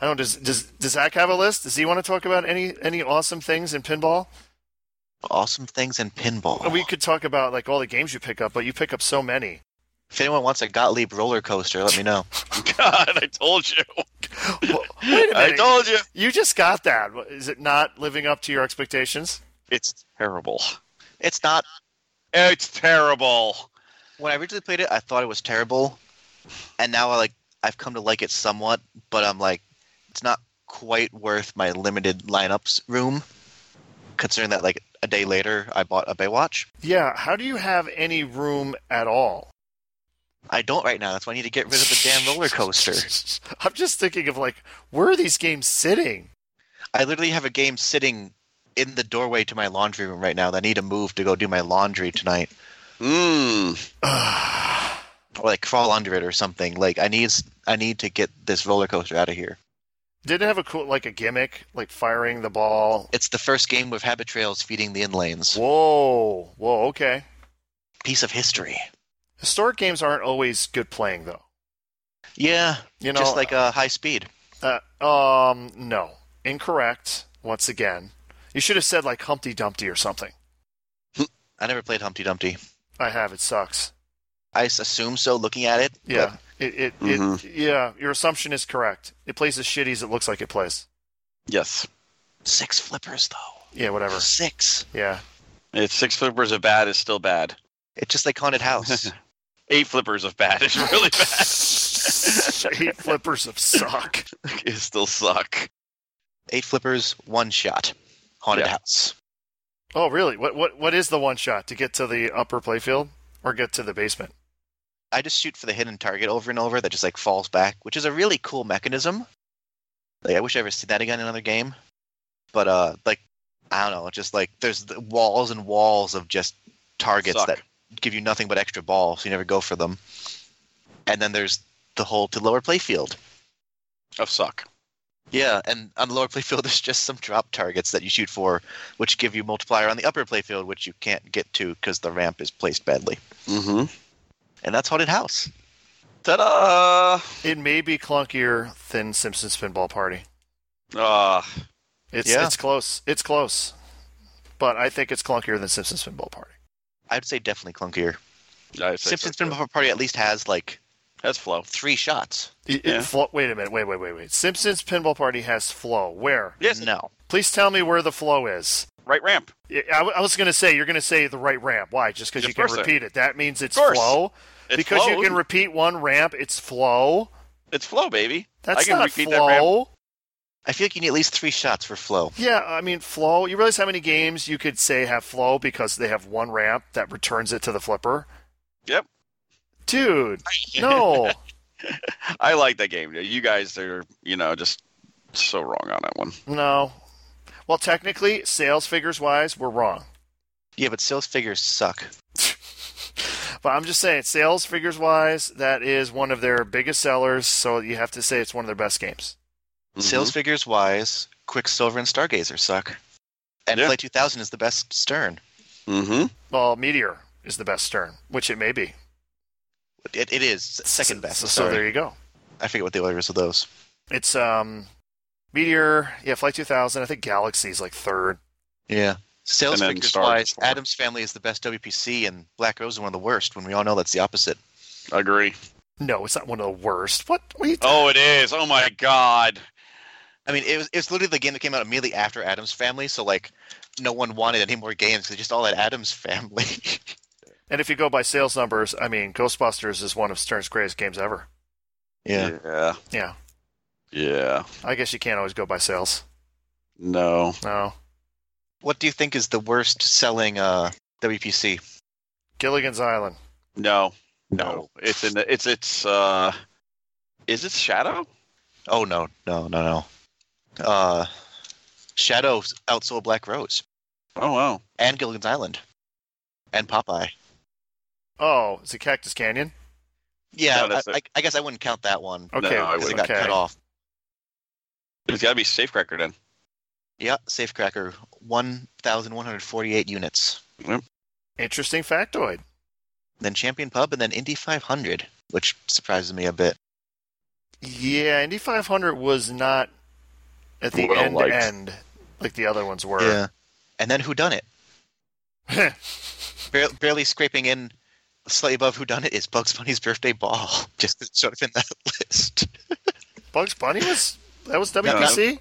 I don't. Does does does Zach have a list? Does he want to talk about any any awesome things in pinball? Awesome things in pinball. We could talk about like all the games you pick up, but you pick up so many. if anyone wants a Gottlieb roller coaster, let me know. God, I told you. Well, wait a I minute. told you. You just got that. Is it not living up to your expectations? It's terrible. It's not. It's terrible. When I originally played it, I thought it was terrible, and now I like. I've come to like it somewhat, but I'm like, it's not quite worth my limited lineups room. Considering that, like a day later, I bought a Baywatch. Yeah. How do you have any room at all? I don't right now. That's why I need to get rid of the damn roller coaster. I'm just thinking of like where are these games sitting? I literally have a game sitting in the doorway to my laundry room right now. That I need to move to go do my laundry tonight. Mmm. or like crawl under it or something. Like I need I need to get this roller coaster out of here. Did it have a cool like a gimmick like firing the ball? It's the first game with habit trails feeding the inlanes. Whoa, whoa, okay. Piece of history. Historic games aren't always good playing though. Yeah, You know, just like uh, high speed. uh, um, no, incorrect. Once again, you should have said like Humpty Dumpty or something. I never played Humpty Dumpty. I have. It sucks. I s- assume so. Looking at it, but Yeah, it, it, it, yeah. Your assumption is correct. It plays as shitty as it looks like it plays. Yes. six flippers though. Yeah, whatever. Six. Yeah, It's six flippers of bad is still bad. It's just like haunted house. Eight flippers of bad is really bad. eight flippers of suck. it still suck. Eight flippers, one shot. Haunted Yeah. house. Oh, really? What what what is the one shot to get to the upper playfield or get to the basement? I just shoot for the hidden target over and over that just like falls back, which is a really cool mechanism. Like I wish I ever see that again in another game. But uh like I don't know, just like there's the walls and walls of just targets Suck. that give you nothing but extra balls, so you never go for them. And then there's the whole to lower playfield. Of Oh, suck. Yeah, and on the lower playfield there's just some drop targets that you shoot for, which give you multiplier on the upper playfield, which you can't get to because the ramp is placed badly. Mm-hmm. And that's haunted house. Ta-da! It may be clunkier than Simpsons Pinball Party. Ah, It's Yeah. it's close. It's close. But I think it's clunkier than Simpsons Pinball Party. I'd say definitely clunkier. I say Simpsons so. Pinball Party at least has like oh, That's flow. three shots. It- it Yeah. flo- wait a minute. Wait, wait, wait, wait. Simpsons Pinball Party has flow. Where? Yes. No. Please tell me where the flow is. Right ramp. I, I- I was going to say you're going to say the right ramp. Why? Just because Of you can course I- repeat it. That means it's Of course. flow. It's because you flow. can repeat one ramp, it's flow. It's flow, baby. I That's can not repeat that ramp. flow. I feel like you need at least three shots for flow. Yeah, I mean flow. You realize how many games you could say have flow because they have one ramp that returns it to the flipper. Yep. Dude, no. I like that game. You guys are, you know, just so wrong on that one. No. Well, technically, sales figures wise, we're wrong. Yeah, but sales figures suck. But I'm just saying, sales figures wise, that is one of their biggest sellers. So you have to say it's one of their best games. Mm-hmm. Sales figures wise, Quicksilver and Stargazer suck. And Yeah. Play 2000 is the best Stern. Mm-hmm. Well, Meteor is the best Stern, which it may be. It, it is second best. So, so sorry. there you go. I forget what the order is of those. It's um, Meteor, yeah, Flight 2000. I think Galaxy's like third. Yeah. Sales And then figures Star wise, Destroyer. Adam's Family is the best WPC, and Black Rose is one of the worst. When we all know that's the opposite. I agree. No, it's not one of the worst. What? what are you Oh, it is. Oh my God. I mean, it was it's literally the game that came out immediately after Adam's Family, so like no one wanted any more games. They just all had Adam's Family. And if you go by sales numbers, I mean, Ghostbusters is one of Stern's greatest games ever. yeah. Yeah. Yeah. Yeah. I guess you can't always go by sales. No. No. What do you think is the worst selling uh, WPC? Gilligan's Island. No. No. It's in the, it's it's uh is it Shadow? Oh no, no, no, no. Uh, Shadow outsold Black Rose Oh wow. and Gilligan's Island and Popeye. Oh, is it Cactus Canyon? Yeah, No, that's I, a- I, I guess I wouldn't count that one. Okay. No, I 'cause it wouldn't. got okay. cut off. It's gotta be Safecracker then. Yeah, Safecracker, one thousand one hundred forty-eight units. Interesting factoid. Then Champion Pub, and then Indy five hundred, which surprises me a bit. Yeah, Indy 500 was not at the Well end liked. end like the other ones were. Yeah. And then Who Done It? Bare- barely scraping in slightly above Who Done It is Bugs Bunny's birthday ball. Just sort of in that list. Bugs Bunny was that was no. WPC.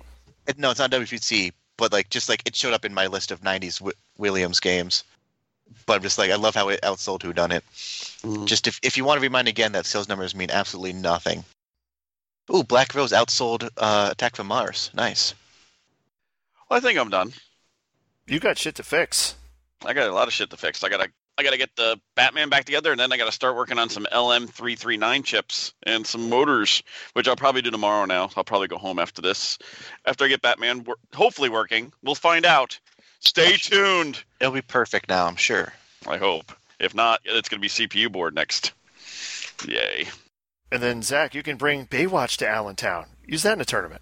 And no, it's not WPC, but like just like it showed up in my list of '90s w- Williams games. But I'm just like I love how it outsold Who Done It. Just if if you want to remind again that sales numbers mean absolutely nothing. Ooh, Black Rose outsold uh, Attack from Mars. Nice. Well, I think I'm done. You got shit to fix. I got a lot of shit to fix. I gotta I gotta get the Batman back together and then I gotta start working on some LM three three nine chips and some motors, which I'll probably do tomorrow now. I'll probably go home after this. After I get Batman wor- hopefully working. We'll find out. Stay tuned. It'll be perfect now, I'm sure. I hope. If not, it's gonna be CPU board next. Yay. And then Zach, you can bring Baywatch to Allentown. Use that in a tournament.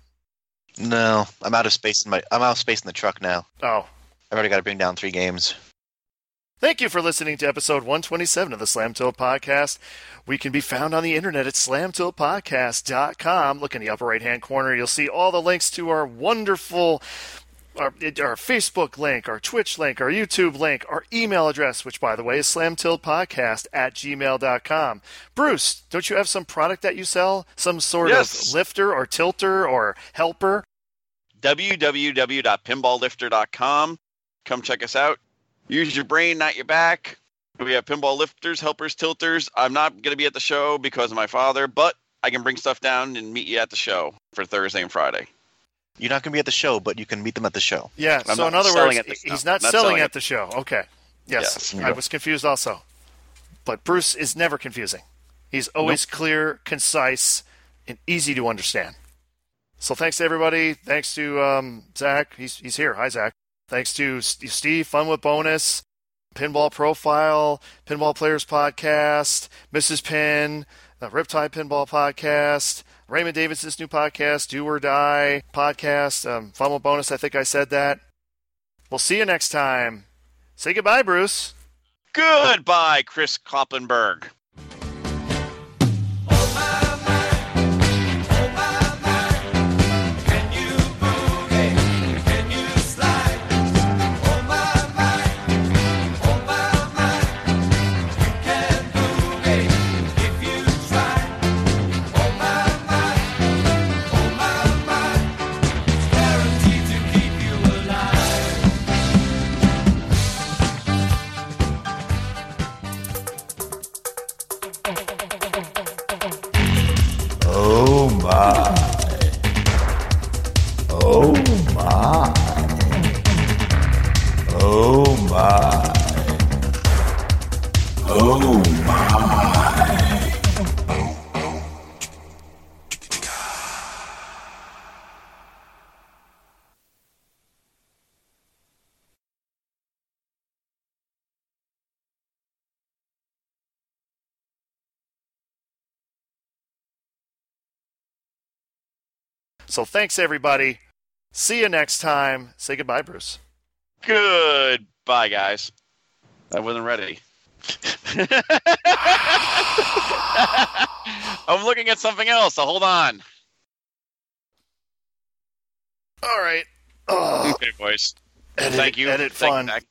No, I'm out of space in my I'm out of space in the truck now. Oh. I've already got to bring down three games. Thank you for listening to episode 127 of the Slam Tilt Podcast. We can be found on the internet at slamtiltpodcast.com. Look in the upper right hand corner, you'll see all the links to our wonderful our, our Facebook link, our Twitch link, our YouTube link, our email address, which, by the way, is slamtiltpodcast at gmail.com. Bruce, don't you have some product that you sell? Some sort Yes. of lifter or tilter or helper? www.pinballlifter.com. Come check us out. Use your brain, not your back. We have pinball lifters, helpers, tilters. I'm not going to be at the show because of my father, but I can bring stuff down and meet you at the show for Thursday and Friday. You're not going to be at the show, but you can meet them at the show. Yeah, I'm so not in other selling words, at the show. he's not, Not selling, selling at at- the show. Okay. Yes, Yes. I was confused also. But Bruce is never confusing. He's always clear, concise, and easy to understand. So thanks to everybody. Thanks to um, Zach. He's, he's here. Hi, Zach. Thanks to S- Steve, Fun with Bonus, Pinball Profile, Pinball Players Podcast, Mrs. Pin, the Riptide Pinball Podcast, Raymond Davidson's new podcast, Do or Die Podcast, um, Fun with Bonus. I think I said that. We'll see you next time. Say goodbye, Bruce. Goodbye, Chris Kloppenberg. So thanks, everybody. See you next time. Say goodbye, Bruce. Goodbye, guys. I wasn't ready. I'm looking at something else, so hold on. All right. Ugh. Okay, boys. Edit- Thank you. Edit Thank- fun. thank-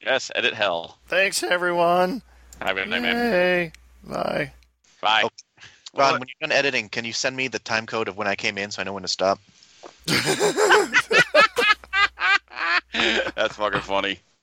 Yes, edit hell. Thanks, everyone. Have a good night, man. Yay. Bye. Bye. Oh, Ron, What? when you're done editing, can you send me the time code of when I came in so I know when to stop? That's fucking funny.